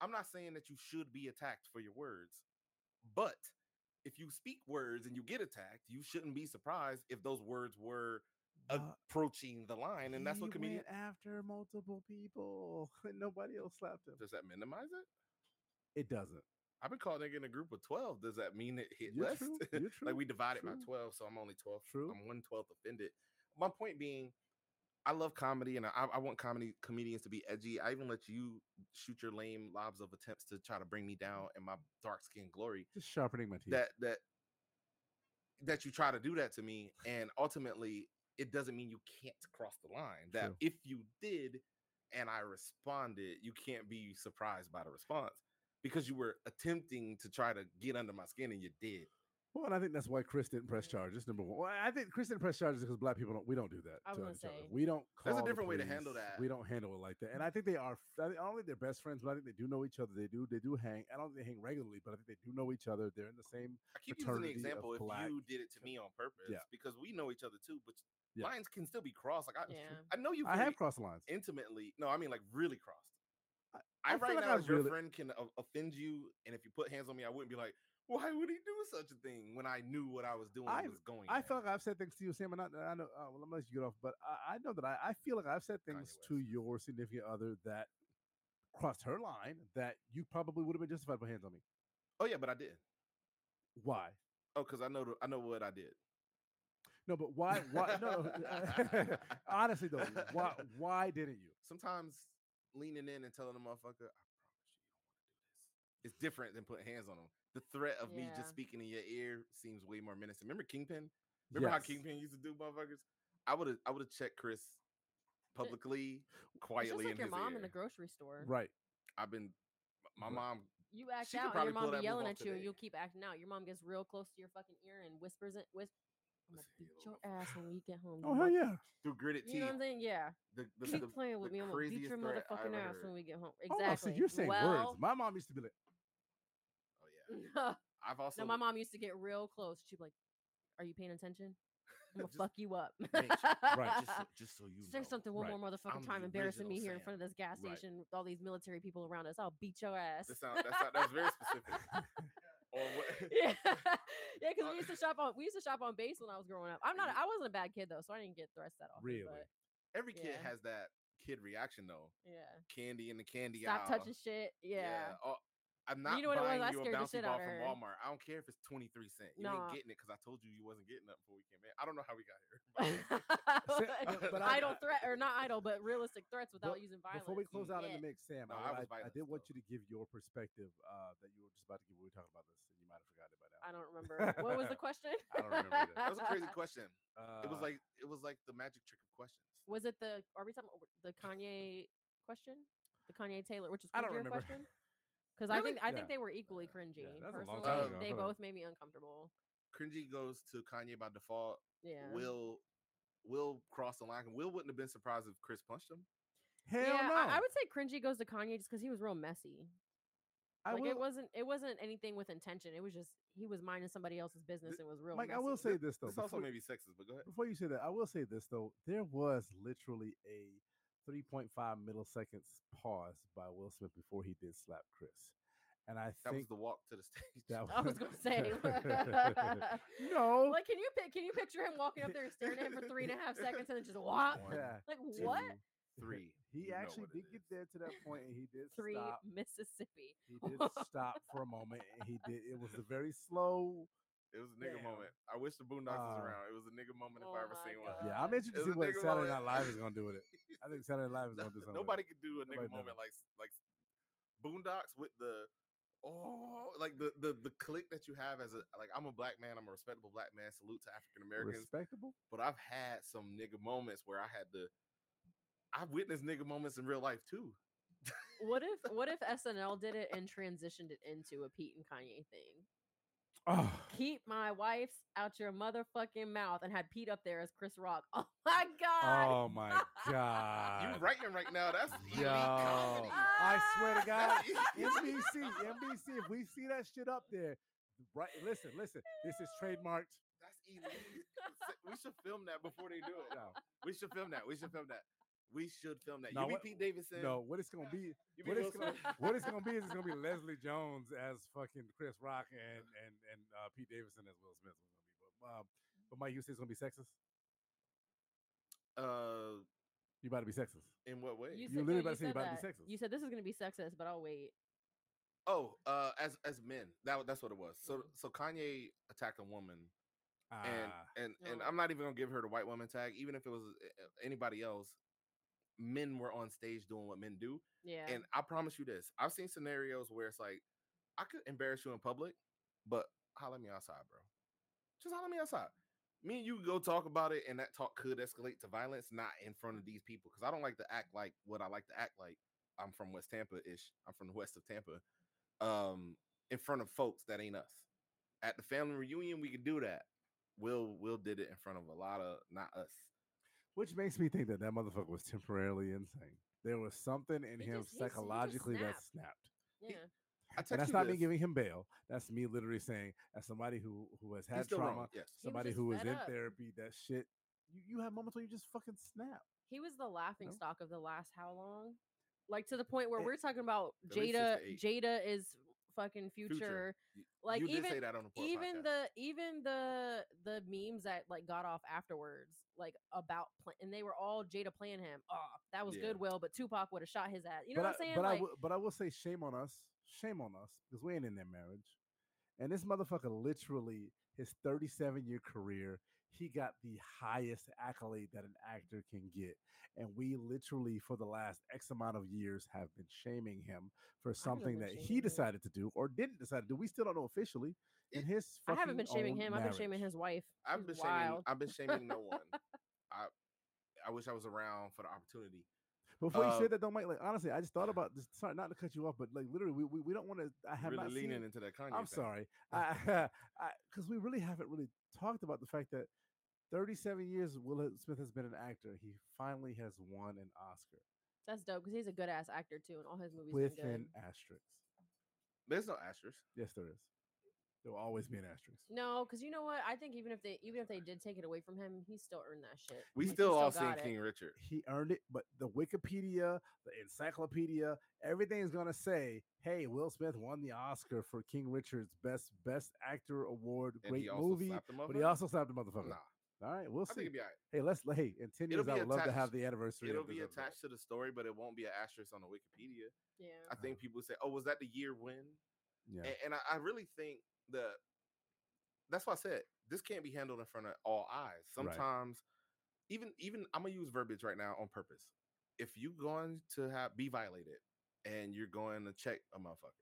I'm not saying that you should be attacked for your words, but if you speak words and you get attacked, you shouldn't be surprised if those words were Uh, approaching the line, and that's what he comedian. went after multiple people, and nobody else slapped him. Does that minimize it? It doesn't. I've been called nigga in a group of 12. Does that mean it hit You're less? true, you're true, like we divided by true. 12, so I'm only 12. True. I'm one twelfth offended. My point being, I love comedy and I, I want comedy comedians to be edgy. I even let you shoot your lame lobs of attempts to try to bring Mm-hmm. me down in my dark skin glory. Just sharpening my teeth. That that that you try to do that to me, and ultimately it doesn't mean you can't cross the line. That True. if you did and I responded, you can't be surprised by the response because you were attempting to try to get under my skin and you did. Well, and I think that's why Chris didn't press charges. Number one, well, I think Chris didn't press charges because black people don't. We don't do that. I was to gonna each other. say. we don't. There's a call the different way to handle that. police. We don't handle it like that. And I think they are. I think- I don't think they're best friends, but I think they do know each other. They do. They do hang. I don't think they hang regularly, but I think they do know each other. They're in the same. I keep using the fraternity of example if black you did it to me on purpose Yeah. because we know each other too, but Yeah. lines can still be crossed. Like I, Yeah. I know you. I very have crossed lines. intimately. No, I mean like really crossed. I- I, I feel right like now, I've as your really- friend, can o- offend you, and if you put hands on me, I wouldn't be like, "Why would he do such a thing?" When I knew what I was doing I've- was going. I at." feel like I've said things to you, Sam. And I, I know. Uh, well, I'm gonna let you get off, but I, I know that I, I feel like I've said things West. to your significant other that crossed her line that you probably would have been justified for hands on me. oh yeah, but I did. Why? Oh, because I know the, I know what I did. No, but why? Why? No. no, uh, Honestly, though, why? Why didn't you? Sometimes leaning in and telling a motherfucker, "I promise you, you don't want to do this." It's different than putting hands on them. The threat of me Yeah. just speaking in your ear seems way more menacing. Remember Kingpin? Remember how Yes. Kingpin used to do motherfuckers? I would have I would have checked Chris publicly, It's quietly just like in your his mom ear. in the grocery store. Right. I've been my Right. mom. You act She could out, and probably your pull mom that be move yelling off at you, and today. you'll keep acting out. Your mom gets real close to your fucking ear and whispers it. Whis- I'm gonna Listen beat here, your little ass when you get home. Oh you hell mother- yeah. Through gritted You know teeth. what I'm saying? Yeah. The, the, Keep the- playing with the me. I'm gonna beat craziest your threat I motherfucking ever ass heard. when we get home. Oh, Exactly. no, see, you're saying well, words. My mom used to be like, Oh yeah. no, I've also my mom used to get real close. She'd be like, "Are you paying attention? I'm gonna Just- fuck you up." Bitch, Just so, just so you Say know, something one Right. more motherfucking I'm the time, embarrassing me original here in Sam. front of this gas Right. station with all these military people around us. I'll beat your ass. That sound, that sound, that's very specific. or what? yeah, yeah, because Uh, we used to shop on we used to shop on base when I was growing up. I'm not, you- I wasn't a bad kid though, so I didn't get threats that often. Mm-hmm. Really? but- Every kid Yeah. has that kid reaction though. Yeah. Candy in the candy Stop aisle. touching shit. Yeah. Oh, I'm not know what it was? buying I you a scared the bouncy shit ball outta from her. Walmart. I don't care if it's 23 cents. You Nah. ain't getting it because I told you you wasn't getting that before we came in. I don't know how we got here. uh, but- but I- idle threat or not idle, but realistic threats without But using violence. Before we close out in Yeah. the mix, No, Sam, I was I, I, I, violent did want still. you to give your perspective uh, that you were just about to give. when We were talking about this, and you might have forgotten it by now. I don't remember. What was the question? I don't remember either. that was a crazy question. It Uh, was like it was like the magic trick of questions. Was it the are we talking about the Kanye question? The Kanye Taylor, which is I don't cringier remember. question? Because I Really? think I Yeah. think they were equally cringy. that was a long Personally, time ago. they Hold on. both made me uncomfortable. Cringy goes to Kanye by default. Yeah. Will Will cross the line. Will wouldn't have been surprised if Chris punched him. hell yeah, no. I, I would say cringy goes to Kanye just because he was real messy. I like will, it wasn't it wasn't anything with intention. It was just he was minding somebody else's business and was real. Mike, I messy. will say this though. This also before- may be sexist, but go ahead. Before you say that, I will say this though. There was literally a 3.5 milliseconds pause by Will Smith before he did slap Chris, and I That was think the walk to the stage. that I was gonna say. no. Like, can you pic- can you picture him walking up there and staring at him for three and a half seconds and then just walk? One, yeah, Like uh, what? two, Three. He You know actually what it did get is. there to that point, and he did Three stop. Mississippi. He did stop for a moment, and he did. It was a very slow. It was a nigga Damn. moment. I wish the Boondocks was Uh, around. It was a nigga moment if oh I ever my seen God. one. Yeah, I'm Uh, It interested to see was a what nigga Saturday Night moment. Live is gonna do with it. I think Saturday Night Live is No- gonna do something. with nobody it. could do a nigga Nobody moment does it. like like Boondocks with the oh like the the the click that you have as a like I'm a black man. I'm a respectable black man. Salute to African Americans. respectable. But I've had some nigga moments where I had to. I've witnessed nigga moments in real life too. What if what if SNL did it and transitioned it into a Pete and Kanye thing? Oh, Keep my wife's out your motherfucking mouth and had Pete up there as Chris Rock. Oh my god. oh my you god! writing right now? That's elite Yo, comedy. I swear to God, That's elite- NBC, NBC. If we see that shit up there, right? Listen, listen. This is trademarked. That's elite. We should film that before they do it. No, We should film that. We should film that. We should film that. No, you be what- Pete Davidson. no. What it's gonna be? You be What Will it's gonna, Smith. what it's gonna be is it's gonna be Leslie Jones as fucking Chris Rock and and and uh, Pete Davidson as Will Smith. It's gonna be, but, um, but Mike, you say it's gonna be sexist. Uh, You about to be sexist. in what way? You, You said, literally about no, you to say said about to be that. sexist. You said this is gonna be sexist, but I'll wait. Oh, uh, as as men, that wa- that's what it was. So so Kanye attacked a woman, Ah, and and and No. I'm not even gonna give her the white woman tag, even if it was uh, uh, anybody else. Men were on stage doing what men do, Yeah. and I promise you this: I've seen scenarios where it's like, I could embarrass you in public, but holler at me outside, bro. Just holler at me outside. Me and you go talk about it, and that talk could escalate to violence, not in front of these people, because I don't like to act like what I like to act like. I'm from West Tampa ish. I'm from the west of Tampa. Um, in front of folks that ain't us. At the family reunion, we could do that. Will Will did it in front of a lot of not us. which makes me think that that motherfucker was temporarily insane. There was something in He him just- he just- he just psychologically that snapped. snapped. yeah. I text And that's you not me this. giving him bail. That's me literally saying, as somebody who who has He's had still trauma, wrong. Yes. was somebody just who was fed in up. therapy, that shit. You, you have moments where you just fucking snap. He was the laughing No. stock of the last how long? Like to the point where Eh, we're talking about at least Jada. it's Jada is fucking future. You- Like you did say even that on the Pork even podcast. the even the the memes that like got off afterwards, like about pla- and they were all Jada playing him. Oh, that was Yeah. good, Will, but Tupac would have shot his ass. You know but what I'm saying? I, but, like, I will, but I will say, shame on us. Shame on us because we ain't in their marriage. And this motherfucker, literally, his 37 year career, he got the highest accolade that an actor can get. And we literally, for the last X amount of years, have been shaming him for something been that shaming he him. decided to do or didn't decide to do. We still don't know officially. In his, I haven't been fucking shaming own him. I've been shaming marriage. his wife. I've She's been shaming. wild. I've been shaming no one. I I wish I was around for the opportunity. Before you um Uh, said that, though, Mike, like honestly, I just thought about this. Sorry, not to cut you off, but like literally, we, we, we don't want to. I have really not leaning seen, into that Kanye. I'm thing. sorry, I because we really haven't really talked about the fact that 37 years Will Smith has been an actor. He finally has won an Oscar That's dope because he's a good ass actor too, and all his movies with been good. an asterisk. There's no asterisk. Yes, there is. There will always be an Mm-hmm. asterisk. No, because you know what? I think even if they even if they did take it away from him, he still earned that shit. We Like, he still all seen got it. King Richard. He earned it, but the Wikipedia, the encyclopedia, everything is gonna say, "Hey, Will Smith won the Oscar for King Richard's Best Best Actor Award. And Great he also movie." slapped him But he also slapped the motherfucker. Nah. All right, we'll I think see. it'd be all right. Hey, let's hey in ten years It'll I be would love to have attached- the anniversary. It'll of be this episode. attached to the story, but it won't be an asterisk on the Wikipedia. Yeah. I Uh-huh. think people say, "Oh, was that the year when?" Yeah. And, and I, I really think that that's why I said this can't be handled in front of all eyes. Right. Sometimes, even even I'm gonna use verbiage right now on purpose. If you're going to have be violated and you're going to check a motherfucker,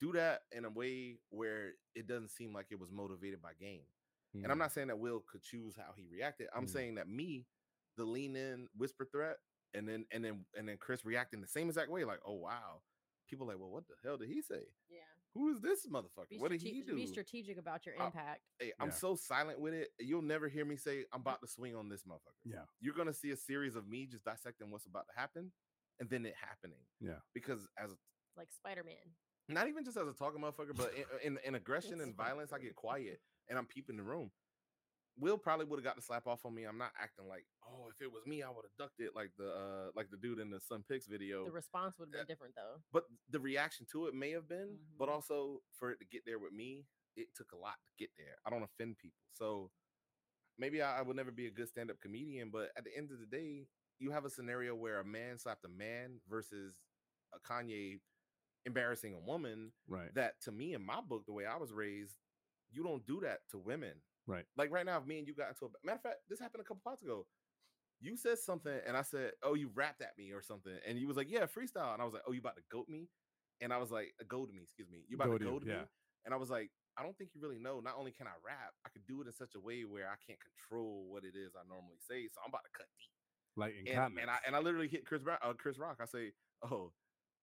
do that in a way where it doesn't seem like it was motivated by game. And I'm Hmm. not saying that Will could choose how he reacted. I'm Mm. saying that me, the lean in whisper threat, and then and then and then Chris reacting the same exact way, like, oh wow. People like, well, what the hell did he say? Yeah. Who is this motherfucker? Be, what did strate- he do? be strategic about your Uh, impact. Hey, I'm Yeah. so silent with it. You'll never hear me say I'm about to swing on this motherfucker. Yeah. You're gonna see a series of me just dissecting what's about to happen and then it happening. Yeah. Because as like Spider Man. not even just as a talking motherfucker, but in, in, in aggression and violence, I get quiet and I'm peeping the room. Will probably would have got the slap off on me. I'm not acting like, oh, if it was me, I would have ducked it like the uh like the dude in the Sun Picks oh, video. The response would have Yeah. been different though. but the reaction to it may have been, but Mhm. also for it to get there with me, it took a lot to get there. I don't offend people. So maybe I, I would never be a good stand-up comedian, but at the end of the day, you have a scenario where a man slapped a man versus a Kanye embarrassing a woman Right. that to me in my book, the way I was raised, you don't do that to women. Right. Like right now, if me and you got into a matter of fact, this happened a couple months ago. You said something, and I said, "Oh, you rapped at me or something," and you was like, "Yeah, freestyle," and I was like, "Oh, you about to goat me?" And I was like, "Go to me, excuse me. You about Goad to you, go to me?" yeah. And I was like, "I don't think you really know. Not only can I rap, I could do it in such a way where I can't control what it is I normally say. So I'm about to cut deep." like in and, comments. and I and I literally hit Chris Rock, uh, Chris Rock. I say, "Oh,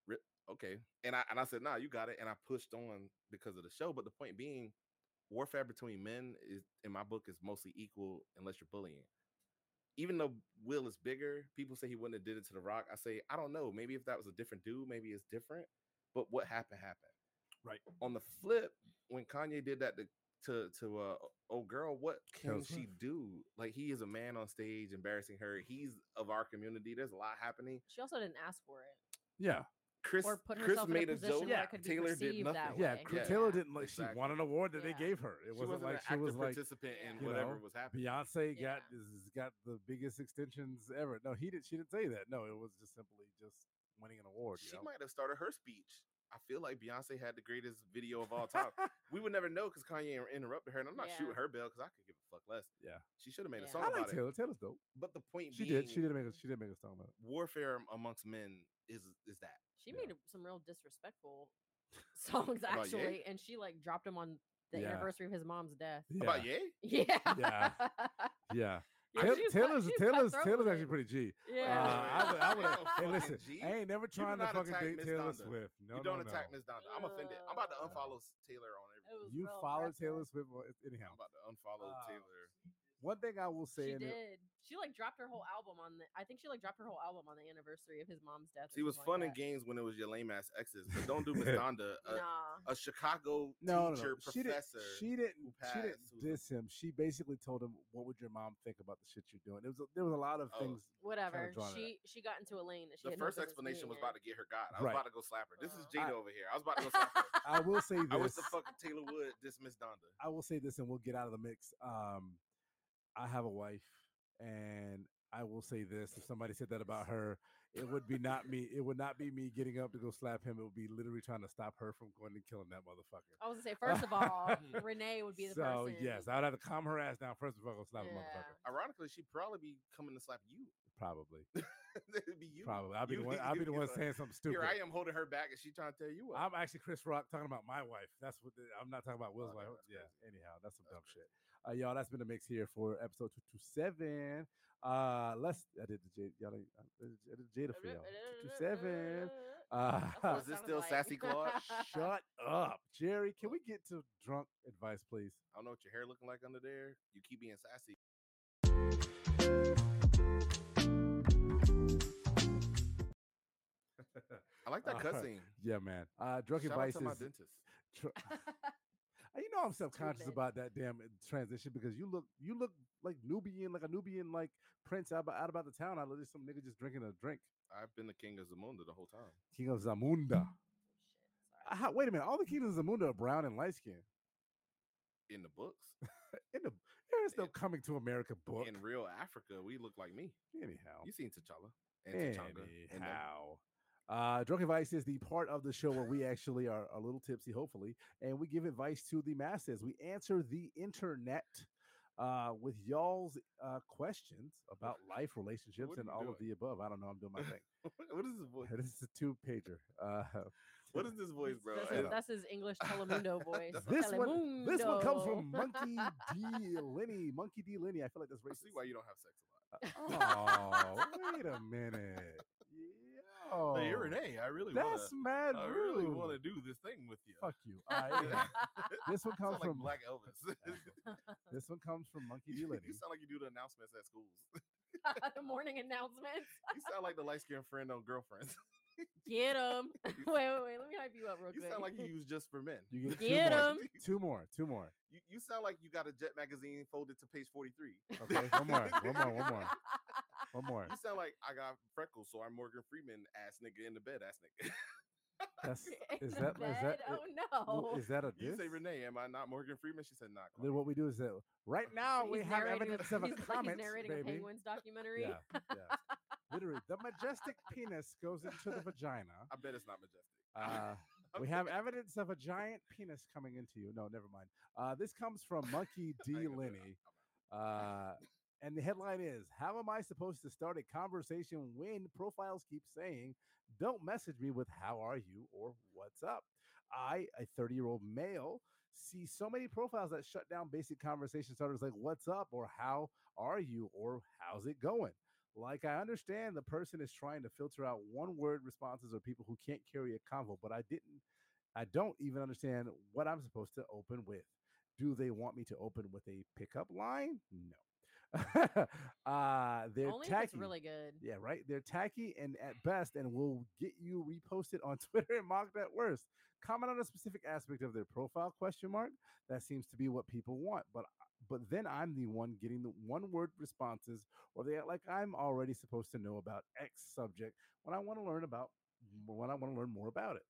rip, okay," and I and I said, "Nah, you got it." And I pushed on because of the show. But the point being, warfare between men is in my book is mostly equal unless you're bullying. Even though Will is bigger, people say he wouldn't have did it to The Rock. I say, I don't know. Maybe if that was a different dude, maybe it's different. But what happened happened. Right. On the flip, when Kanye did that to to to uh oh girl what can Taylor she Swift. do like he is a man on stage embarrassing her he's of our community there's a lot happening She also didn't ask for it. yeah. chris Or put chris herself in a made a, position joke where it could be taylor did perceived nothing that Yeah. way. Cr- Yeah. Taylor didn't like she Exactly. won an award that Yeah. they gave her. It she wasn't, wasn't like an she active was like participant in you whatever know, was happening Beyonce got Yeah. is got the biggest extensions ever. No, he did. She didn't say that. No, it was just simply just winning an award. you she know? might have started her speech i feel like beyonce had the greatest video of all time we would never know because kanye inter- interrupted her and i'm not Yeah. shooting her bell because i could give a fuck less Yeah. she should have made Yeah. a song I about like it Taylor. Taylor's dope. but the point She being did. She did make. A, she did make us talk about it. warfare amongst men is is that She Yeah. made some real disrespectful songs About Ye? actually, and she like dropped him on the Yeah. anniversary of his mom's death. Yeah. about yeah Yeah. Yeah. yeah. Yeah, Taylor- she was cut- Taylor's she was Taylor's cutthroat Taylor's with actually it. pretty G. Yeah. Uh, I would, I would, You're a hey, fucking listen, G. I ain't never do trying to not fucking attack date Miss Taylor Donda. Swift. No, you don't no, attack no. Miss Donda. I'm offended. I'm about to unfollow s- Taylor on It everything. was You real follow aggressive. Taylor Swift well, it's- anyhow. I'm about to unfollow Uh, Taylor. One thing I will say, She in did. it, She like dropped her whole album on the. I think she like dropped her whole album on the anniversary of his mom's death. or She was something fun like and that. games when it was your lame ass exes, but don't do Miss Donda, a, Nah. a Chicago no, no, no, teacher she didn't. professor. She didn't. She didn't passed, who was a- diss him. She basically told him, "What would your mom think about the shit you're doing?" It was a- there was a lot of Oh. things. Whatever. drawn it up. She she got into a lane that the she. had no first business explanation was being in. about to get her God. I was Right. about to go slap her. This is Uh, Jada I- over here. I was about to go slap her. I will say this. I wish the fucking Taylor Wood just Miss Donda. I will say this, and we'll get out of the mix. Um, I have a wife, and I will say this: if somebody said that about her, it would be not me. It would not be me getting up to go slap him. It would be literally trying to stop her from going and killing that motherfucker. I was gonna say first of all, Renee would be the so person. yes, I'd have to calm her ass down first before I go slap a Yeah. motherfucker. Ironically, she'd probably be coming to slap you. Probably, It'd be you. probably. I'll You- be the one. I'll you be the get one the- saying something stupid. Here I am holding her back, and she trying to tell you what. I'm actually Chris Rock talking about my wife. That's what the, I'm not talking about Will's Oh, no, wife. that's Yeah. Anyhow, that's some That's dumb shit. Uh, y'all, that's been the mix here for episode two two seven. Uh, let's. I did the Jada. Y'all, ain't- I did I did Jada for y'all. Two seven. That's what Uh, Was this sounded still like. Oh, Sassy Claude? shut up, Jerry. Can we get to drunk advice, please? I don't know what your hair looking like under there. You keep being sassy. I like that All cut right. scene. Yeah, man. Uh, drunk Shout out Uh, advice to my is. dentist. dr- Uh, You know I'm self-conscious Stupid. about that damn uh, transition because you look you look like Nubian, like a Nubian, like Prince out, about- out about the town. I look there's some nigga just drinking a drink. I've been the king of Zamunda the whole time. King of Zamunda. Shit, sorry. Mm. Uh, how- wait a minute. All the kingdoms of Zamunda are brown and light skinned. in the books. In the there's no In- coming to America book. In real Africa, we look like me. Anyhow. You seen T'Challa and T'Changa and them. Anyhow. Uh, drunk advice is the part of the show where we actually are a little tipsy, hopefully, and we give advice to the masses. We answer the internet uh, with y'all's uh, questions about life, relationships, What are and you all of doing? the above. I don't know. I'm doing my thing. what is this voice? this is a two pager. Uh, What is this voice, That's- bro? That's, I his, know. And- that's his English Telemundo voice. this one, this one comes from Telemundo. Monkey D. Lenny. Monkey D. Lenny. I feel like that's I racist. see why you don't have sex a lot. oh, wait a minute. Yo, Hey, Renee, I really want Oh. that's to. mad I really rude. want to do this thing with you. Fuck you. All right. anyway. This one Sound comes like from Black Elvis. This one comes from Monkey D. you Liddy. sound like you do the announcements at schools. the morning announcement. You sound like the light skinned friend on Girlfriends. Get him. wait, wait, wait. Let me hype you up real You quick. sound like you use just for men. You get, Get two, 'em. more. two more. Two more. You, you sound like you got a Jet magazine folded to page 43. Okay. One more. One more. One more. One more. You sound like I got freckles, so I'm Morgan Freeman ass nigga in the bed ass nigga. That's In is the that is that bed? i- oh well, no. is that a You diss? say Renee, am I not Morgan Freeman? She said not. Then what we do is that right now Oh, we He's have narrating evidence of a he's, he's comment, narrating a baby. penguins documentary. Yeah, yeah. Literally, the majestic penis goes into the vagina. I bet it's not majestic. Uh, we have evidence of a giant penis coming into you. No, never mind. Uh, this comes from Monkey D. ain't gonna do it. Lenny. Uh, and the headline is How am I supposed to start a conversation when profiles keep saying, Don't message me with how are you or what's up? I, a 30 year old male, see so many profiles that shut down basic conversation starters like, What's up? or How are you or How's it going? Like, I understand the person is trying to filter out one word responses or people who can't carry a convo, but I didn't, I don't even understand what I'm supposed to open with. Do they want me to open with a pickup line? No. uh, they're Only if it's tacky. really good. Yeah, right. They're tacky and at best, and will get you reposted on Twitter and mocked at worst. Comment on a specific aspect of their profile question mark. That seems to be what people want, but but then I'm the one getting the one word responses, or they act like I'm already supposed to know about X subject when I want to learn about when I want to learn more about it.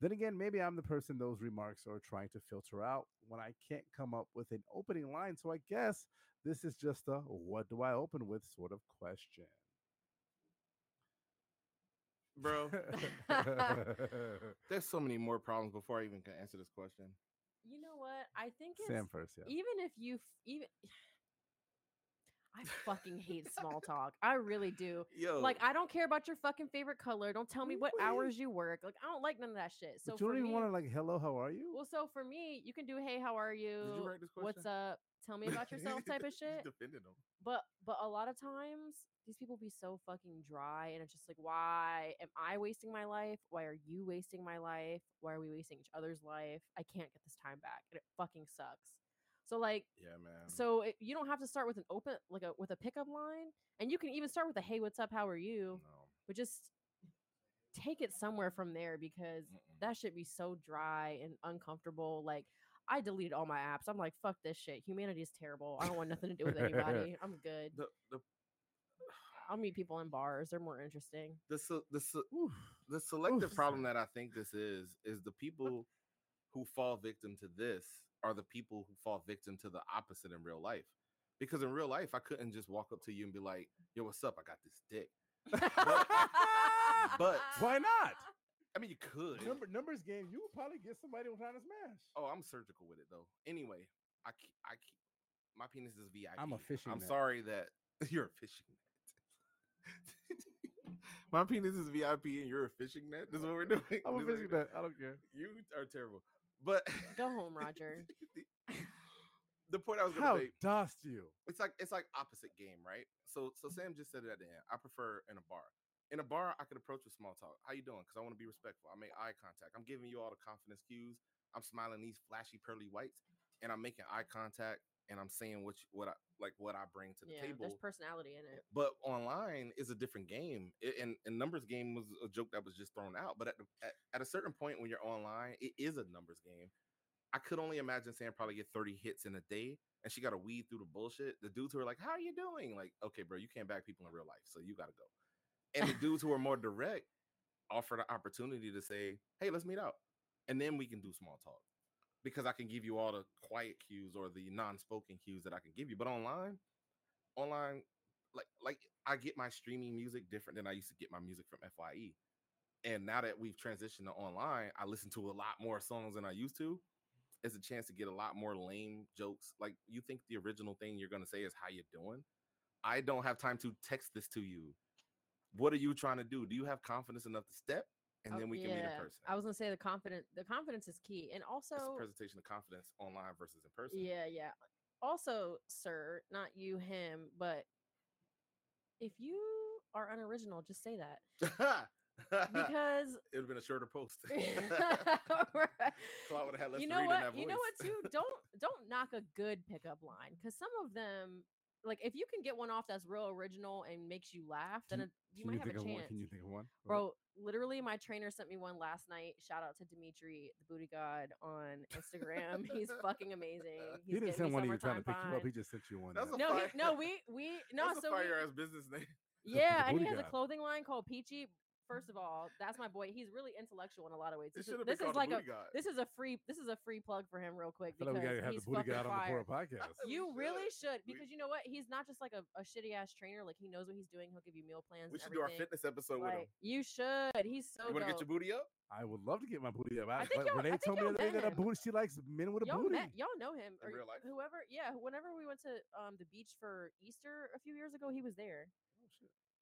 Then again, maybe I'm the person those remarks are trying to filter out when I can't come up with an opening line. So I guess this is just a what do I open with sort of question. Bro, there's so many more problems before I even can answer this question. You know what? I think it's Sam first, yeah. even if you f- even I fucking hate small talk. I really do. Yo, Like Oh. I don't care about your fucking favorite color. Don't tell me what hours you work. Like I don't like none of that shit. So but you for don't even me, want to like, hello, how are you? well, so for me, you can do hey, how are you? did you write this question? What's up? Tell me about yourself type of He's shit. defending them. But but a lot of times these people be so fucking dry and it's just like why am I wasting my life? Why are you wasting my life? Why are we wasting each other's life? I can't get this time back. And it fucking sucks. So like Yeah, man. so it, you don't have to start with an open like a with a pickup line and you can even start with a hey what's up how are you No. but just take it somewhere from there because Mm-mm. that should be so dry and uncomfortable like I deleted all my apps. I'm like, fuck this shit. Humanity is terrible. I don't want nothing to do with anybody. I'm good. the the I'll meet people in bars. They're more interesting. the se- the se- Oof. the selective Oof. problem that I think this is is the people who fall victim to this are the people who fall victim to the opposite in real life. Because in real life, I couldn't just walk up to you and be like, "Yo, what's up? I got this dick." But Why not? I mean, you could. Number numbers game, you would probably get somebody trying to smash. Oh, I'm surgical with it though. Anyway, I ke- I ke- my penis is VIP. I'm a fishing I'm net. sorry that you're a fishing net. my penis is VIP and you're a fishing net. This is what we're doing. This is I'm what a we're fishing doing. net. I don't care. You are terrible. But Go home, Roger. the, the point I was gonna How make dost you? it's like it's like opposite game, right? So so Sam just said it at the end. I prefer in a bar. In a bar, I can approach with small talk. How you doing? Because I want to be respectful. I make eye contact. I'm giving you all the confidence cues. I'm smiling these flashy pearly whites, and I'm making eye contact, and I'm saying what you, what I like what I bring to the yeah, table there's personality in it. but online is a different game I- and, and numbers game was a joke that was just thrown out but at, the, at, at a certain point when you're online it is a numbers game i could only imagine sam probably get 30 hits in a day and she got to weed through the bullshit the dudes who are like how are you doing like okay bro you can't back people in real life so you gotta go and the dudes who are more direct offer the opportunity to say hey let's meet up and then we can do small talk because I can give you all the quiet cues or the non-spoken cues that I can give you. But online, online, like like I get my streaming music different than I used to get my music from Fye. And now that we've transitioned to online, I listen to a lot more songs than I used to. It's a chance to get a lot more lame jokes. Like you think the original thing you're gonna say is how you doing. I don't have time to text this to you. What are you trying to do? Do you have confidence enough to step? And Oh, then we can meet in yeah. person. I was gonna say the confidence. The confidence is key, and It's a also presentation of confidence online versus in person. Yeah, yeah. Also, sir, not you, him, but if you are unoriginal, just say that because it would have been a shorter post. Claude Right. would have had less you know read in what? that You know what? voice. Too don't don't knock a good pickup line because some of them, like if you can get one off that's real original and makes you laugh, then Can it, you might have a think of chance. one? Can you think of one? Bro, literally, my trainer sent me one last night. Shout out to Dimitri, the booty god, on Instagram. He's fucking amazing. he He's didn't getting send me one of you trying summertime to pick you up. fine. He just sent you one. That's that- a- no, he, fire. no, we we no. That's so a we, fire ass business name. yeah, and booty he has guy. a clothing line called Peachy. First of all, that's my boy. He's really intellectual in a lot of ways. It This, should have is, been this called is like the a booty god. this is a free this is a free plug for him real quick I feel like we because gotta have the he's booty fucking god on the Pora fire. podcast. We should. You really should We- because you know what? He's not just like a, a shitty ass trainer. Like he knows what he's doing. He'll give you meal plans. We should and do our everything. fitness episode with him. Like, you should. He's so you want to get dope. your booty up? I would love to get my booty up. I think but y'all- Renee I think told me the other y'all day met that a him. booty she likes men with a y'all booty. met- y'all know him In or real life? whoever. Yeah, whenever we went to um the beach for Easter a few years ago, he was there. Oh,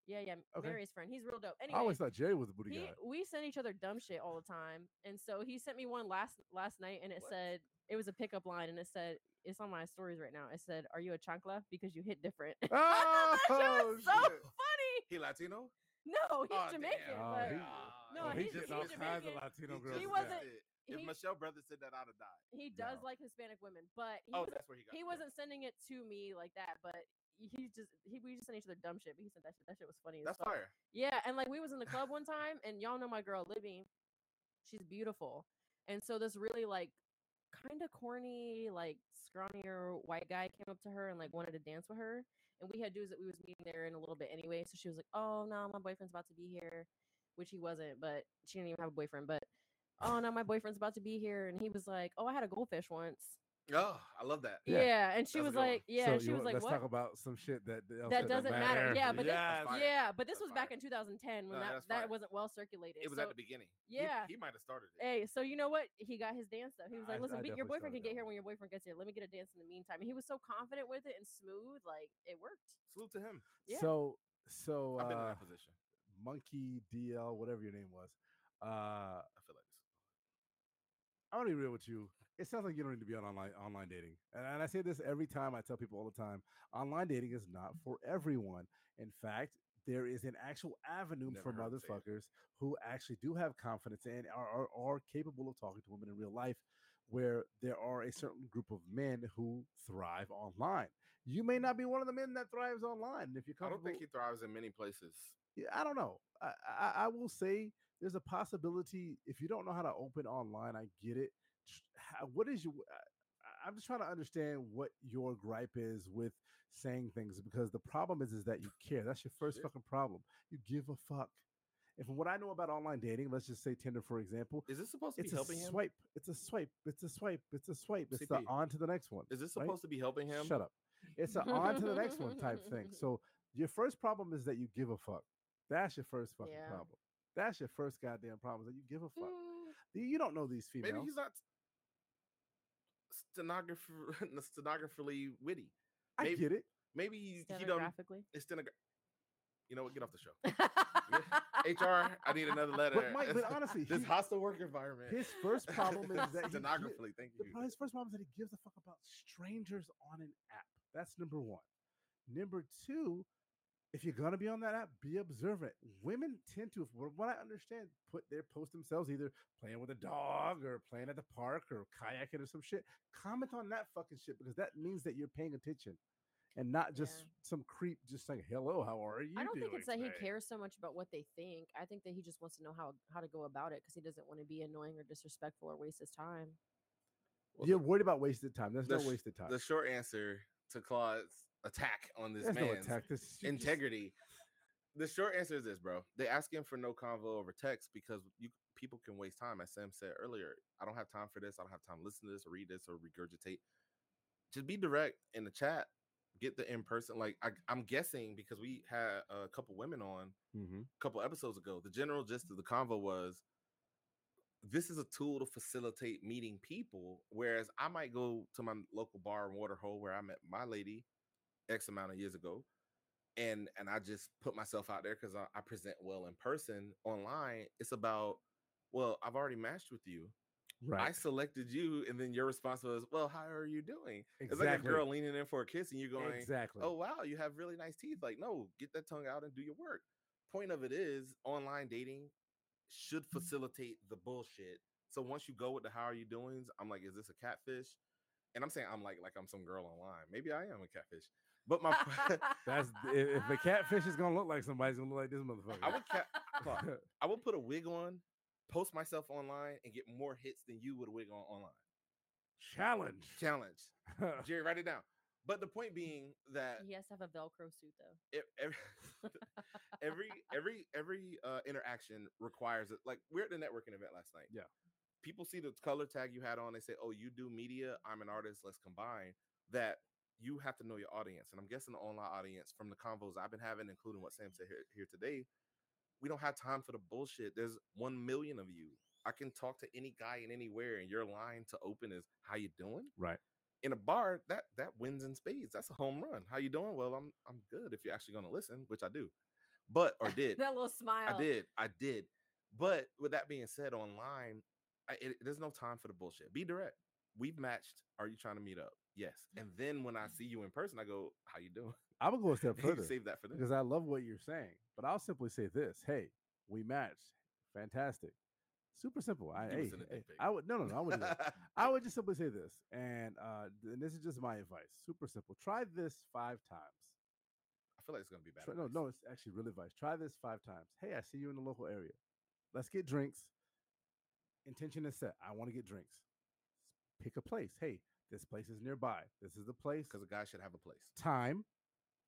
Yeah, yeah. Okay. Mary's friend. He's real dope. I Anyway, always thought Jerry was a booty he, guy. we send each other dumb shit all the time, and so he sent me one last last night, and it What? said it was a pickup line, and it said it's on my stories right now. It said, "Are you a chancla? Because you hit different." I thought that Oh, shit was so shit. funny. He Latino? No, he's Aw, Jamaican. damn. Oh, but he- No, oh, he's- he did he's all kinds of Jamaican. Latino He girls. just now. wasn't- did. If he- Michelle Brothers said that, I'd have died. he does No. like Hispanic women, but he Oh, was that's where he got. he it. wasn't sending it to me like that, but he just he we just sent each other dumb shit. But he said that shit, that shit was funny. as That's fuck. fire. Yeah, and like we was in the club one time, and y'all know my girl Libby, she's beautiful, and so this really like kind of corny like scrawnier white guy came up to her and like wanted to dance with her, and we had dudes that we was meeting there in a little bit anyway, so she was like, "Oh no, my boyfriend's about to be here," which he wasn't, but she didn't even have a boyfriend, but. Oh no, my boyfriend's about to be here, and he was like, "Oh, I had a goldfish once." Oh, I love that. Yeah. Yeah, and she That's a was good one. like, "Yeah," and So she you was want- like, let's "What?" talk about some shit that else That doesn't doesn't matter. Yeah, but this- Yes. fire. Yeah, but this That's was back fire. in 2010 when No, that, that's fire. that wasn't well circulated. It was so, at the beginning. He- yeah. He, might have started it. Hey, so you know what? He got his dance up. He was I- like, "Listen, I we- your definitely boyfriend started that can get here one. when your boyfriend gets here. Let me get a dance in the meantime." And he was so confident with it and smooth, like it worked. Salute to him. Yeah. So so I've been in uh, that position. monkey DL whatever your name was. Uh, I feel like this. I'm gonna be real with you. It sounds like you don't need to be on online online dating, and, and I say this every time. I tell people all the time: online dating is not Mm-hmm. for everyone. In fact, there is an actual avenue Never for heard him say it. motherfuckers who actually do have confidence and are, are are capable of talking to women in real life, where there are a certain group of men who thrive online. You may not be one of the men that thrives online. and If you're I don't comfortable, think he thrives in many places. yeah, I don't know. I, I I will say there's a possibility if you don't know how to open online. I get it. Tr- how- What is your? I- I'm just trying to understand what your gripe is with saying things because the problem is is that you care. That's your first Shit. fucking problem. You give a fuck. And from what I know about online dating, let's just say Tinder for example, Is this supposed to it's be a helping him? swipe. It's a swipe. It's a swipe. It's a swipe. It's the CP, on to the next one. Is this right? supposed to be helping him? Shut up. It's a on to the next one type thing. So your first problem is that you give a fuck. That's your first fucking Yeah. problem. That's your first goddamn problem is that you give a fuck. You- You don't know these females. Mm. Maybe he's not stenographer stenographically witty. I maybe- get it. Maybe he, he don't. Stenographically. It's stenogra- You know what? Get off the show. HR, I need another letter. But Mike, but honestly, this he- hostile work environment. his first problem is that he gi- stenographically. Thank The you. pro- his first problem is that he gives a fuck about strangers on an app. That's number one. Number two, if you're gonna be on that app, be observant. Women tend to, from what I understand, put their post themselves either playing with a dog or playing at the park or kayaking or some shit. Comment on that fucking shit because that means that you're paying attention and not just Yeah. some creep just saying hello, how are you? I don't think it's that doing he today?" cares so much about what they think. I think that he just wants to know how how to go about it because he doesn't want to be annoying or disrespectful or waste his time. Well, You're worried about wasted time. There's the sh- no wasted time. The short answer to Claude's attack on this There's no man's attack. This you just- integrity the short answer is this, bro. They ask him for no convo over text because you people can waste time. As Sam said earlier, I don't have time for this. I don't have time to listen to this or read this or regurgitate. Just be direct in the chat. Get the in person. Like I, I'm guessing because we had a couple women on Mm-hmm. a couple episodes ago. The general gist of the convo was this is a tool to facilitate meeting people. Whereas I might go to my local bar and water hole where I met my lady X amount of years ago. And and I just put myself out there because I, I present well in person. Online, it's about, well, I've already matched with you. I Right. selected you, and then your response was, Well, how are you doing? It's like a Exactly. girl leaning in for a kiss, and you're going, exactly. oh wow you have really nice teeth like no get that tongue out and do your work point of it is online dating should facilitate the bullshit so once you go with the how are you doings i'm like is this a catfish and i'm saying i'm like like i'm some girl online maybe i am a catfish but my po- Oh, That's if, if the catfish is gonna look like somebody's gonna look like this motherfucker. i would cat fuck, i would put a wig on post myself online and get more hits than you would a wig on online challenge. challenge jerry write it down but the point being that He has to have a Velcro suit though. ev- every every every every uh, interaction requires it. Like we're at the networking event last night. Yeah. people see the color tag you had on. They say, "Oh, you do media. I'm an artist. Let's combine." That you have to know your audience, and I'm guessing the online audience from the convos I've been having, including what Sam said here, here today. We don't have time for the bullshit. There's one million of you. I can talk to any guy in anywhere, and your line to open is "How you doing?" right. in a bar that that wins in spades that's a home run how you doing well i'm i'm good if you're actually going to listen which i do but or did That little smile. i did i did but with that being said online I, it, there's no time for the bullshit be direct we've matched are you trying to meet up yes Mm. and then when i see you in person i go how you doing I would go a step You further save that for this because I love what you're saying, but I'll simply say this: Hey, we matched. Fantastic. Super simple. I You hey, was in a hey, dick pic. I would no no no I would I would just simply say this, and uh, th- and this is just my advice. Super simple. Try this five times. i feel like it's going to be bad Try, no, advice. no, it's actually real advice. Try this five times. Hey, I see you in the local area. Let's get drinks. Intention is set. I want to get drinks. Pick a place. Hey, this place is nearby. This is the place. because a guy should have a place Time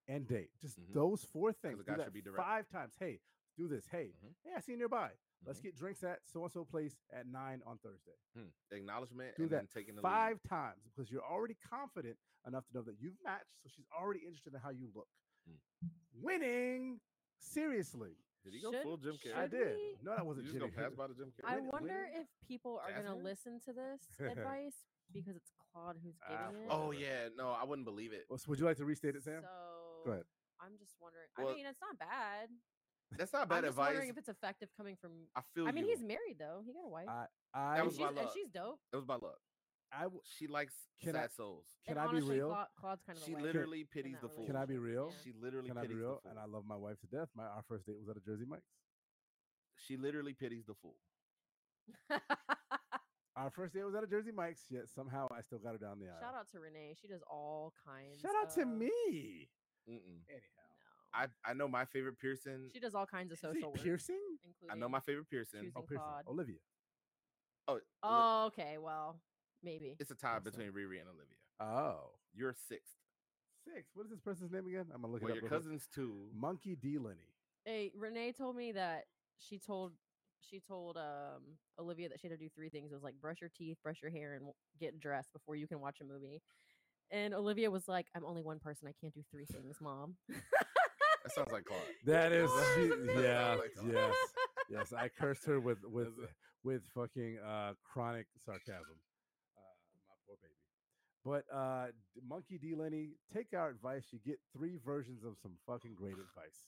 and date. Just Mhm. those four things. the Do guy should that be direct. five times. Hey, do this. Hey, Mhm. hey, I see you nearby. Let's Mhm. get drinks at so and so place at nine on Thursday. Hmm. acknowledgement Do and that then taking the lead. five times because you're already confident enough to know that you've matched. So she's already interested in how you look. Mm. Winning. Seriously. did he go Should- full jim should carrey I did. we- No, that you wasn't just gonna Jimmy. pass by the Jim Carrey? I Win- wonder winning? if people are going to Jasmine? listen to this advice because it's Claude who's Ah, giving it. Oh Whatever. yeah, no, I wouldn't believe it. Well, so would you like to restate it, Sam? So Go ahead. I'm just wondering. Well, I mean, it's not bad. That's not I'm bad just advice. wondering if it's effective coming from. I feel. I mean, you. he's married though. He got a wife. I- That I, and, was she's, my and luck. she's dope. It was by luck. I w- She likes Can I- sad souls. can and I be honestly, real? Claude, Claude's kind of She a wanker. literally pities that the fool. Can I be real? Yeah. She literally Can I pities be real? the fool. And I love my wife to death. My our first date was at a Jersey Mike's. She literally pities the fool. Our first date was at a Jersey Mike's. Yet somehow I still got her down the aisle. Shout out uh, to Renee. She does all kinds. Shout out to of- me. Mm-mm. Anyhow, No. I I know my favorite Pearson. she does all kinds of Is it social work. piercing? Including I know my favorite Pearson. choosing- Oh, piercing. Claude. Olivia. Oh, oh, Oh, okay. Well, maybe. it's a tie Awesome. between Riri and Olivia. Oh, You're sixth. six. What is this person's name again? I'm gonna look well, it your up. real quick. cousin's two. Monkey D. Lenny. Hey, Renee told me that she told she told um Olivia that she had to do three things. It was like brush your teeth, brush your hair, and w- get dressed before you can watch a movie. And Olivia was like, "I'm only one person. I can't do three things, mom." That sounds like Claude. That is, Claude is she- yeah, amazing. yes, yes. I cursed her with with with fucking uh, chronic sarcasm. Uh, my poor baby. But uh, d- Monkey D. Lenny, take our advice. You get three versions of some fucking great advice.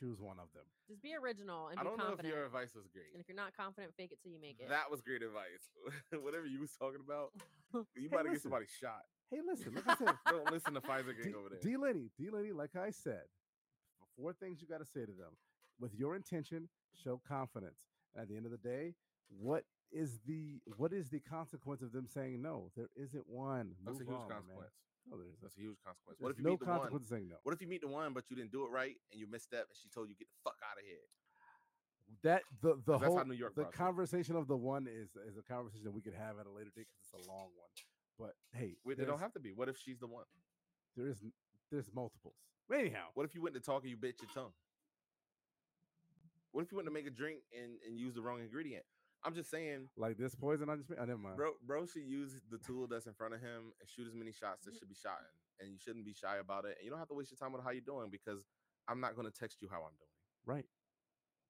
Choose one of them. Just be original and I be don't know if confident. your advice was great. and if you're not confident, fake it till you make it. That was great advice. Whatever you was talking about, you Hey, about to listen. get somebody shot. Hey, listen, like I said, Don't listen to Pfizer gang D- over there. D. Lenny, D. Lenny, like I said, f- four things you got to say to them. With your intention, show confidence. And at the end of the day, what is the what is the consequence of them saying no? There isn't one. That's a Move huge on, man. consequence. No, there isn't. That's a huge consequence. There's What if you no meet the one? consequence of saying no? What if you meet the one, but you didn't do it right and you misstep and she told you get the fuck out of here? That the the 'Cause that's how whole New York the process. conversation of the one is is a conversation that we could have at a later date because it's a long one. But hey, Wait, they there's- don't have to be. What if she's the one? there is n- there's multiples. Anyhow, What if you went to talk and you bit your tongue? What if you want to make a drink and, and use the wrong ingredient? I'm just saying, Like this poison I just made. Oh, never mind. bro, bro should use the tool that's in front of him and shoot as many shots that should be shot in. And you shouldn't be shy about it. And you don't have to waste your time with how you're doing because I'm not going to text you how I'm doing. Right.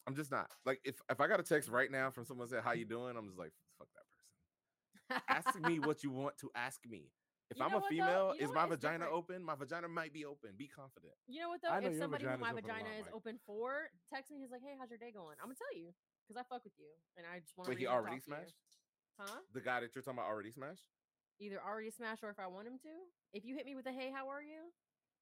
I'm just not. Like if, if I got a text right now from someone that said, how you doing? I'm just like, fuck that person. ask me what you want to ask me. If You I'm know a what, though? female, You know is what? my It's vagina different. open? My vagina might be open. Be confident. You know what I though? know if your somebody who vagina's my open a lot, vagina is Mike. open for texts me, he's like, "Hey, how's your day going?" I'm gonna tell you because I fuck with you, and I just want. Wait, he already smashed? huh? The guy that you're talking about already smashed? Either already smashed or if I want him to. If you hit me with a "Hey, how are you?"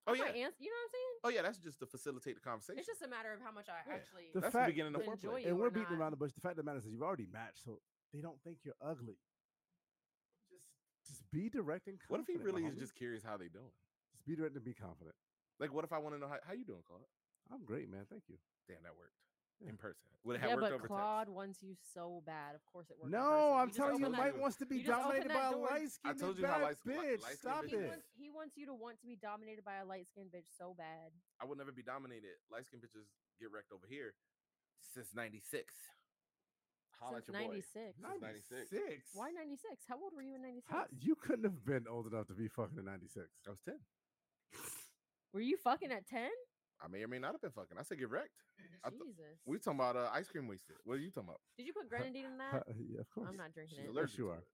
Oh I might yeah. ans- you know what I'm saying? Oh yeah, that's just to facilitate the conversation. It's just a matter of how much I Yeah. actually. The that's fact- the beginning of to foreplay. enjoy and you we're or beating around not. the bush. The fact of the matter is, you've already matched, so they don't think you're ugly. Just, just be direct and confident. What if he my really is homie. just curious how they doing? just be direct and be confident? Like, what if I want to know how, how you doing, Claude? I'm great, man. Thank you. Damn, that worked Yeah. in person. Would it have yeah, worked but over Claude text? wants you so bad. Of course it works. No, I'm you just telling you, opened open that Mike door. wants to be You just opened dominated that by a door. I light skinned told you how bad light- li- bitch. light-skinned Stop bitches- He it. wants, he wants you to want to be dominated by a light skinned bitch so bad. I would never be dominated. Light skinned bitches get wrecked over here since '96. Holla at Since your boy. 96. Since 96. Why 96? How old were you in 96? How, you couldn't have been old enough to be fucking in '96. I was ten. were you fucking at 10? I may or may not have been fucking. I said get wrecked. I th- Jesus. We talking about uh, ice cream wasted. What are you talking about? Did you put grenadine in yeah, that? of course. Uh, I'm not drinking She's it. allergic you to are. it.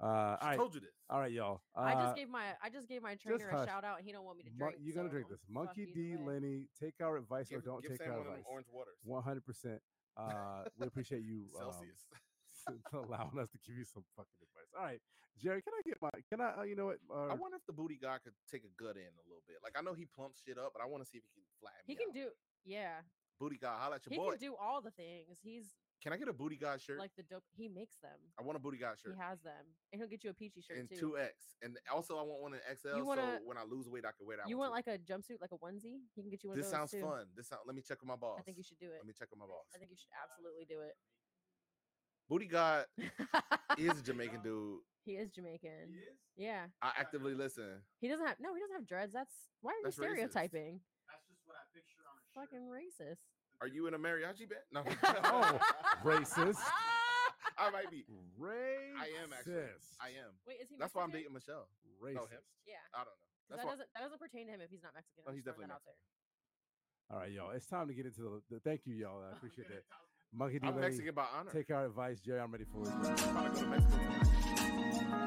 Uh, all She right, told you this. all right, y'all. Uh, I just gave my I just gave my trainer a hush. shout out. and He don't want me to Mon- drink. you're gonna so drink this. fuck Monkey D. either way. Lenny, take our advice Give- or don't give take Sam our one of them advice. orange waters. One hundred percent. Uh, we appreciate you. Um, Celsius. allowing us to give you some fucking advice. All right, Jerry, can I get my? Can I? Uh, you know what? I Uh, wonder if the booty guy could take a gut in a little bit. Like I know he plumps shit up, but I want to see if he can flatten. He me can out. do yeah. booty guy. Holla at your He boy. can do all the things. He's Can I get a booty guy shirt? like the dope. He makes them. I want a booty guy shirt He has them, and he'll get you a peachy shirt in two too. X, and also I want one in XL. so wanna- when I lose weight, I can wear that. You one want too. like a jumpsuit, like a onesie? He can get you one this of sounds those too. fun. This sound, let me check with my boss. I think you should do it. Let me check with my boss. I think you should absolutely do Booty guy it. is a Jamaican dude. he is Jamaican. Yeah, I actively listen. he doesn't have no. He doesn't have dreads. That's why are you That's racist. stereotyping? That's just what I picture on a Are you in a mariachi band? No, Oh. racist. I might be. Racist. I am actually. I am. Fucking racist. Wait, is he? That's why I'm dating Mexican? Michelle. Racist. No, him. Yeah, I don't know. 'cause That's that why. doesn't that doesn't pertain to him if he's not Mexican. No, I'm he's just throwing definitely that out there. All right, y'all. It's time to get into the. the thank you, y'all. I appreciate that. Monkey D. I'm Lenny, Mexican by honor. take our advice, Jerry. I'm ready for it. I'm probably going to Mexico tonight.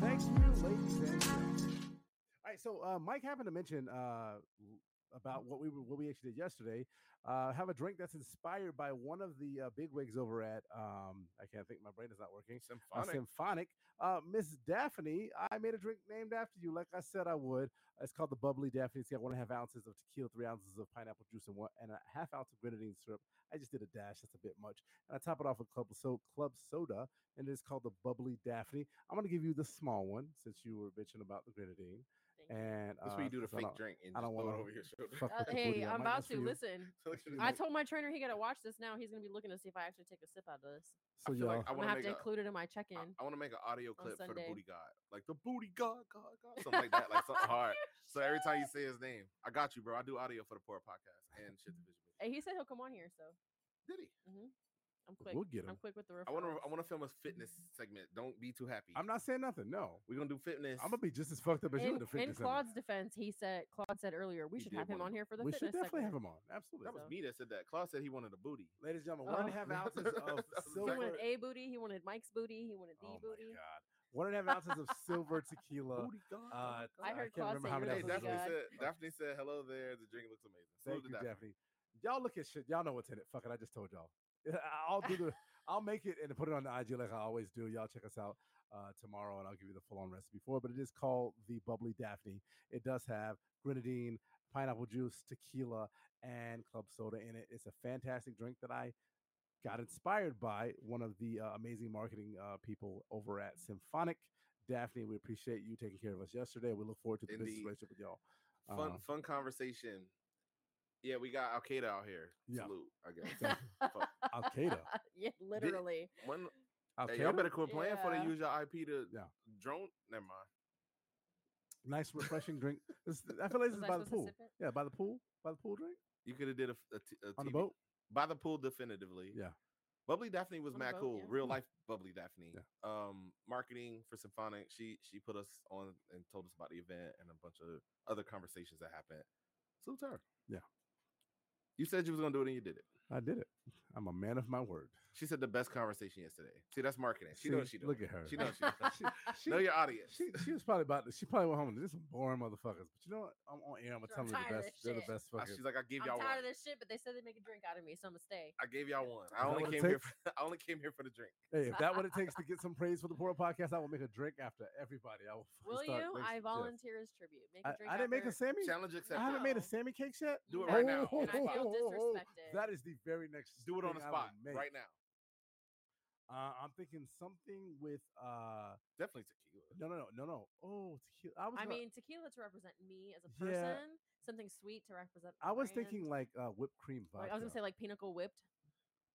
Thank you, ladies and gentlemen. All right, so uh, Mike happened to mention uh, w- about what we were- what we actually did yesterday. Uh, have a drink that's inspired by one of the uh, bigwigs over at um, I can't think. My brain is not working. uh, Symphonic. symphonic. Uh, Miss Daphne, I made a drink named after you, like I said I would. It's called the Bubbly Daphne. It's got one and a half ounces of tequila, three ounces of pineapple juice, and one and a half ounce of grenadine syrup. I just did a dash. That's a bit much. And I top it off with club so club soda, and it is called the Bubbly Daphne. I'm gonna give you the small one since you were bitching about the grenadine. Thank you. And uh, That's where you do the since fake I don't drink and I just don't throw it wanna over your shoulder. fuck Uh, with the booty hey, guy. Mike, I'm about that's for to you. listen. So like, I like, told my trainer he got to watch this now. He's gonna be looking to see if I actually take a sip out of this. So I feel y'all, like I I'm want to gonna have make to a, uh, include it in my check-in. I, want to make an audio on clip for the Sunday. booty god, like the booty god, god, god, something like that, like something hard. So every time you say his name, I got you, bro. I do audio for the poor podcast and shit. The visual. Hey, he said he'll come on here, so Did he? I'm quick. We'll get him. I'm quick with the referrals. I want to. I want to film a fitness segment. Don't be too happy. I'm not saying nothing. No, We're gonna do fitness. I'm gonna be just as fucked up as you would in, have in Claude's defense, he said Claude said earlier we He should did have him wanna- on here for the We should fitness. definitely have segment. him on. Absolutely. That was so. me that said that. Claude said he wanted a booty. Ladies and gentlemen, Oh. one and a half ounces of He silver. wanted a booty. He wanted Mike's booty. He wanted the oh booty. my god! One and a half ounces of silver tequila. Booty god. Uh, god. I heard can't Claude remember say how many Hey, you're the Daphne ounces it booty was. said. Daphne said hello there. The drink looks amazing. Thank Salute to you, Daphne. Y'all look at shit. Y'all know what's in it. Fuck it. I just told y'all. I'll do the. I'll make it and put it on the IG like I always do. Y'all check us out uh, tomorrow, and I'll give you the full-on recipe for it. But it is called the Bubbly Daphne. It does have grenadine, pineapple juice, tequila, and club soda in it. It's a fantastic drink that I got inspired by one of the uh, amazing marketing uh, people over at Symphonic. Daphne, we appreciate you taking care of us yesterday. We look forward to the business Indeed. relationship with y'all. Fun, Uh, fun conversation. Yeah, we got Al Qaeda out here. Yeah. Salute. I guess. Daphne. Al Qaeda. yeah, literally. One, Al hey, y'all Qaeda? better quit playing for they Yeah. use your IP to Yeah. drone. Never mind. nice refreshing drink. This, I feel like this is Was I by the supposed pool. to sip it? Yeah, by the pool, by the pool drink You could have did a, f- a t- a on the TV boat. by the pool definitively. Yeah. Bubbly Daphne was On a mad boat, cool, yeah. real life Bubbly Daphne. Yeah. Um, marketing for Symphonic, she she put us on and told us about the event and a bunch of other conversations that happened. Salute to her. Yeah. You said you was gonna do it and you did it. I did it. I'm a man of my word. She said the best conversation yesterday. See, that's marketing. She See, knows she doing. look it. at her. She knows she. She, she, know your audience. she, she was probably about to, she probably went home and this some boring motherfuckers. But you know what? I'm on air. I'm gonna Sure, tell I'm them tired they're the best. They're the of this shit. best Uh, fucking. She's like, I gave I'm y'all tired one. of this shit, but they said they make a drink out of me, so I'm gonna stay. I gave y'all one. Is I that only what it came here. takes? For, I only came here for the drink. Hey, if that what it takes to get some praise for the poor podcast, I will make a drink after everybody. I will. fucking Will start you? making- I yes. volunteer as tribute. Make I, a drink I didn't make a after- Sammy. Challenge I accepted. haven't made a No. Sammy cake yet. Do it No. right now. on Oh, the And I feel spot. disrespected. That is the very next. Do it on the thing I spot will make. right now. Uh, I'm thinking something with uh Definitely tequila. no no no no no oh tequila. I was I gonna- mean, tequila to represent me as a Yeah. person, something sweet to represent. I the was brand. thinking like uh whipped cream vodka. Like, I was gonna say like pinnacle whipped.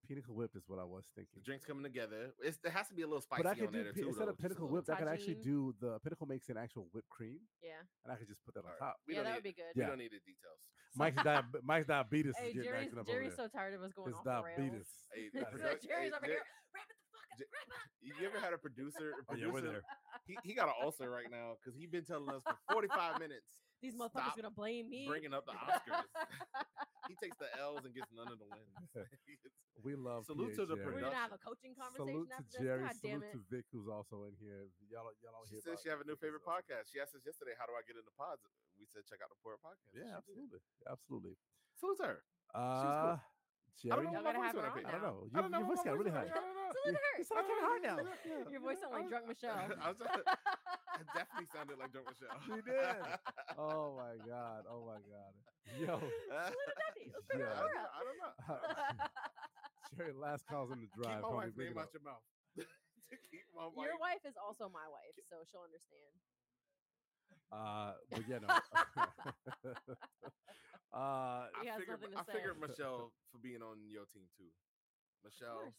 pinnacle whipped is what I was The thinking. drinks coming together. It's, it has to be a little spicy But I could on do there pi- too. though, instead of just a pinnacle little. whipped, I could actually Tajine. do the pinnacle makes an actual whipped cream, Yeah, and I could just put that on All right. top. We yeah, don't need, that would be good. We Yeah. don't need the details. Mike's, diab Mike's diabetes is Hey, getting Jerry's, acting up Jerry's over so tired of us there. going It's off the rails. diabetes. Hey, So the produ- Jerry's hey, over Jer- here. Wrap it the fuck up. Jer- Wrap up. You you ever had a producer? Oh yeah, we're producer- there. He, he got an ulcer right now because he's been telling us for 45 minutes These Stop motherfuckers gonna blame me. bringing up the Oscars. he takes the L's and gets none of the wins. We love. Salute to PA the Jerry. We're gonna have production. a coaching conversation Salute after to this. Jerry. God damn Salute it. to Vic, who's also in here. Y'all, y'all don't She hear. says about she have a new Vic, who's favorite awesome. podcast. She asked us yesterday, "How do I get into pods?" We said, "Check out the Poor Podcast." She Yeah, did. absolutely, absolutely. Salute her. Uh, I don't Jerry, know what Y'all gotta my voice have went up her on here. I don't now. know. I Your, don't know your what my voice got voice really high. is like. I don't know. Salute her. You sound like Kevin Hart now. Yeah. Your voice sounded like drunk Michelle. I was trying to- I definitely sounded like Drunk Michelle. She did. Oh my god. Oh my god. Yo, Let's bring I, Yeah. her don't, I up. don't know. Jerry, last calls on the Keep drive. my homie, wife's bring it name up. out your mouth. Keep my wife. Your wife is also my wife, so she'll understand. Uh, but yeah, Uh, no. uh, He I has figured, nothing to I figured say. Michelle for being on your team too. Of Michelle, course.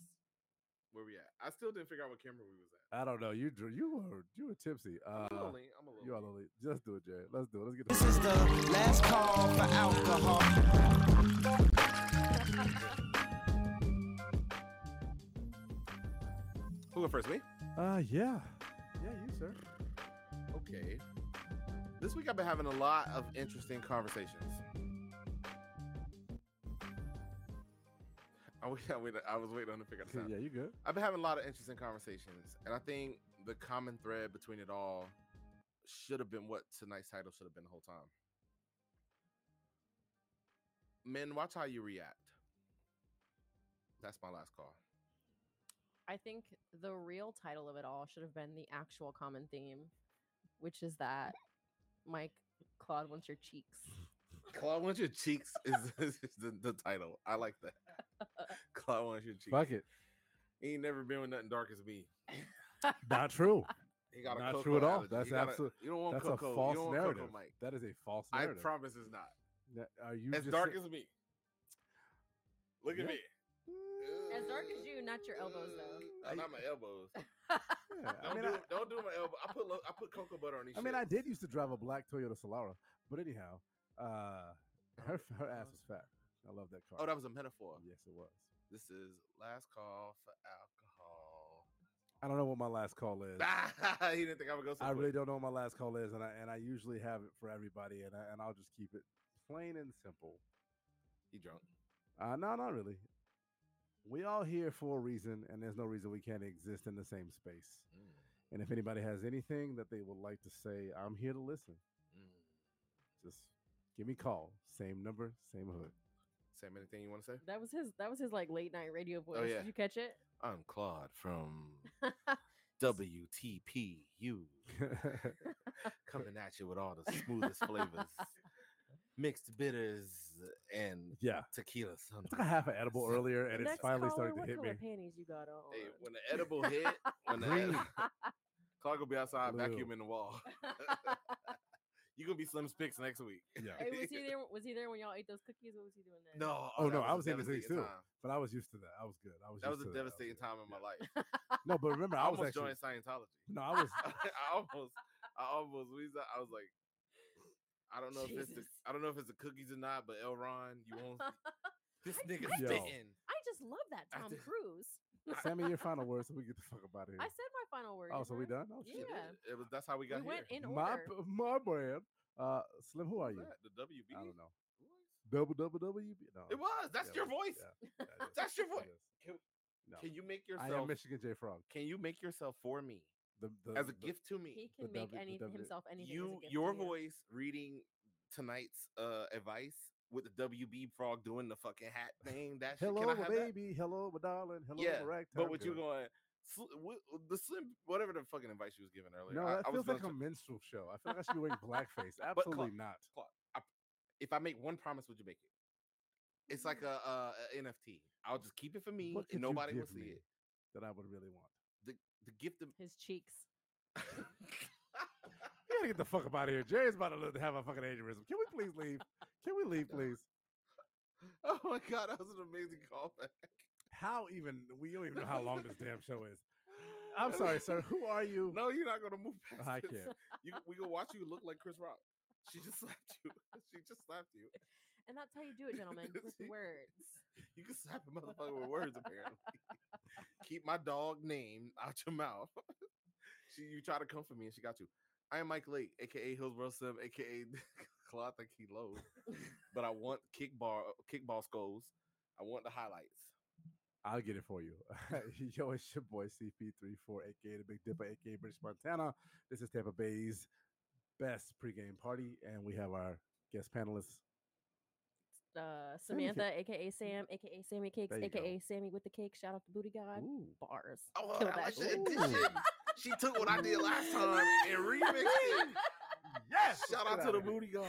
where we at? I still didn't figure out what camera we was at. I don't know. You dr- you were you were tipsy. I'm Uh, a little lean. I'm a little you are lean. the lead. Just do it, Jerry. Let's do it. Let's get This is the last call for alcohol. Who go first? Me? Uh, yeah, yeah, you sir. Okay. This week I've been having a lot of interesting conversations. I, wait, I, wait, I was waiting on to figure out the sound. yeah, you good? I've been having a lot of interesting conversations, and I think the common thread between it all should have been what tonight's title should have been the whole time. Men, watch how you react. That's my last call. I think the real title of it all should have been the actual common theme, which is that Mike Claude wants your cheeks. Claw wants your cheeks is, is the, the title. I like that. Claw wants your cheeks. Fuck it. He ain't never been with nothing dark as me. Not true. He got a Not cocoa true at all. allergy. That's He got a- absolute- You don't want That's cocoa. a you false don't want narrative. cocoa, Mike. That is a false I narrative. promise it's not. That- Are you As just dark say- as me. Look Yeah. at me. As dark as you, not your elbows, though. Uh, not my elbows. Yeah, Don't, I mean, do, I, don't do my elbow. I put lo- I put cocoa butter on these. I mean, shits. I did used to drive a black Toyota Solara, but anyhow, uh, her Oh, her God. ass was fat. I love that car. Oh, that was a metaphor. yes, it was. This is last call for alcohol. I don't know what my last call is. Bah! he didn't think I would go so I quick. really don't know what my last call is, and I and I usually have it for everybody, and I, and I'll just keep it plain and simple. He drunk. Uh, no, not really. We all here for a reason, and there's no reason we can't exist in the same space. Mm, And if anybody has anything that they would like to say, I'm here to listen. mm. Just give me a call. Same number, same hood. Sam, anything you want to say? That was his. That was his like late night radio voice. Oh, yeah. Did you catch it? I'm Claude from WTPU, coming at you with all the smoothest flavors, mixed bitters, and yeah. tequila. I took a half an edible sunrise. earlier, and it's Next finally caller, started to what hit me. color panties you got on? Hey, when the edible hit, when the Green. edi- Clark will be outside Blue. vacuuming the wall. you gonna be Slim Spicks next week. Yeah. Hey, was he there? Was he there when y'all ate those cookies? What was he doing then? No. Oh, no, that I was a in the city devastating too. time. But I was used to that. I was good. I was. That was a used to I devastating good. time in my life. No, but remember, I I was almost joined actually. Scientology. No, I was. I almost, I almost. We was- I was like, I don't know if it's the, Jesus. I don't know if it's the cookies or not, but Elron, you own This nigga Yo. spitting. I just love that I Tom did- Cruise. Sammy, your final words, so we get the fuck up out of I here. said my final word. Oh, so we done? Oh, yeah. shit. It was that's how we We got went here. in My, order. b- my brand, uh, Slim, who are Who's you? that? The WB. I don't know. Double double WB. No, It was. That's yeah, your yeah, voice. yeah, that is- That's your that voice. is. Can, No. can you make I yourself? am Michigan J Frog. Can you make yourself for me The, the, as a the- gift to me? He The can W- make the any W- himself anything. as a you gift your to you. voice reading tonight's uh advice with the WB frog doing the fucking hat thing. That shit, Hello, can I my have that? baby. Hello, my darling. Hello, Yeah, my ragtime. But what you girl. going? sl- wh- The slim, whatever the fucking advice she was giving earlier. No, I, that I was feels like gonna a say- minstrel show. I feel like I should be wearing blackface. Absolutely not. if I make one promise, would you make it? It's like a, uh a NFT. I'll just keep it for me, What and could you nobody will give see me it. That I would really want. The the gift of His cheeks. You gotta get the fuck up out of here. Jerry's about to li- have a fucking aneurysm. Can we please leave? Can we leave, please? oh my god, that was an amazing callback. How even? We don't even know how long this damn show is. I'm sorry, sir. Who are you? No, you're not gonna move past I this. can't. You, we gonna watch you look like Chris Rock. She just slapped you. She just slapped you. And that's how you do it, gentlemen, with See? words. You can slap a motherfucker with words, apparently. Keep my dog name out your mouth. she, you try to come for me, and she got you. I am Mike Lake, aka Hillsborough Sim, aka Claw. I think he low, but I want kickball, kickball skulls. I want the highlights. I'll get it for you. Yo, it's your boy CP34, aka the Big Dipper, aka British Montana. This is Tampa Bay's best pregame party, and we have our guest panelists. Uh, Sammy Cake. Samantha, aka Sam, aka Sammy Cakes, There you go. aka Sammy with the cake. Shout out to Booty God. Ooh. Bars. Oh, Kill I that like that. shit. This shit- She took what I did last time and remixed it. Yes! Shout out to the booty guard.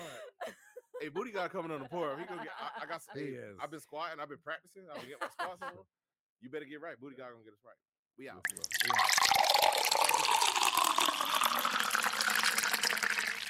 Hey, booty guard coming on the pour. He gonna get. I, I got. He Hey, is. I've been squatting. I've been practicing. I'm gonna get my squats on. You better get right. Booty guy gonna get us right. We out. Yeah.